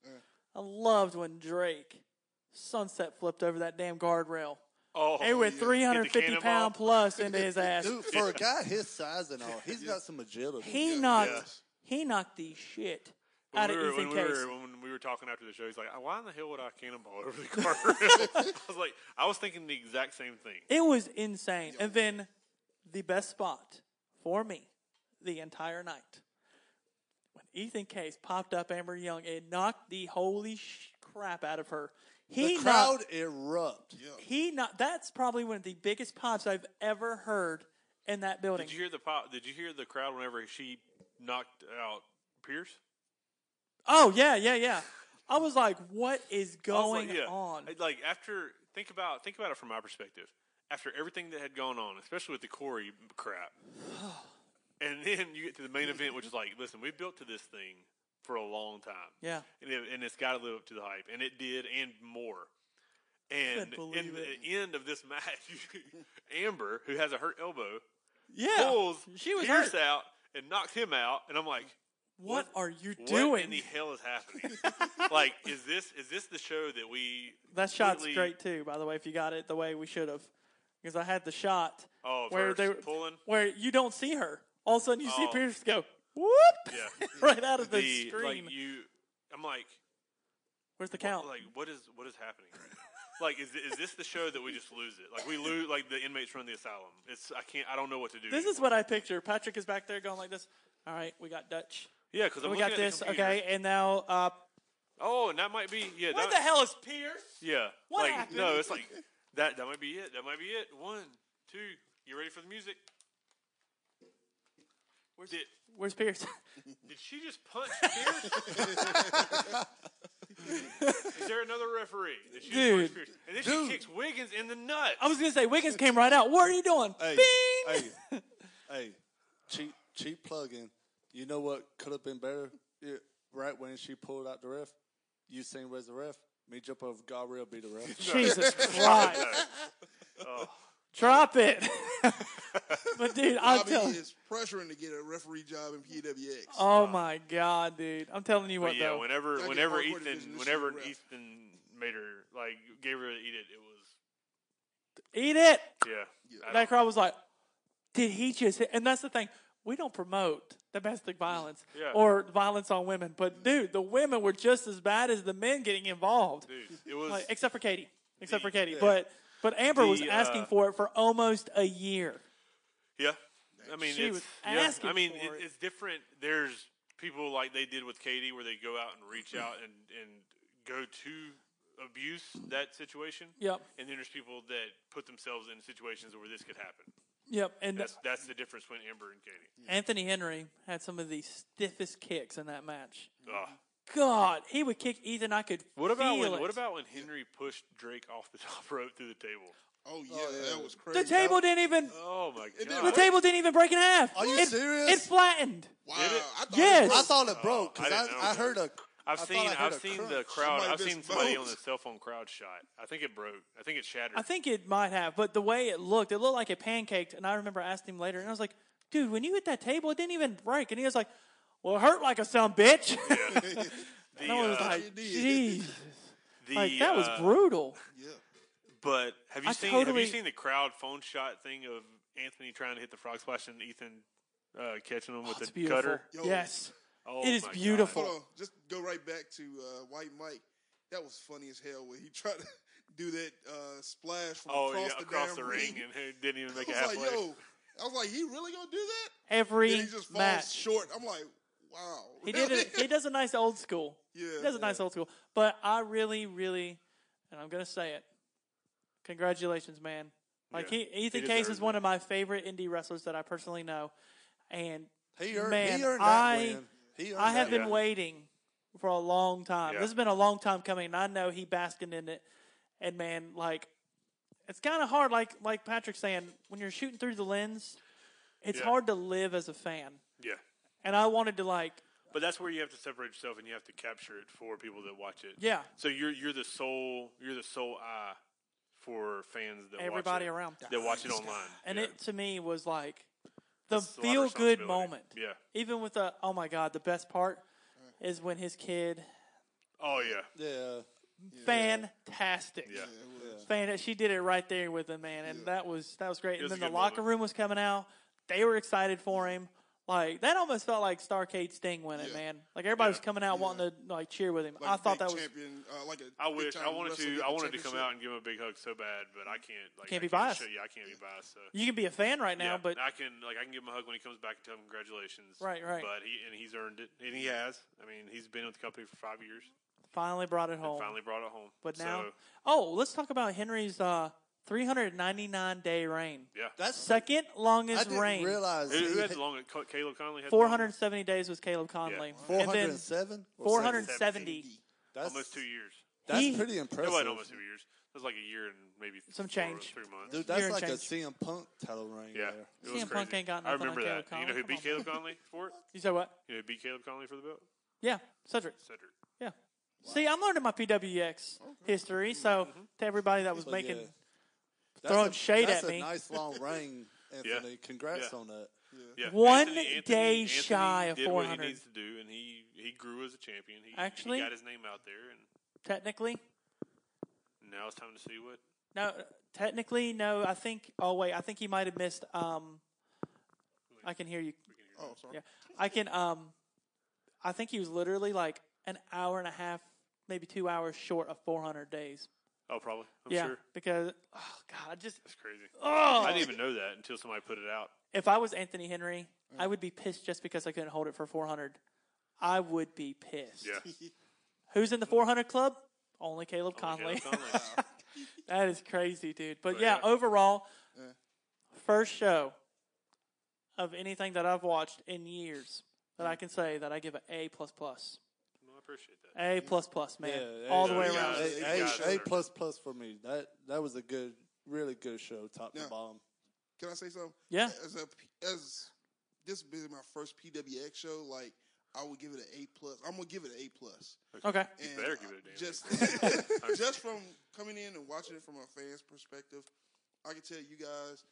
Speaker 5: I loved when Drake sunset flipped over that damn guardrail.
Speaker 1: Oh,
Speaker 5: They went 350
Speaker 1: cannonball.
Speaker 5: pound plus into his ass.
Speaker 3: Dude, for a guy his size and all,
Speaker 5: [laughs]
Speaker 3: he's got some agility.
Speaker 5: He knocked
Speaker 1: Yes.
Speaker 5: he knocked the shit
Speaker 1: When
Speaker 5: out
Speaker 1: we,
Speaker 5: of
Speaker 1: were, when,
Speaker 5: Ethan
Speaker 1: we
Speaker 5: Case.
Speaker 1: were, when we were talking after the show, he's like, "Why in the hell would I cannonball over
Speaker 5: [laughs]
Speaker 1: the car?" [laughs] I was like, "I was thinking the exact same thing."
Speaker 5: It was insane. And then the best spot for me the entire night when Ethan Case popped up Amber Young and knocked the holy sh- crap out of her. He
Speaker 3: the crowd
Speaker 5: knocked,
Speaker 3: erupt.
Speaker 5: he knocked, that's probably one of the biggest pops I've ever heard in that building.
Speaker 1: Did you hear the pop? Did you hear the crowd whenever she knocked out Pierce?
Speaker 5: oh yeah, yeah, yeah. I was like, what is
Speaker 1: I was
Speaker 5: going
Speaker 1: like, Oh, yeah.
Speaker 5: on?
Speaker 1: I- Like after think about think about it from my perspective. After everything that had gone on, especially with the Corey
Speaker 5: [sighs]
Speaker 1: crap, and then you get to the main event, which is like, listen, we built to this thing for a long time,
Speaker 5: Yeah.
Speaker 1: and, it, and it's got to live up to the hype, and it did, and more. And
Speaker 5: believe
Speaker 1: in
Speaker 5: it.
Speaker 1: the end of this match, [laughs] Amber, who has a hurt elbow,
Speaker 5: Yeah.
Speaker 1: pulls
Speaker 5: she was
Speaker 1: Pierce
Speaker 5: hurt.
Speaker 1: out and knocks him out, and I'm like,
Speaker 5: What are you
Speaker 1: What in
Speaker 5: doing?
Speaker 1: the hell is happening?
Speaker 5: [laughs]
Speaker 1: like, is this is this the show that we
Speaker 5: That shot's
Speaker 1: completely-
Speaker 5: great too, by the way. If you got it the way we should have, because I had the shot
Speaker 1: Oh, of
Speaker 5: where
Speaker 1: her
Speaker 5: they
Speaker 1: pulling?
Speaker 5: where you don't see her. All of a sudden, you see
Speaker 1: Oh.
Speaker 5: Pierce go whoop [laughs]
Speaker 1: Yeah.
Speaker 5: right out of the,
Speaker 1: [laughs] the
Speaker 5: screen.
Speaker 1: like you? I'm like,
Speaker 5: Where's the
Speaker 1: what-
Speaker 5: count?
Speaker 1: like what is what is happening? Right now? like, is is this the show that we just lose it? Like we lose like the inmates run the asylum. It's I can't I don't know what to do.
Speaker 5: this is what I picture. Patrick is back there going like this. All right, we got Dutch.
Speaker 1: yeah because I'm
Speaker 5: we
Speaker 1: looking at
Speaker 5: got
Speaker 1: the
Speaker 5: this.
Speaker 1: computer.
Speaker 5: Okay, and now uh,
Speaker 1: Oh, and that might be yeah.
Speaker 5: where
Speaker 1: that,
Speaker 5: the hell is Pierce?
Speaker 1: Yeah.
Speaker 5: What
Speaker 1: like,
Speaker 5: happened?
Speaker 1: No, it's like that. That might be it. That might be it. One, two. You ready for the music?
Speaker 5: Where's,
Speaker 1: Did
Speaker 5: where's Pierce?
Speaker 1: Did she just punch Pierce? [laughs] Is there another referee? Did she just punch
Speaker 5: Dude.
Speaker 1: Pierce? And then
Speaker 3: Dude.
Speaker 1: she kicks Wiggins in the nuts.
Speaker 5: [laughs] I was gonna say Wiggins came right out. What are you doing?
Speaker 3: Hey,
Speaker 5: Bing!
Speaker 3: hey, hey, cheap, cheap plug-in. You know what could have been better? Yeah, right when she pulled out the ref, you saying, "Where's the ref?" Me jump over guardrail, be
Speaker 1: [laughs]
Speaker 3: the ref.
Speaker 5: Jesus Christ! Drop it.
Speaker 1: [laughs]
Speaker 5: but dude, I'm
Speaker 2: Bobby
Speaker 5: telling.
Speaker 2: is pressuring to get a referee job in PWX.
Speaker 5: Oh my god, dude! I'm telling you
Speaker 1: But
Speaker 5: what
Speaker 1: yeah,
Speaker 5: though.
Speaker 1: whenever
Speaker 2: Gotta get
Speaker 1: whenever
Speaker 2: hardcore to
Speaker 1: Ethan
Speaker 2: business
Speaker 1: whenever
Speaker 2: with the ref.
Speaker 1: Ethan made her like gave her to eat it, it was
Speaker 5: Eat it.
Speaker 1: yeah. I don't-
Speaker 5: That crowd was like, "Did he just?" Hit? And that's the thing. We don't promote domestic violence
Speaker 1: Yeah.
Speaker 5: or violence on women, but dude, the women were just as bad as the men getting involved,
Speaker 1: Dude, it was
Speaker 5: like, except for Katie. Except
Speaker 1: The-
Speaker 5: for Katie, but but Amber was
Speaker 1: The, uh,
Speaker 5: asking for it for almost a year.
Speaker 1: Yeah, I mean,
Speaker 5: She
Speaker 1: it's,
Speaker 5: was
Speaker 1: yeah,
Speaker 5: asking
Speaker 1: I mean,
Speaker 5: for
Speaker 1: it,
Speaker 5: it.
Speaker 1: it's different. There's people like they did with Katie, where they go out and reach out and and go to abuse that situation.
Speaker 5: Yep.
Speaker 1: And then there's people that put themselves in situations where this could happen.
Speaker 5: Yep, and
Speaker 1: That's that's the difference between Amber and Katie.
Speaker 5: Anthony Henry had some of the stiffest kicks in that match.
Speaker 1: Ugh.
Speaker 5: God, he would kick Ethan. I could
Speaker 1: What about
Speaker 5: feel
Speaker 1: when,
Speaker 5: it.
Speaker 1: what about when Henry pushed Drake off the top rope through the table?
Speaker 2: Oh yeah,
Speaker 3: yeah.
Speaker 2: that was crazy.
Speaker 5: the table? Didn't even
Speaker 1: Oh my
Speaker 2: It did
Speaker 1: god!
Speaker 5: The table didn't even break in half.
Speaker 3: Are you
Speaker 5: it,
Speaker 3: serious?
Speaker 5: It flattened.
Speaker 2: Wow,
Speaker 1: Did it?
Speaker 2: I thought
Speaker 5: Yes.
Speaker 2: it
Speaker 3: I
Speaker 2: was-
Speaker 3: thought it broke
Speaker 1: Oh, I
Speaker 3: because
Speaker 1: didn't
Speaker 3: I,
Speaker 1: know
Speaker 3: I,
Speaker 1: that.
Speaker 3: heard a.
Speaker 1: I've
Speaker 3: I thought I
Speaker 1: seen
Speaker 3: heard
Speaker 1: I've
Speaker 3: a
Speaker 1: seen
Speaker 3: crunch.
Speaker 1: the crowd.
Speaker 2: Somebody
Speaker 1: I've seen
Speaker 2: missed
Speaker 1: somebody on
Speaker 2: both.
Speaker 1: the cell phone crowd shot. I think it broke. I think it shattered.
Speaker 5: I think it might have, but the way it looked, it looked like it pancaked. And I remember asking him later, and I was like, "Dude, when you hit that table, it didn't even break." And he was like, "Well, it hurt like a son bitch." [laughs]
Speaker 1: the,
Speaker 5: and I was
Speaker 1: uh,
Speaker 2: did.
Speaker 5: like, "Jesus,
Speaker 1: the,
Speaker 5: like that was
Speaker 1: uh,
Speaker 5: brutal."
Speaker 2: Yeah.
Speaker 1: But have you
Speaker 5: I
Speaker 1: seen have
Speaker 5: totally-
Speaker 1: you seen the crowd phone shot thing of Anthony trying to hit the frog splash and Ethan uh, catching him with
Speaker 5: Oh, It's
Speaker 1: the
Speaker 5: beautiful.
Speaker 1: cutter?
Speaker 2: Yo.
Speaker 5: Yes,
Speaker 1: Oh,
Speaker 5: It is
Speaker 1: my God.
Speaker 5: beautiful.
Speaker 2: Hold on, just go right back to uh, White Mike. That was funny as hell when he [laughs] tried to do that uh, splash from
Speaker 1: Oh
Speaker 2: across,
Speaker 1: yeah,
Speaker 2: the,
Speaker 1: across
Speaker 2: damn
Speaker 1: the ring, and he didn't even make it
Speaker 2: [laughs] I was
Speaker 1: halfway.
Speaker 2: like, yo, I was like, he really gonna do that?
Speaker 5: every
Speaker 2: Then he just falls
Speaker 5: match.
Speaker 2: short. I'm like, wow.
Speaker 5: He did it.
Speaker 2: [laughs]
Speaker 5: He does a nice
Speaker 1: [laughs]
Speaker 5: old school.
Speaker 2: Yeah.
Speaker 5: he does a nice old school. But I really, really, and I'm gonna say it. Congratulations, man! Like
Speaker 1: Yeah,
Speaker 5: he, Ethan
Speaker 1: he
Speaker 5: Case
Speaker 1: deserves
Speaker 5: is one of my favorite indie wrestlers that I personally know, and
Speaker 3: He earned,
Speaker 5: Man,
Speaker 3: he earned that
Speaker 5: I-
Speaker 3: win. He earned
Speaker 5: I have
Speaker 3: that
Speaker 5: been
Speaker 1: Yeah.
Speaker 5: waiting for a long time.
Speaker 1: Yeah.
Speaker 5: This has been a long time coming, and I know he basking in it. And man, like it's kind of hard, like like Patrick's saying, when you're shooting through the lens, it's
Speaker 1: Yeah.
Speaker 5: hard to live as a fan.
Speaker 1: yeah,
Speaker 5: And I wanted to like,
Speaker 1: but that's where you have to separate yourself, and you have to capture it for people that watch it.
Speaker 5: yeah,
Speaker 1: So you're you're the sole you're the sole eye for fans that
Speaker 5: everybody
Speaker 1: watch it,
Speaker 5: around.
Speaker 1: that watch it online,
Speaker 5: And
Speaker 1: yeah.
Speaker 5: it to me was like the
Speaker 1: It's a lot of
Speaker 5: feel good
Speaker 1: responsibility.
Speaker 5: moment.
Speaker 1: Yeah.
Speaker 5: Even with the oh my god, the best part is when his kid
Speaker 1: Oh yeah.
Speaker 3: Yeah.
Speaker 5: fantastic.
Speaker 1: Yeah.
Speaker 5: Fan she did it right there with him, man, and that was that was great.
Speaker 1: was
Speaker 5: and
Speaker 1: a
Speaker 5: then the
Speaker 1: good
Speaker 5: locker
Speaker 1: moment.
Speaker 5: room was coming out. They were excited for him. Like that almost felt like Starcade Sting winning,
Speaker 2: Yeah.
Speaker 5: man. Like everybody
Speaker 1: Yeah.
Speaker 5: was coming out wanting to like cheer with him.
Speaker 2: Like
Speaker 5: I
Speaker 2: a
Speaker 5: thought
Speaker 2: big
Speaker 5: that was
Speaker 2: champion, uh, like a
Speaker 1: I wish
Speaker 2: big-time
Speaker 1: I wanted
Speaker 2: wrestler
Speaker 1: to.
Speaker 2: get
Speaker 1: I
Speaker 2: the
Speaker 1: wanted to come
Speaker 2: championship.
Speaker 1: out and give him a big hug so bad, but I can't. Like,
Speaker 5: Can't
Speaker 1: I
Speaker 5: be biased.
Speaker 1: show you- I can't be biased. So.
Speaker 5: you can be a fan right now,
Speaker 1: yeah,
Speaker 5: but
Speaker 1: I can like I can give him a hug when he comes back and tell him congratulations.
Speaker 5: Right, right.
Speaker 1: But he and he's earned it, and he has. I mean, he's been with the company for five years.
Speaker 5: finally brought it home.
Speaker 1: Finally brought it home.
Speaker 5: But now,
Speaker 1: so,
Speaker 5: oh, let's talk about Henry's uh, 399 day reign.
Speaker 1: yeah,
Speaker 3: That's.
Speaker 5: Second
Speaker 3: I
Speaker 5: longest
Speaker 3: didn't
Speaker 5: reign.
Speaker 3: realize.
Speaker 1: who, who
Speaker 3: he
Speaker 1: had the
Speaker 3: hit
Speaker 1: longest? Co- Caleb Conley had the
Speaker 5: 470 days was Caleb Conley. And then
Speaker 3: 407? Or
Speaker 5: 470.
Speaker 3: 70? That's,
Speaker 1: longest? almost two years.
Speaker 3: That's
Speaker 5: He-
Speaker 3: pretty
Speaker 1: It
Speaker 3: impressive.
Speaker 1: wasn't almost two years. It was like a year and maybe
Speaker 5: Some
Speaker 1: four-
Speaker 5: change.
Speaker 1: three months.
Speaker 3: Dude,
Speaker 5: Year
Speaker 3: that's
Speaker 5: and
Speaker 3: like
Speaker 5: change.
Speaker 3: a CM Punk title ring
Speaker 1: yeah,
Speaker 3: there.
Speaker 1: it was
Speaker 5: CM
Speaker 1: crazy.
Speaker 5: Punk ain't got
Speaker 1: I
Speaker 5: nothing on
Speaker 1: remember that.
Speaker 5: Caleb
Speaker 1: You know who
Speaker 5: Conley.
Speaker 1: beat
Speaker 5: Come on,
Speaker 1: Caleb Conley for it?
Speaker 5: You said what?
Speaker 1: You know who beat Caleb Conley for the belt?
Speaker 5: Yeah, Cedric.
Speaker 1: Cedric.
Speaker 5: Yeah. See, I'm learning my PWX history. So to everybody that was
Speaker 3: But
Speaker 5: making,
Speaker 3: Mm-hmm. yeah.
Speaker 5: throwing
Speaker 3: That's a-
Speaker 5: shade
Speaker 3: that's
Speaker 5: at
Speaker 3: a
Speaker 5: me.
Speaker 3: [laughs] nice long reign, Anthony. Congrats
Speaker 1: Yeah.
Speaker 3: on that.
Speaker 1: Yeah,
Speaker 5: One
Speaker 1: Anthony- Anthony-
Speaker 5: day
Speaker 1: Anthony
Speaker 5: shy of
Speaker 1: did what he
Speaker 5: 400.
Speaker 1: needs to do, and he he grew as a champion. He,
Speaker 5: Actually-
Speaker 1: he got his name out there, and
Speaker 5: Technically,
Speaker 1: now it's time to see what.
Speaker 5: no. Technically, no. I think. Oh wait, I think he might have missed. Um, I can hear you.
Speaker 2: Oh, sorry.
Speaker 5: Yeah, I can. Um, I think he was literally like an hour and a half, maybe two hours short of 400 days.
Speaker 1: Oh, probably. I'm
Speaker 5: yeah,
Speaker 1: sure.
Speaker 5: because oh god, I just
Speaker 1: That's crazy.
Speaker 5: oh.
Speaker 1: I didn't even know that until somebody put it out.
Speaker 5: if I was Anthony Henry,
Speaker 1: Mm.
Speaker 5: I would be pissed just because I couldn't hold it for 400. I would be pissed. [laughs]
Speaker 1: Yeah.
Speaker 5: Who's in the 400 club? Only Caleb Conley.
Speaker 1: Caleb
Speaker 5: [laughs]
Speaker 1: Conley.
Speaker 5: that is crazy, dude. But
Speaker 1: But
Speaker 5: yeah,
Speaker 1: yeah.
Speaker 5: overall,
Speaker 2: Yeah.
Speaker 5: first show of anything that I've watched in years that I can say that I give a A plus plus.
Speaker 1: Well, I appreciate that.
Speaker 5: A plus plus, man.
Speaker 3: Yeah,
Speaker 5: All
Speaker 3: A-
Speaker 5: the way
Speaker 1: Mm. Yeah.
Speaker 5: around.
Speaker 1: Yeah.
Speaker 3: A,
Speaker 1: you
Speaker 3: A-
Speaker 1: guys
Speaker 3: A
Speaker 1: are-
Speaker 3: plus plus for me. That that was a good, really good show, top
Speaker 2: Yeah.
Speaker 3: to bottom.
Speaker 2: Can I say something?
Speaker 5: Yeah.
Speaker 2: As a P- as this being my first PWX show, like I would give it an A plus. I'm gonna give it an A plus.
Speaker 5: Okay.
Speaker 1: [laughs]
Speaker 2: And
Speaker 1: better give it a damn A
Speaker 2: Just
Speaker 1: [laughs]
Speaker 2: [laughs] just from coming in and watching it from a fan's perspective, I can tell you guys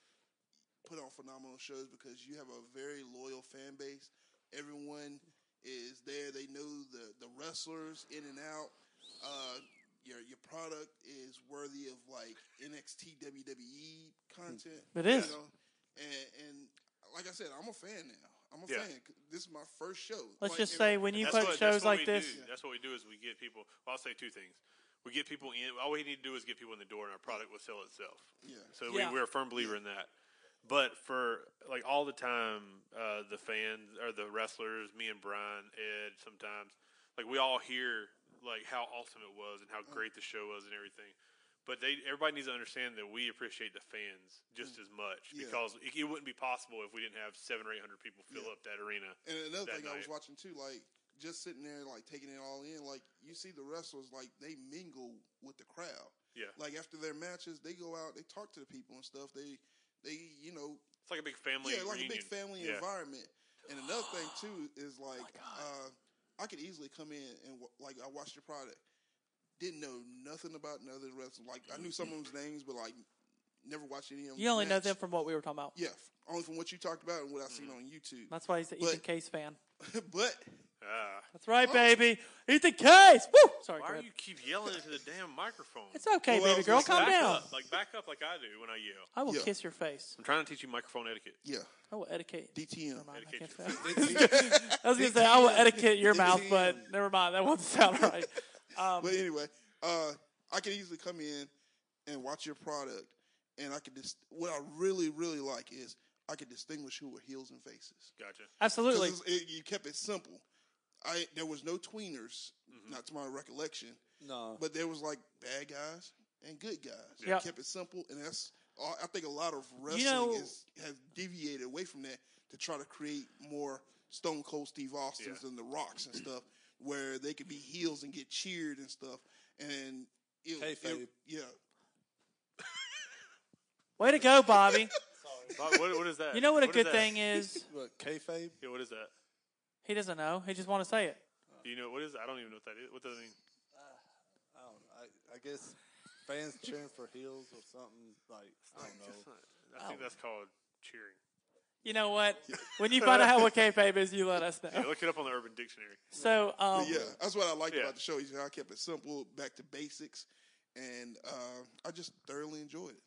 Speaker 2: put on phenomenal shows because you have a very loyal fan base. Everyone is there. They know the the wrestlers in and out. Uh, your your product is worthy of like NXT WWE E content.
Speaker 5: It
Speaker 2: you
Speaker 5: is.
Speaker 2: know? and and like I said, I'm a fan now. I'm a
Speaker 1: Yeah.
Speaker 2: fan. This is my first show. Like,
Speaker 5: Let's just
Speaker 2: and-
Speaker 5: say when you
Speaker 1: That's
Speaker 5: put
Speaker 1: what- that's
Speaker 5: shows
Speaker 1: what
Speaker 5: like
Speaker 1: we
Speaker 5: this,
Speaker 1: do. that's what we do is we get people. Well, I'll say two things. We get people in. All we need to do is get people in the door, and our product will sell itself.
Speaker 2: Yeah.
Speaker 1: So
Speaker 5: Yeah.
Speaker 1: We, we're a firm believer in that. But for like all the time, uh, the fans or the wrestlers, me and Brian, Ed, sometimes like we all hear like how awesome it was and how
Speaker 2: Mm.
Speaker 1: great the show was and everything. But they everybody needs to understand that we appreciate the fans just as much
Speaker 2: Mm. Yeah.
Speaker 1: because it, it wouldn't be possible if we didn't have seven or eight hundred people fill
Speaker 2: Yeah.
Speaker 1: up that arena.
Speaker 2: And another
Speaker 1: that
Speaker 2: thing I was
Speaker 1: night.
Speaker 2: watching too, like just sitting there, like taking it all in. Like you see the wrestlers, like they mingle with the crowd.
Speaker 1: Yeah.
Speaker 2: Like after their matches, they go out, they talk to the people and stuff. They, they, you know,
Speaker 1: It's like a big family.
Speaker 2: yeah, like a big
Speaker 1: reunion.
Speaker 2: family
Speaker 1: Yeah. Oh
Speaker 2: environment. And another
Speaker 1: [gasps]
Speaker 2: thing too is like, uh, I could easily come in and wa- like I watched your product, didn't know nothing about another wrestler. Like I knew some
Speaker 1: [laughs]
Speaker 2: of them's names, but like never watched any of them.
Speaker 5: you only know Mm. them from what we were talking about.
Speaker 2: yeah, f- only from what you talked about and what I've seen on YouTube.
Speaker 5: That's why he's an
Speaker 2: But-
Speaker 5: Ethan Case fan.
Speaker 2: [laughs] but
Speaker 1: Ah.
Speaker 5: That's right, baby. Ethan Case. Woo! Sorry, go
Speaker 1: Why
Speaker 5: ahead.
Speaker 1: do you keep yelling into the damn microphone?
Speaker 5: It's okay,
Speaker 2: Well, I
Speaker 5: baby
Speaker 2: was
Speaker 5: girl.
Speaker 2: gonna
Speaker 5: Calm
Speaker 1: back
Speaker 5: down.
Speaker 1: up, like back up, like I do when I yell.
Speaker 5: I will
Speaker 2: Yeah.
Speaker 5: kiss your face.
Speaker 1: I'm trying to teach you microphone etiquette.
Speaker 2: yeah,
Speaker 5: I will etiquette.
Speaker 2: DTM.
Speaker 5: Never mind, I,
Speaker 1: Etiquette
Speaker 5: can't say that. [laughs] I was gonna say I will etiquette your mouth, but never mind. That won't [laughs] sound right. Um,
Speaker 2: But anyway, uh, I could easily come in and watch your product, and I could just what I really really like is I could distinguish who were heels and faces.
Speaker 1: Gotcha.
Speaker 2: 'Cause
Speaker 5: absolutely.
Speaker 2: it's- it, you kept it simple. I there was no tweeners, not to my recollection,
Speaker 3: No,
Speaker 2: but there was like bad guys and good guys.
Speaker 5: Yeah.
Speaker 2: You kept it simple, and that's all- I think a lot of wrestling
Speaker 5: know-
Speaker 2: is, has deviated away from that to try to create more Stone Cold Steve Austin's
Speaker 1: Yeah.
Speaker 2: and The Rocks and stuff, where they could be heels and get cheered and stuff, and it,
Speaker 3: Kayfabe.
Speaker 2: it- yeah,
Speaker 5: Way to go, Bobby.
Speaker 1: Bob, what, what is that?
Speaker 5: You know what a
Speaker 1: is
Speaker 5: good
Speaker 1: that?
Speaker 5: thing is?
Speaker 3: what kayfabe?
Speaker 1: Yeah, what is that?
Speaker 5: He doesn't know. He just want to say it.
Speaker 1: Do you know what is? I don't even know what that is. What does that mean?
Speaker 3: I, don't know. I, I guess fans cheering for heels or something like I don't know.
Speaker 1: I
Speaker 5: Oh.
Speaker 1: think that's called cheering.
Speaker 5: You know what? When you find out what kayfabe is, you let us know.
Speaker 1: Yeah, look it up on the Urban Dictionary.
Speaker 5: So, um,
Speaker 2: But yeah. That's what I liked
Speaker 1: Yeah.
Speaker 2: about the show. Is how I kept it simple, back to basics, and uh, I just thoroughly enjoyed it.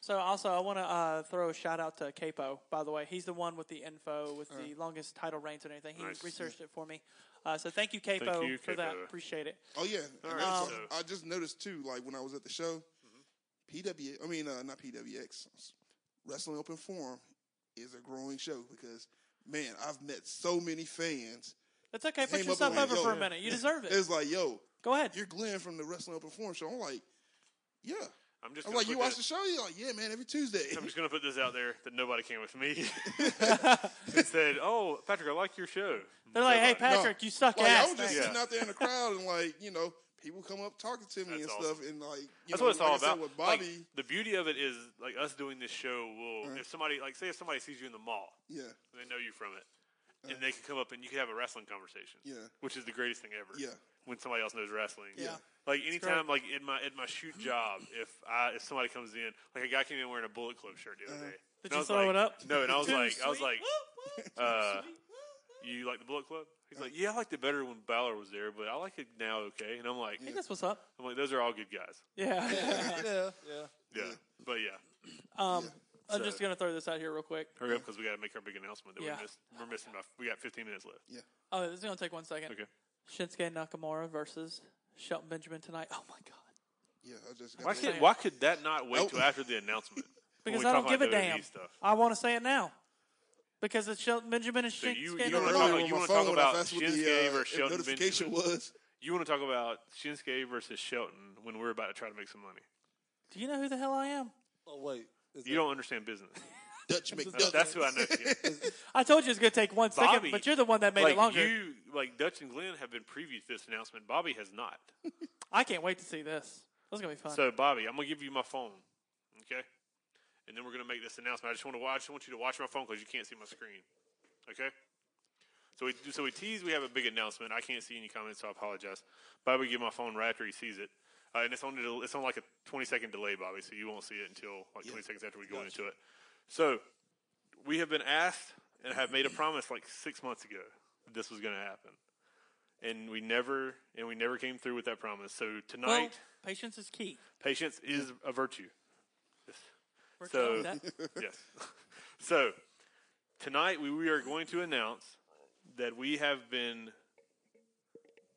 Speaker 5: so also, I want to uh, throw a shout out to Capo. By the way, he's the one with the info with the longest title reigns and everything. He
Speaker 1: Nice.
Speaker 5: researched it for me. Uh, so thank you, Capo,
Speaker 1: you,
Speaker 5: for that.
Speaker 1: Capo.
Speaker 5: Appreciate it.
Speaker 2: Oh yeah,
Speaker 1: All
Speaker 2: And
Speaker 1: right, Mm-hmm.
Speaker 2: also,
Speaker 1: so-
Speaker 2: I just noticed too, like when I was at the show, PW, I mean uh, not PWX, Wrestling Open Forum is a growing show because man, I've met so many fans.
Speaker 5: That's okay. Put
Speaker 2: Came up
Speaker 5: yourself
Speaker 2: with
Speaker 5: over
Speaker 2: it.
Speaker 5: for a
Speaker 2: Yeah.
Speaker 5: minute. You deserve it.
Speaker 2: It's like, yo,
Speaker 5: Go ahead.
Speaker 2: you're Glenn from the Wrestling Open Forum show. I'm like, yeah.
Speaker 1: I'm just
Speaker 2: I'm
Speaker 1: gonna
Speaker 2: like,
Speaker 1: put
Speaker 2: you watch the
Speaker 1: this-
Speaker 2: show? You're like, yeah, man, every Tuesday.
Speaker 1: I'm
Speaker 2: [laughs]
Speaker 1: just gonna put this out there that nobody came with me. and said, "Oh, Patrick, I like your show."
Speaker 5: They're like, "Hey,
Speaker 1: Nobody.
Speaker 2: No.
Speaker 5: Patrick, you suck
Speaker 2: like, I
Speaker 5: ass."
Speaker 2: was just
Speaker 5: Thanks.
Speaker 2: sitting out there in the crowd and like, you know, people come up talking to me
Speaker 1: That's
Speaker 2: and
Speaker 1: awesome.
Speaker 2: stuff, and like, you
Speaker 1: That's
Speaker 2: know,
Speaker 1: what it's
Speaker 2: like
Speaker 1: all
Speaker 2: I said
Speaker 1: about.
Speaker 2: With
Speaker 1: Like,
Speaker 2: Bobby, Uh-huh.
Speaker 1: the beauty of it is like us doing this show will if somebody like say if somebody sees you in the mall,
Speaker 2: yeah,
Speaker 1: and they know you from it, and they can come up and you can have a wrestling conversation.
Speaker 2: Uh-huh. Yeah.
Speaker 1: which is the greatest thing ever.
Speaker 2: Yeah.
Speaker 1: when somebody else knows wrestling.
Speaker 5: Yeah.
Speaker 1: like anytime,
Speaker 2: Uh-huh.
Speaker 1: like in my at my shoot job, if I if somebody comes in, like a guy came in wearing a Bullet Club shirt the other day, And
Speaker 5: Did
Speaker 1: I
Speaker 5: you
Speaker 1: was
Speaker 5: throw
Speaker 1: like-
Speaker 5: it up?
Speaker 1: No, and I was
Speaker 5: [laughs] Too
Speaker 1: like, I was
Speaker 5: sweet.
Speaker 1: like,
Speaker 5: Woo, woo,
Speaker 1: uh,
Speaker 5: too sweet. Woo, woo.
Speaker 1: you like the Bullet Club? He's
Speaker 2: Uh-huh.
Speaker 1: like, yeah, I liked it better when Balor was there, but I like it now, okay? And I'm like,
Speaker 5: I think that's what's up.
Speaker 1: I'm like, those are all good guys.
Speaker 5: Yeah.
Speaker 3: [laughs] yeah, yeah.
Speaker 1: Yeah, but yeah,
Speaker 5: [laughs] Um, I'm
Speaker 1: So-
Speaker 5: just gonna throw this out here real quick.
Speaker 1: hurry up because we got to make our big announcement that
Speaker 5: Yeah.
Speaker 1: we missed. We're missing about. We got 15 minutes left.
Speaker 5: Oh, this is gonna take one second.
Speaker 1: Okay.
Speaker 5: Shinsuke Nakamura versus Shelton Benjamin tonight. Oh my god.
Speaker 2: Yeah, I just got
Speaker 1: Why
Speaker 2: that.
Speaker 1: could Why could that not wait
Speaker 2: Nope.
Speaker 1: till after the
Speaker 5: [laughs]
Speaker 1: announcement? When
Speaker 5: Because
Speaker 1: we
Speaker 5: I
Speaker 1: talk
Speaker 5: don't give a
Speaker 1: about WWE
Speaker 5: damn.
Speaker 1: Stuff.
Speaker 5: I want to say it now. Because it's Shelton Benjamin and
Speaker 1: So
Speaker 5: Shinsuke
Speaker 1: you- you
Speaker 5: Nakamura.
Speaker 1: don't wanna
Speaker 2: Earlier
Speaker 1: talk- you
Speaker 2: when my
Speaker 1: wanna
Speaker 2: phone
Speaker 1: talk
Speaker 2: went off,
Speaker 1: about
Speaker 2: that's what
Speaker 1: Shinsuke
Speaker 2: uh,
Speaker 1: versus
Speaker 2: if
Speaker 1: Shelton
Speaker 2: notification was.
Speaker 1: You want to talk about Shinsuke versus Shelton when we're about to try to make some money?
Speaker 5: Do you know who the hell I am?
Speaker 3: Oh wait, is
Speaker 1: You don't understand business. [laughs]
Speaker 2: Dutch McDuck.
Speaker 1: That's, that's who I know. you.
Speaker 5: I told you it's gonna take one second,
Speaker 1: Bobby,
Speaker 5: but you're the one that made
Speaker 1: like
Speaker 5: it longer.
Speaker 1: you, like Dutch and Glenn have been preview to this announcement. Bobby has not.
Speaker 5: I can't wait to see this. This is gonna be fun.
Speaker 1: So Bobby, I'm gonna give you my phone, okay? And then we're gonna make this announcement. I just want to watch. I want you to watch my phone because you can't see my screen, okay? So we so we tease. We have a big announcement. I can't see any comments, so I apologize. Bobby, will give my phone right after he sees it, uh, and it's on the- it's on like a 20 second delay, Bobby. So you won't see it until like 20 seconds after we go into it. So we have been asked and have made a promise like six months ago that this was gonna happen. And we never and we never came through with that promise. So tonight
Speaker 5: well, patience is key.
Speaker 1: Patience is a virtue.
Speaker 5: We're
Speaker 1: So-
Speaker 5: telling that.
Speaker 1: Yes. so tonight we, we are going to announce that we have been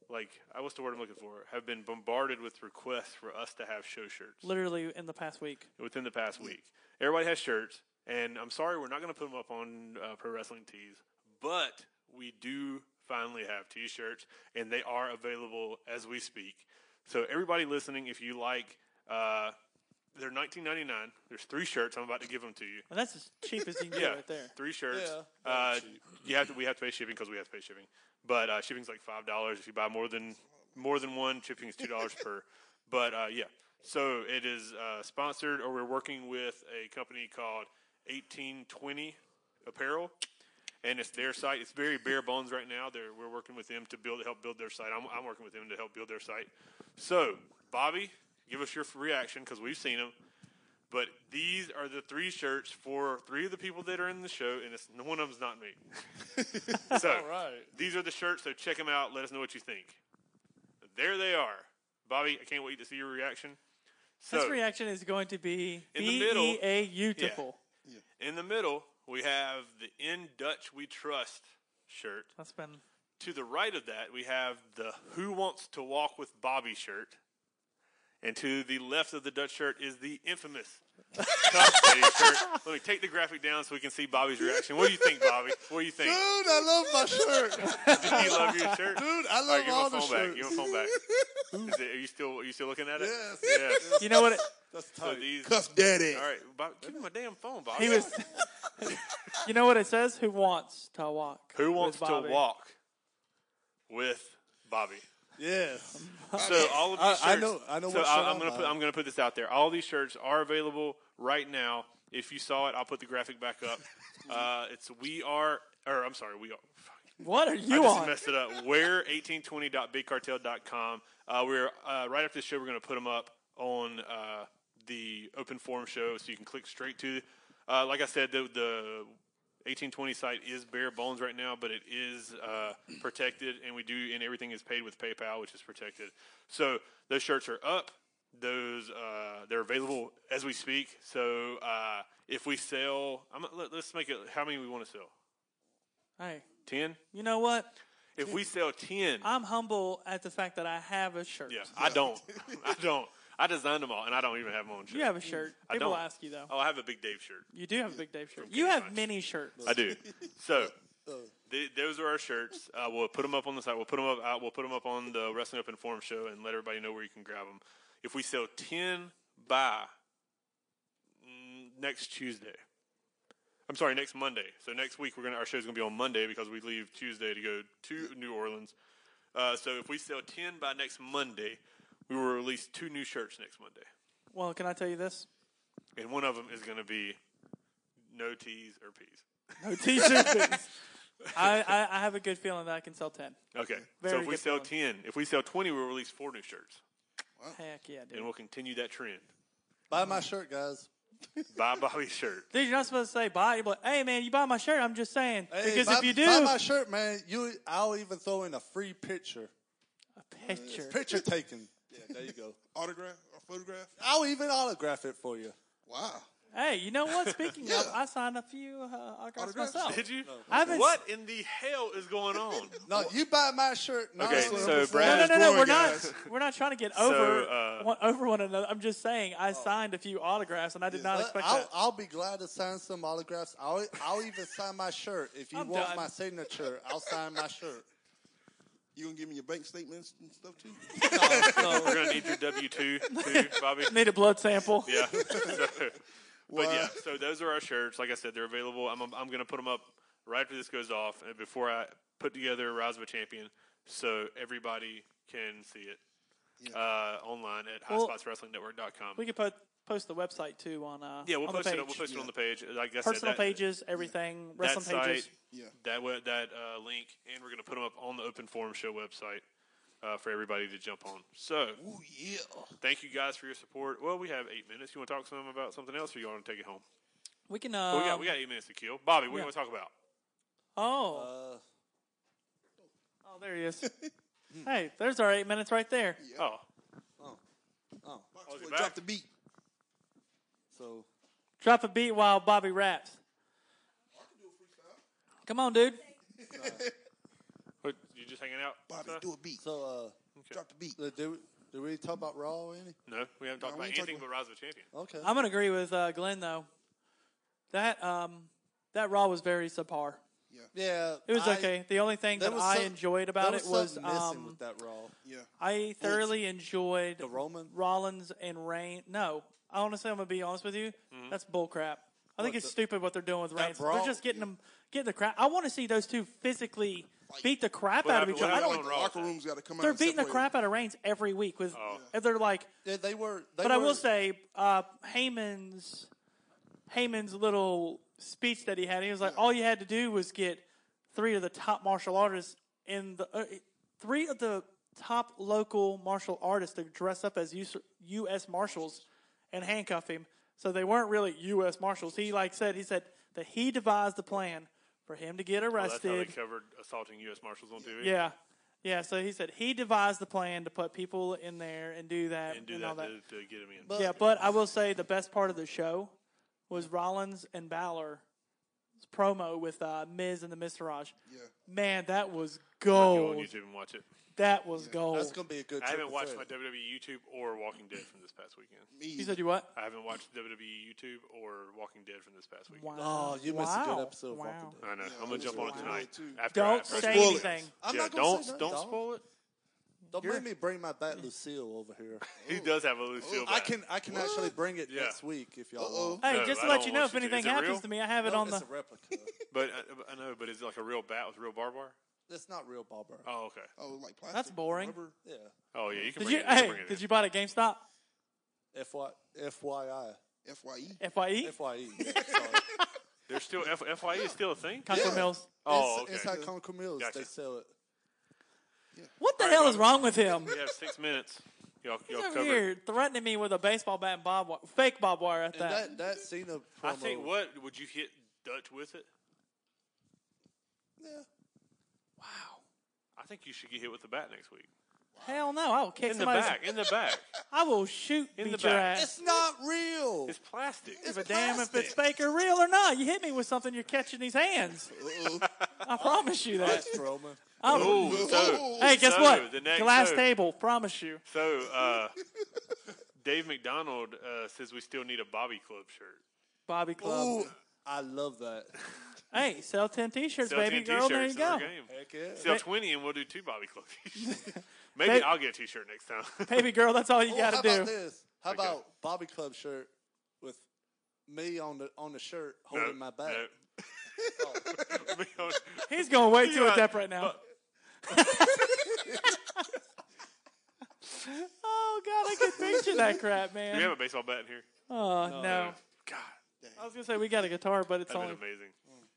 Speaker 1: like I what's the word I'm looking for? Have been bombarded with requests for us to have show shirts
Speaker 5: literally in the past week.
Speaker 1: within the past week. Everybody has shirts, and I'm sorry we're not going to put them up on uh, Pro Wrestling Tees, but we do finally have T-shirts, and they are available as we speak. So everybody listening, if you like, uh, they're 19.99. There's three shirts. I'm about to give them to you.
Speaker 5: And that's as cheap as you can
Speaker 1: Yeah,
Speaker 5: get right there.
Speaker 1: three shirts.
Speaker 3: Yeah,
Speaker 1: uh,
Speaker 3: very cheap.
Speaker 1: you have to. We have to pay shipping because we have to pay shipping. But uh, shipping's like five dollars if you buy more than more than one. Shipping is two dollars
Speaker 5: [laughs]
Speaker 1: per. But uh, yeah, so it is uh, sponsored, or we're working with a company called 1820 Apparel, and it's their site. It's very bare bones right now. They're, we're working with them to build, help build their site. I'm, I'm working with them to help build their site. So, Bobby, give us your reaction because we've seen them. But these are the three shirts for three of the people that are in the show, and it's one of them's not me. so
Speaker 3: right.
Speaker 1: these are the shirts. So check them out. Let us know what you think. There they are, Bobby. I can't wait to see your reaction. So
Speaker 5: This reaction is going to be
Speaker 1: In the middle-
Speaker 5: B E A beautiful.
Speaker 1: in the middle we have the "In Dutch We Trust" shirt.
Speaker 5: That's been
Speaker 1: To the right of that we have the "Who Wants to Walk with Bobby" shirt, and to the left of the Dutch shirt is the
Speaker 3: [laughs]
Speaker 1: infamous. Cup Lady shirt. Let me take the graphic down so we can see Bobby's reaction. What do you think, Bobby? What do you think?
Speaker 3: Dude, I love my [laughs] shirt.
Speaker 1: Do you love your shirt?
Speaker 3: Dude, I
Speaker 1: All
Speaker 3: love
Speaker 1: right, give him
Speaker 3: all
Speaker 1: a
Speaker 3: the
Speaker 1: phone back. Give
Speaker 3: shirts.
Speaker 1: him a phone back. Is it, are you still are you still looking at it?
Speaker 3: Yes.
Speaker 1: Yes.
Speaker 5: You know what? It,
Speaker 3: That's
Speaker 1: So
Speaker 3: tight.
Speaker 1: these. All
Speaker 2: Cuff Daddy.
Speaker 1: right, Bob, give me my damn phone, Bob.
Speaker 5: he was. you know what it says? Who wants to walk?
Speaker 1: Who
Speaker 5: with
Speaker 1: wants to
Speaker 5: Bobby?
Speaker 1: walk with Bobby?
Speaker 3: yes.
Speaker 1: So all of these shirts.
Speaker 3: I- I know- I know
Speaker 1: So
Speaker 3: what
Speaker 1: I-
Speaker 3: shirt
Speaker 1: I'm
Speaker 3: I'm
Speaker 1: gonna put.
Speaker 3: buying.
Speaker 1: I'm gonna put this out there. All these shirts are available right now. If you saw it, I'll put the graphic back
Speaker 3: [laughs]
Speaker 1: up. Uh, it's we are, or I'm sorry, we are. fuck.
Speaker 5: What are you
Speaker 1: I just
Speaker 5: on?
Speaker 1: messed it up. We're 1820.bigcartel.com. Uh, we're uh, right after the show. We're going to put them up on uh, the open forum show, so you can click straight to. Uh, like I said, the, the 1820 site is bare bones right now, but it is uh, protected, and we do, and everything is paid with PayPal, which is protected. So those shirts are up. Those uh, they're available as we speak. So uh, if we sell, I'm, let, let's make it. How many we want to sell?
Speaker 5: Hey,
Speaker 1: Ten.
Speaker 5: you know what?
Speaker 1: If we sell ten,
Speaker 5: I'm humble at the fact that I have a shirt.
Speaker 1: Yeah, I don't. I don't. I designed them all, and I don't even have my own shirt.
Speaker 5: You have a shirt.
Speaker 1: I
Speaker 5: People
Speaker 1: don't.
Speaker 5: ask you though.
Speaker 1: Oh, I have a Big Dave shirt.
Speaker 5: You do have a Big Dave shirt. You have many shirts.
Speaker 1: I do. So th- those are our shirts. Uh, we'll put them up on the site. We'll put them up out. We'll put them up on the Wrestling Up Informed show and let everybody know where you can grab them. If we sell ten by mm, next Tuesday, I'm sorry, next Monday. So next week we're gonna our show's gonna be on Monday because we leave Tuesday to go to New Orleans. Uh, so if we sell ten by next Monday, we will release two new shirts next Monday.
Speaker 5: Well, can I tell you this?
Speaker 1: and one of them is going to be no T's or P's.
Speaker 5: No t-shirt. business. [laughs] I, I I have a good feeling that I can sell ten.
Speaker 1: Okay, so
Speaker 5: Very
Speaker 1: if we
Speaker 5: good
Speaker 1: sell
Speaker 5: feeling.
Speaker 1: ten, if we sell twenty, we'll release four new shirts,
Speaker 5: Heck yeah, dude.
Speaker 1: and we'll continue that trend.
Speaker 3: Buy my shirt, guys.
Speaker 1: Buy Bobby's shirt. [laughs]
Speaker 5: Dude, you're not supposed to say buy. You're like, hey man, you buy my shirt. I'm just saying
Speaker 3: Hey,
Speaker 5: because
Speaker 3: buy,
Speaker 5: if you do,
Speaker 3: buy my shirt, man, you I'll even throw in a free picture.
Speaker 5: a picture.
Speaker 3: Picture taken. [laughs] Yeah, there you go.
Speaker 2: Autograph or photograph?
Speaker 3: I'll even autograph it for you.
Speaker 2: Wow.
Speaker 5: Hey, you know what? Speaking of,
Speaker 2: Yeah.
Speaker 5: I signed a few uh, autographs
Speaker 2: Autographs?
Speaker 5: myself.
Speaker 1: Did you?
Speaker 5: I haven't-
Speaker 1: What in the hell is going on?
Speaker 5: [laughs]
Speaker 3: No, you buy my shirt. No,
Speaker 1: Okay,
Speaker 3: it's
Speaker 1: so
Speaker 3: number four.
Speaker 1: Brad-
Speaker 5: no, no, no, no.
Speaker 2: boring,
Speaker 5: We're
Speaker 2: guys.
Speaker 3: [laughs]
Speaker 5: not. [laughs] We're not trying to get
Speaker 1: So,
Speaker 5: over
Speaker 1: uh,
Speaker 5: one, over one another. I'm just saying I signed a few autographs, and I did not
Speaker 3: But
Speaker 5: expect
Speaker 3: Uh, I'll,
Speaker 5: that.
Speaker 3: I'll be glad to sign some autographs. I'll, I'll even sign my shirt. If you
Speaker 5: I'm
Speaker 3: want
Speaker 5: done.
Speaker 3: my signature, I'll sign my shirt.
Speaker 2: You gonna give me your bank statements and stuff [laughs] too?
Speaker 1: We're gonna need your W two, too,
Speaker 5: [laughs]
Speaker 1: Bobby.
Speaker 5: Need a blood sample.
Speaker 1: Yeah. [laughs] So, but yeah, so those are our shirts. Like I said, they're available. I'm I'm going to put them up right after this goes off, and before I put together Rise of a Champion, so everybody can see it uh, online at
Speaker 5: Well,
Speaker 1: highspotswrestlingnetwork.com.
Speaker 5: We could po- post the website too on. Uh,
Speaker 1: yeah, we'll
Speaker 5: on
Speaker 1: post
Speaker 5: the
Speaker 1: it.
Speaker 5: page.
Speaker 1: We'll post it on the page. Like I
Speaker 5: Personal
Speaker 1: said, that,
Speaker 5: pages, everything,
Speaker 1: that
Speaker 5: wrestling pages.
Speaker 1: site,
Speaker 2: Yeah.
Speaker 1: that we- that uh, link, and we're going to put them up on the Open Forum Show website. Uh, for everybody to jump on. So,
Speaker 2: Oh yeah.
Speaker 1: thank you guys for your support. Well, we have eight minutes. You want to talk some about something else, or you want to take it home?
Speaker 5: We can. Uh,
Speaker 1: we got we got eight minutes to kill. Bobby, what do
Speaker 5: yeah.
Speaker 1: you want to talk about?
Speaker 5: Oh,
Speaker 3: [laughs] Uh,
Speaker 5: oh, there he
Speaker 1: [laughs]
Speaker 5: is.
Speaker 1: Hmm.
Speaker 5: hey, there's our eight minutes right there.
Speaker 1: Oh,
Speaker 3: oh,
Speaker 1: Oh, is he
Speaker 2: Boy,
Speaker 1: back?
Speaker 2: drop the beat.
Speaker 3: so
Speaker 5: Drop a beat while Bobby raps. Come on, dude.
Speaker 1: What, you just hanging out?
Speaker 2: Bobby,
Speaker 1: sir?
Speaker 2: do a beat.
Speaker 3: so
Speaker 2: Drop the beat.
Speaker 3: uh, did, we- did we talk about Raw or any?
Speaker 1: No, we haven't talked
Speaker 2: we
Speaker 1: about
Speaker 2: ain't
Speaker 1: anything
Speaker 2: talking
Speaker 1: but Rise of the Champion.
Speaker 3: Okay.
Speaker 5: I'm gonna agree with uh, Glenn though. That um, that Raw was very subpar.
Speaker 3: yeah,
Speaker 5: It was
Speaker 3: I-
Speaker 5: okay. The only thing
Speaker 3: there
Speaker 5: that
Speaker 3: was
Speaker 5: I
Speaker 3: some-
Speaker 5: enjoyed about
Speaker 3: there
Speaker 5: it was
Speaker 3: something missing
Speaker 5: um,
Speaker 3: with that Raw.
Speaker 2: Yeah.
Speaker 1: [laughs]
Speaker 5: I thoroughly enjoyed
Speaker 3: The Roman?
Speaker 5: Rollins and Reign. No, I honestly, I'm gonna be honest with you. That's bull crap. I think
Speaker 3: What
Speaker 5: it's
Speaker 3: the-
Speaker 5: stupid what they're doing with Reigns. They're
Speaker 3: brawl-
Speaker 5: just getting them, getting the crap. I want to see those two physically beat the crap
Speaker 1: What
Speaker 5: out of
Speaker 1: happened-
Speaker 5: each
Speaker 1: what
Speaker 5: other. I
Speaker 2: I
Speaker 5: don't.
Speaker 2: like
Speaker 1: on
Speaker 2: the
Speaker 1: Raw
Speaker 2: locker
Speaker 1: with that.
Speaker 2: room's got to come out.
Speaker 5: They're
Speaker 2: and
Speaker 5: beating the
Speaker 2: separate
Speaker 5: crap out of Reigns every week with.
Speaker 1: Oh.
Speaker 5: and They're like,
Speaker 3: Yeah, they were. They
Speaker 5: but I
Speaker 3: were-
Speaker 5: will say, uh, Heyman's Heyman's little speech that he had, he was like, all you had to do was get three of the top martial artists in the uh, three of the top local martial artists to dress up as US, U.S. marshals and handcuff him. So they weren't really U.S. marshals. He like said he said that he devised the plan for him to get
Speaker 1: Well, Oh, that's how they
Speaker 5: arrested.
Speaker 1: covered assaulting U.S. Marshals on TV.
Speaker 5: yeah. Yeah, so he said he devised the plan to put people in there and do that
Speaker 1: and do
Speaker 5: and all
Speaker 1: that,
Speaker 5: that.
Speaker 1: To, to get him in.
Speaker 5: Yeah, but I will say the best part of the show was Rollins and Balor's promo with uh, Miz and the Mistourage.
Speaker 2: Yeah.
Speaker 5: Man, that was
Speaker 1: Go on
Speaker 5: gold.
Speaker 1: YouTube and watch it.
Speaker 5: That was gold.
Speaker 3: that's gonna be a good.
Speaker 1: I haven't
Speaker 3: triple
Speaker 1: watched my
Speaker 3: threat.
Speaker 1: WWE YouTube or Walking Dead from this past weekend.
Speaker 5: You said you what?
Speaker 1: I haven't watched WWE E YouTube or Walking Dead from this past weekend.
Speaker 5: Wow.
Speaker 3: Oh, you missed a
Speaker 5: Wow.
Speaker 3: good episode. Of
Speaker 5: Wow.
Speaker 3: Walking Dead.
Speaker 1: I know. I'm gonna jump on it
Speaker 5: Wow.
Speaker 1: tonight.
Speaker 2: Too.
Speaker 1: After I,
Speaker 5: Don't
Speaker 1: after I-
Speaker 5: say
Speaker 2: Spoilers.
Speaker 5: anything.
Speaker 3: I'm
Speaker 1: Yeah,
Speaker 3: not gonna
Speaker 1: don't
Speaker 3: say nothing,
Speaker 1: don't
Speaker 3: dog.
Speaker 1: spoil it.
Speaker 3: Don't
Speaker 5: You're-
Speaker 3: make me bring my bat Lucille over here.
Speaker 1: He does have a Lucille.
Speaker 3: I
Speaker 1: back.
Speaker 3: can I can actually bring it
Speaker 1: Yeah.
Speaker 3: next week if y'all
Speaker 2: Uh-oh.
Speaker 3: want.
Speaker 5: Hey,
Speaker 1: No,
Speaker 5: just
Speaker 1: I
Speaker 5: to let
Speaker 1: don't
Speaker 5: you know,
Speaker 1: want
Speaker 5: if
Speaker 1: you to. Is
Speaker 5: anything
Speaker 1: it
Speaker 5: happens
Speaker 1: real?
Speaker 5: to me, I have it
Speaker 3: No,
Speaker 5: on the.
Speaker 3: it's a replica.
Speaker 1: [laughs] but I, I know. But is it like a real bat with real barbed wire?
Speaker 3: That's not real barber.
Speaker 1: Oh, okay.
Speaker 2: Oh, like plastic.
Speaker 5: That's boring.
Speaker 2: Rubber.
Speaker 3: Yeah.
Speaker 1: Oh yeah, you can
Speaker 5: Did
Speaker 1: bring
Speaker 5: you?
Speaker 1: it.
Speaker 5: Hey,
Speaker 1: can bring it
Speaker 5: did
Speaker 1: in.
Speaker 5: you buy it at GameStop?
Speaker 3: FY, FYI.
Speaker 2: [laughs] Fye.
Speaker 5: Fye,
Speaker 3: FYE. E.
Speaker 1: [laughs]
Speaker 3: yeah, sorry.
Speaker 1: There's still F- FYE is still a thing.
Speaker 5: Conco Mills.
Speaker 1: Oh,
Speaker 3: It's-
Speaker 1: okay.
Speaker 3: Inside Comical Mills,
Speaker 1: Gotcha.
Speaker 3: they sell it.
Speaker 5: What the hell is wrong with him?
Speaker 1: We have six minutes. Y'all,
Speaker 5: He's
Speaker 1: y'all
Speaker 5: over
Speaker 1: covered.
Speaker 5: here threatening me with a baseball bat and bob wire, fake bob wire at
Speaker 3: And
Speaker 5: that.
Speaker 3: that, that Cena promo.
Speaker 1: I think what would you hit Dutch with it?
Speaker 3: Yeah.
Speaker 1: I think you should get hit with the bat next week.
Speaker 5: Hell no! I will kick
Speaker 1: In the
Speaker 5: somebody's.
Speaker 1: back. In the back.
Speaker 5: I will shoot
Speaker 1: In the
Speaker 5: beat your
Speaker 1: back.
Speaker 5: ass.
Speaker 3: It's not real.
Speaker 1: It's plastic.
Speaker 5: give a damn if it's fake or real or not. You hit me with something, you're catching these hands. I promise
Speaker 1: [laughs]
Speaker 5: you that.
Speaker 3: That's Roman.
Speaker 5: I'm-
Speaker 1: Ooh, so,
Speaker 2: Oh.
Speaker 5: hey, guess
Speaker 1: so
Speaker 5: what?
Speaker 1: the next-
Speaker 5: Glass
Speaker 1: so-
Speaker 5: table, promise you.
Speaker 1: so uh, Dave McDonald uh, says we still need a Bobby Club shirt.
Speaker 5: Bobby Club.
Speaker 3: Ooh, Um, I love that.
Speaker 5: Hey, sell 10 t shirts,
Speaker 1: Sell
Speaker 5: baby
Speaker 1: 10
Speaker 5: girl. There you
Speaker 1: t-shirts in
Speaker 5: go.
Speaker 1: our game.
Speaker 3: Heck yeah.
Speaker 1: Sell 20 and we'll do two Bobby Club
Speaker 5: [laughs]
Speaker 1: t-shirts. Maybe
Speaker 5: They-
Speaker 1: I'll get a t-shirt next
Speaker 5: [laughs]
Speaker 1: time. [laughs]
Speaker 5: Baby girl, that's all you
Speaker 3: Oh,
Speaker 5: got
Speaker 3: how
Speaker 5: to do.
Speaker 3: about this? How
Speaker 1: Okay.
Speaker 3: about Bobby Club shirt with me on the on the shirt
Speaker 1: No,
Speaker 3: holding my
Speaker 1: [laughs]
Speaker 3: back?
Speaker 1: no.
Speaker 5: He's going way too
Speaker 1: Yeah,
Speaker 5: adept right now. [laughs] oh, God, I can picture that crap,
Speaker 1: Do we have
Speaker 5: man.
Speaker 1: a baseball bat in here?
Speaker 5: Oh, no.
Speaker 1: God,
Speaker 5: I was going to say, we got a guitar, but it's
Speaker 1: that'd
Speaker 5: only,
Speaker 1: been amazing.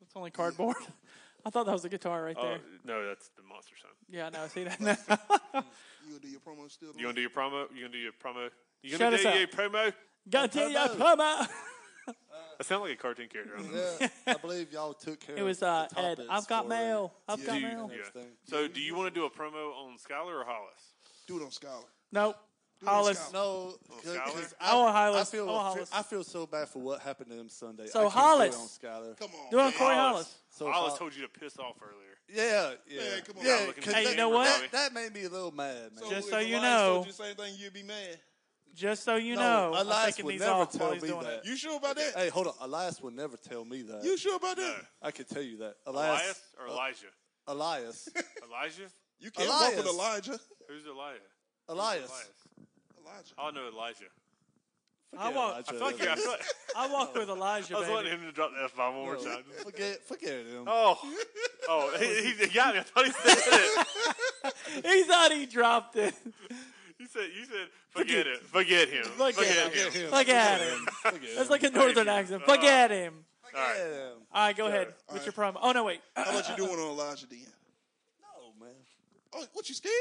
Speaker 5: it's only cardboard. [laughs] I thought that was a guitar right
Speaker 1: Oh,
Speaker 5: there.
Speaker 1: no, that's the monster son.
Speaker 5: Yeah, no, see that [laughs] now.
Speaker 2: You gonna do your promo still?
Speaker 1: You gonna do your promo? You gonna do your promo? You
Speaker 5: Shout
Speaker 1: gonna
Speaker 5: us
Speaker 1: do
Speaker 5: out.
Speaker 1: your promo?
Speaker 5: Gotta tell you,
Speaker 3: promo.
Speaker 5: promo.
Speaker 1: I sound like a cartoon character. I don't know.
Speaker 3: Yeah, I believe y'all took care.
Speaker 5: It was
Speaker 3: of
Speaker 5: uh,
Speaker 3: the
Speaker 5: Ed.
Speaker 3: topics
Speaker 5: I've got
Speaker 3: for
Speaker 5: mail. I've
Speaker 2: Yeah.
Speaker 5: got
Speaker 1: Do you-
Speaker 5: mail.
Speaker 3: and
Speaker 1: yeah.
Speaker 3: everything.
Speaker 1: So, do you want to do a promo on Skylar or Hollis?
Speaker 2: Do it on Scholar.
Speaker 5: Nope.
Speaker 2: Do it on
Speaker 5: Hollis.
Speaker 2: Scholar.
Speaker 3: No, cause,
Speaker 1: Skylar?
Speaker 3: 'cause
Speaker 5: I want Hollis.
Speaker 3: I feel,
Speaker 5: I want Hollis.
Speaker 3: I feel so bad for what happened to him Sunday.
Speaker 5: So
Speaker 3: I can't
Speaker 5: Hollis.
Speaker 3: do it on Skylar.
Speaker 2: Come on.
Speaker 5: Do it on
Speaker 2: man.
Speaker 5: Corey Hollis.
Speaker 3: So
Speaker 1: Hollis
Speaker 3: Hol-
Speaker 1: told you to piss off earlier.
Speaker 3: Yeah, yeah,
Speaker 2: Man, come on.
Speaker 3: yeah.
Speaker 1: Not looking
Speaker 3: 'cause
Speaker 5: at the
Speaker 3: that,
Speaker 5: Hey, you know camera, what? Bobby.
Speaker 3: That, that made me a little mad, man.
Speaker 5: Just
Speaker 2: if
Speaker 5: so you
Speaker 2: Elias told
Speaker 5: know-
Speaker 2: you the same thing, you'd be mad.
Speaker 5: Just so you know,
Speaker 3: No,
Speaker 5: I'm
Speaker 3: Elias
Speaker 5: taking
Speaker 3: would
Speaker 5: these
Speaker 3: never
Speaker 5: off
Speaker 3: tell
Speaker 5: while he's
Speaker 3: me
Speaker 5: doing
Speaker 3: that.
Speaker 5: it.
Speaker 2: You sure about that?
Speaker 3: hey, hold on. Elias would never tell me that.
Speaker 2: You sure about that?
Speaker 1: No.
Speaker 3: I can tell you that.
Speaker 1: Elias
Speaker 3: [laughs] Elias,
Speaker 1: or Elijah? [laughs]
Speaker 3: Elias,
Speaker 1: Elijah?
Speaker 2: You can't walk with
Speaker 3: Elias.
Speaker 2: Elijah.
Speaker 1: Who's Elijah?
Speaker 3: Elias.
Speaker 2: Elijah.
Speaker 1: I know Elijah.
Speaker 5: I walk-
Speaker 1: I feel like,
Speaker 3: [laughs]
Speaker 1: you're, I, feel like
Speaker 5: I walked with
Speaker 1: [laughs]
Speaker 5: Elijah,
Speaker 1: I was wanting
Speaker 5: baby.
Speaker 1: him to drop the F bomb one more time.
Speaker 3: Forget, forget him.
Speaker 1: Oh, oh, he, he got me. I thought he said it.
Speaker 5: He thought he dropped it.
Speaker 1: He said, "You said forget it, forget him,
Speaker 5: Look at
Speaker 1: forget
Speaker 5: him.
Speaker 1: him."
Speaker 5: Look at him.
Speaker 3: Forget him.
Speaker 5: That's like a northern accent. Forget him.
Speaker 1: All right,
Speaker 3: Forget him.
Speaker 5: All right, go ahead
Speaker 2: right.
Speaker 5: with your promo. Oh no, wait.
Speaker 2: How about you do one on Elijah then?
Speaker 3: No, man.
Speaker 2: Oh, what you scared?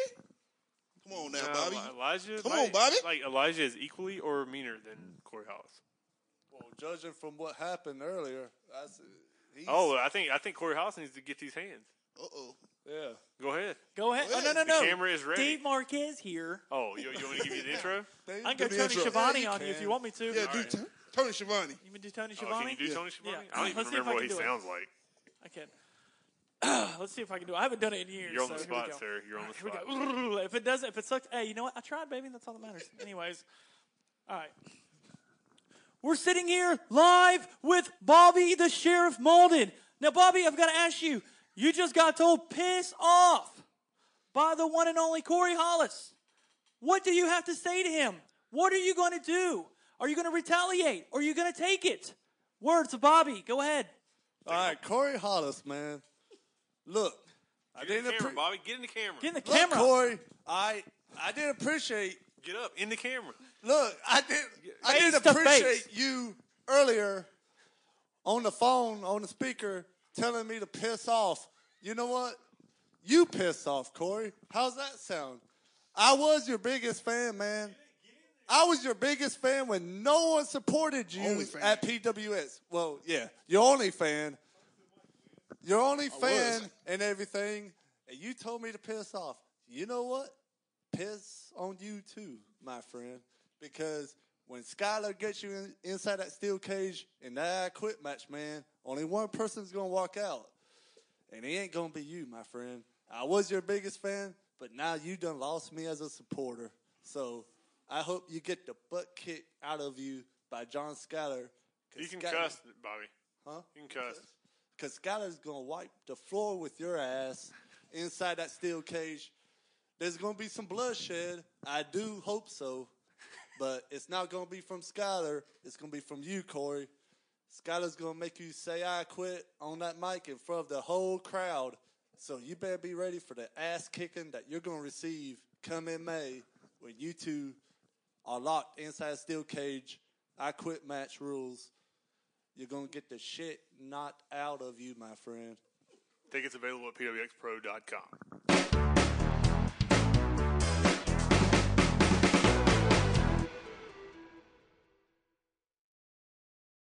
Speaker 2: Come on now,
Speaker 1: Now,
Speaker 2: Bobby.
Speaker 1: Elijah.
Speaker 2: Come
Speaker 1: like,
Speaker 2: on, Bobby.
Speaker 1: Like Elijah is equally or meaner than Corey Hollis.
Speaker 3: Well, judging from what happened earlier, I s- he's,
Speaker 1: Oh, I think I think Corey Hollis needs to get these hands.
Speaker 2: Uh oh.
Speaker 3: yeah.
Speaker 1: Go ahead.
Speaker 5: Go ahead. Oh no, no,
Speaker 1: The
Speaker 5: no.
Speaker 1: camera is ready.
Speaker 5: Dave Marquez here.
Speaker 1: Oh, you, you want to give you the intro?
Speaker 3: They-
Speaker 5: I can
Speaker 3: they-
Speaker 5: go Tony
Speaker 2: intro.
Speaker 5: Schiavone
Speaker 2: Yeah, you
Speaker 5: on you if
Speaker 3: can.
Speaker 5: you want me to.
Speaker 2: Yeah,
Speaker 5: All
Speaker 2: dude,
Speaker 5: right.
Speaker 2: T- Tony Schiavone.
Speaker 5: You can do Tony
Speaker 1: Oh, can
Speaker 5: Schiavone.
Speaker 1: you do
Speaker 2: Yeah.
Speaker 1: Tony Schiavone?
Speaker 5: Yeah.
Speaker 1: I don't even
Speaker 5: Let's see if
Speaker 1: remember
Speaker 5: I
Speaker 1: what he
Speaker 5: can do it.
Speaker 1: sounds like.
Speaker 5: I can. Let's see if I can [clears throat] do it. I haven't done it in years.
Speaker 1: You're on the
Speaker 5: so
Speaker 1: spot,
Speaker 5: here we go.
Speaker 1: sir. You're on the
Speaker 5: Here
Speaker 1: spot.
Speaker 5: we go. [laughs] If it doesn't, if it sucks, hey, you know what? I tried, baby. That's all that matters. Anyways, all right. We're sitting here live with Bobby the Sheriff Malden. Now, Bobby, I've got to ask you. You just got told piss off by the one and only Corey Hollis. What do you have to say to him? What are you going to do? Are you going to retaliate? Are you going to take it? Words of Bobby. Go ahead.
Speaker 3: All right, Corey Hollis, man. Look, I
Speaker 1: Get in the
Speaker 3: didn't
Speaker 1: camera,
Speaker 3: appre-
Speaker 1: Bobby. Get in the camera.
Speaker 5: Get in the
Speaker 3: Look,
Speaker 5: camera.
Speaker 3: Corey, I I didn't appreciate.
Speaker 1: Get up in the camera.
Speaker 3: Look, I did. I
Speaker 5: Face
Speaker 3: didn't
Speaker 5: to face.
Speaker 3: appreciate you earlier on the phone on the speaker telling me to piss off. You know what? You piss off, Corey. How's that sound? I was your biggest fan, man. I was your biggest fan when no one supported you
Speaker 2: Only fan.
Speaker 3: at PWS. Well, yeah, your only fan, your only fan, and everything. And you told me to piss off. You know what? Piss on you too, my friend, because when Skylar gets you in, inside that steel cage in that quit match, man, only one person's gonna walk out, and it ain't gonna be you, my friend. I was your biggest fan, but now you done lost me as a supporter. So I hope you get the butt kicked out of you by John Skylar. 'cause
Speaker 1: You can
Speaker 3: Skylar-
Speaker 1: cuss, Bobby.
Speaker 3: huh?
Speaker 1: You can cuss.
Speaker 3: Because Skylar's going to wipe the floor with your ass inside that steel cage. There's going to be some bloodshed. I do hope so. But it's not going to be from Skylar. It's going to be from you, Corey. Skylar's going to make you say I quit on that mic in front of the whole crowd. So you better be ready for the ass kicking that you're going to receive come in May when you two are locked inside a steel cage. I quit match rules. You're gonna get the shit knocked out of you, my friend.
Speaker 1: Tickets available at pwxpro.com.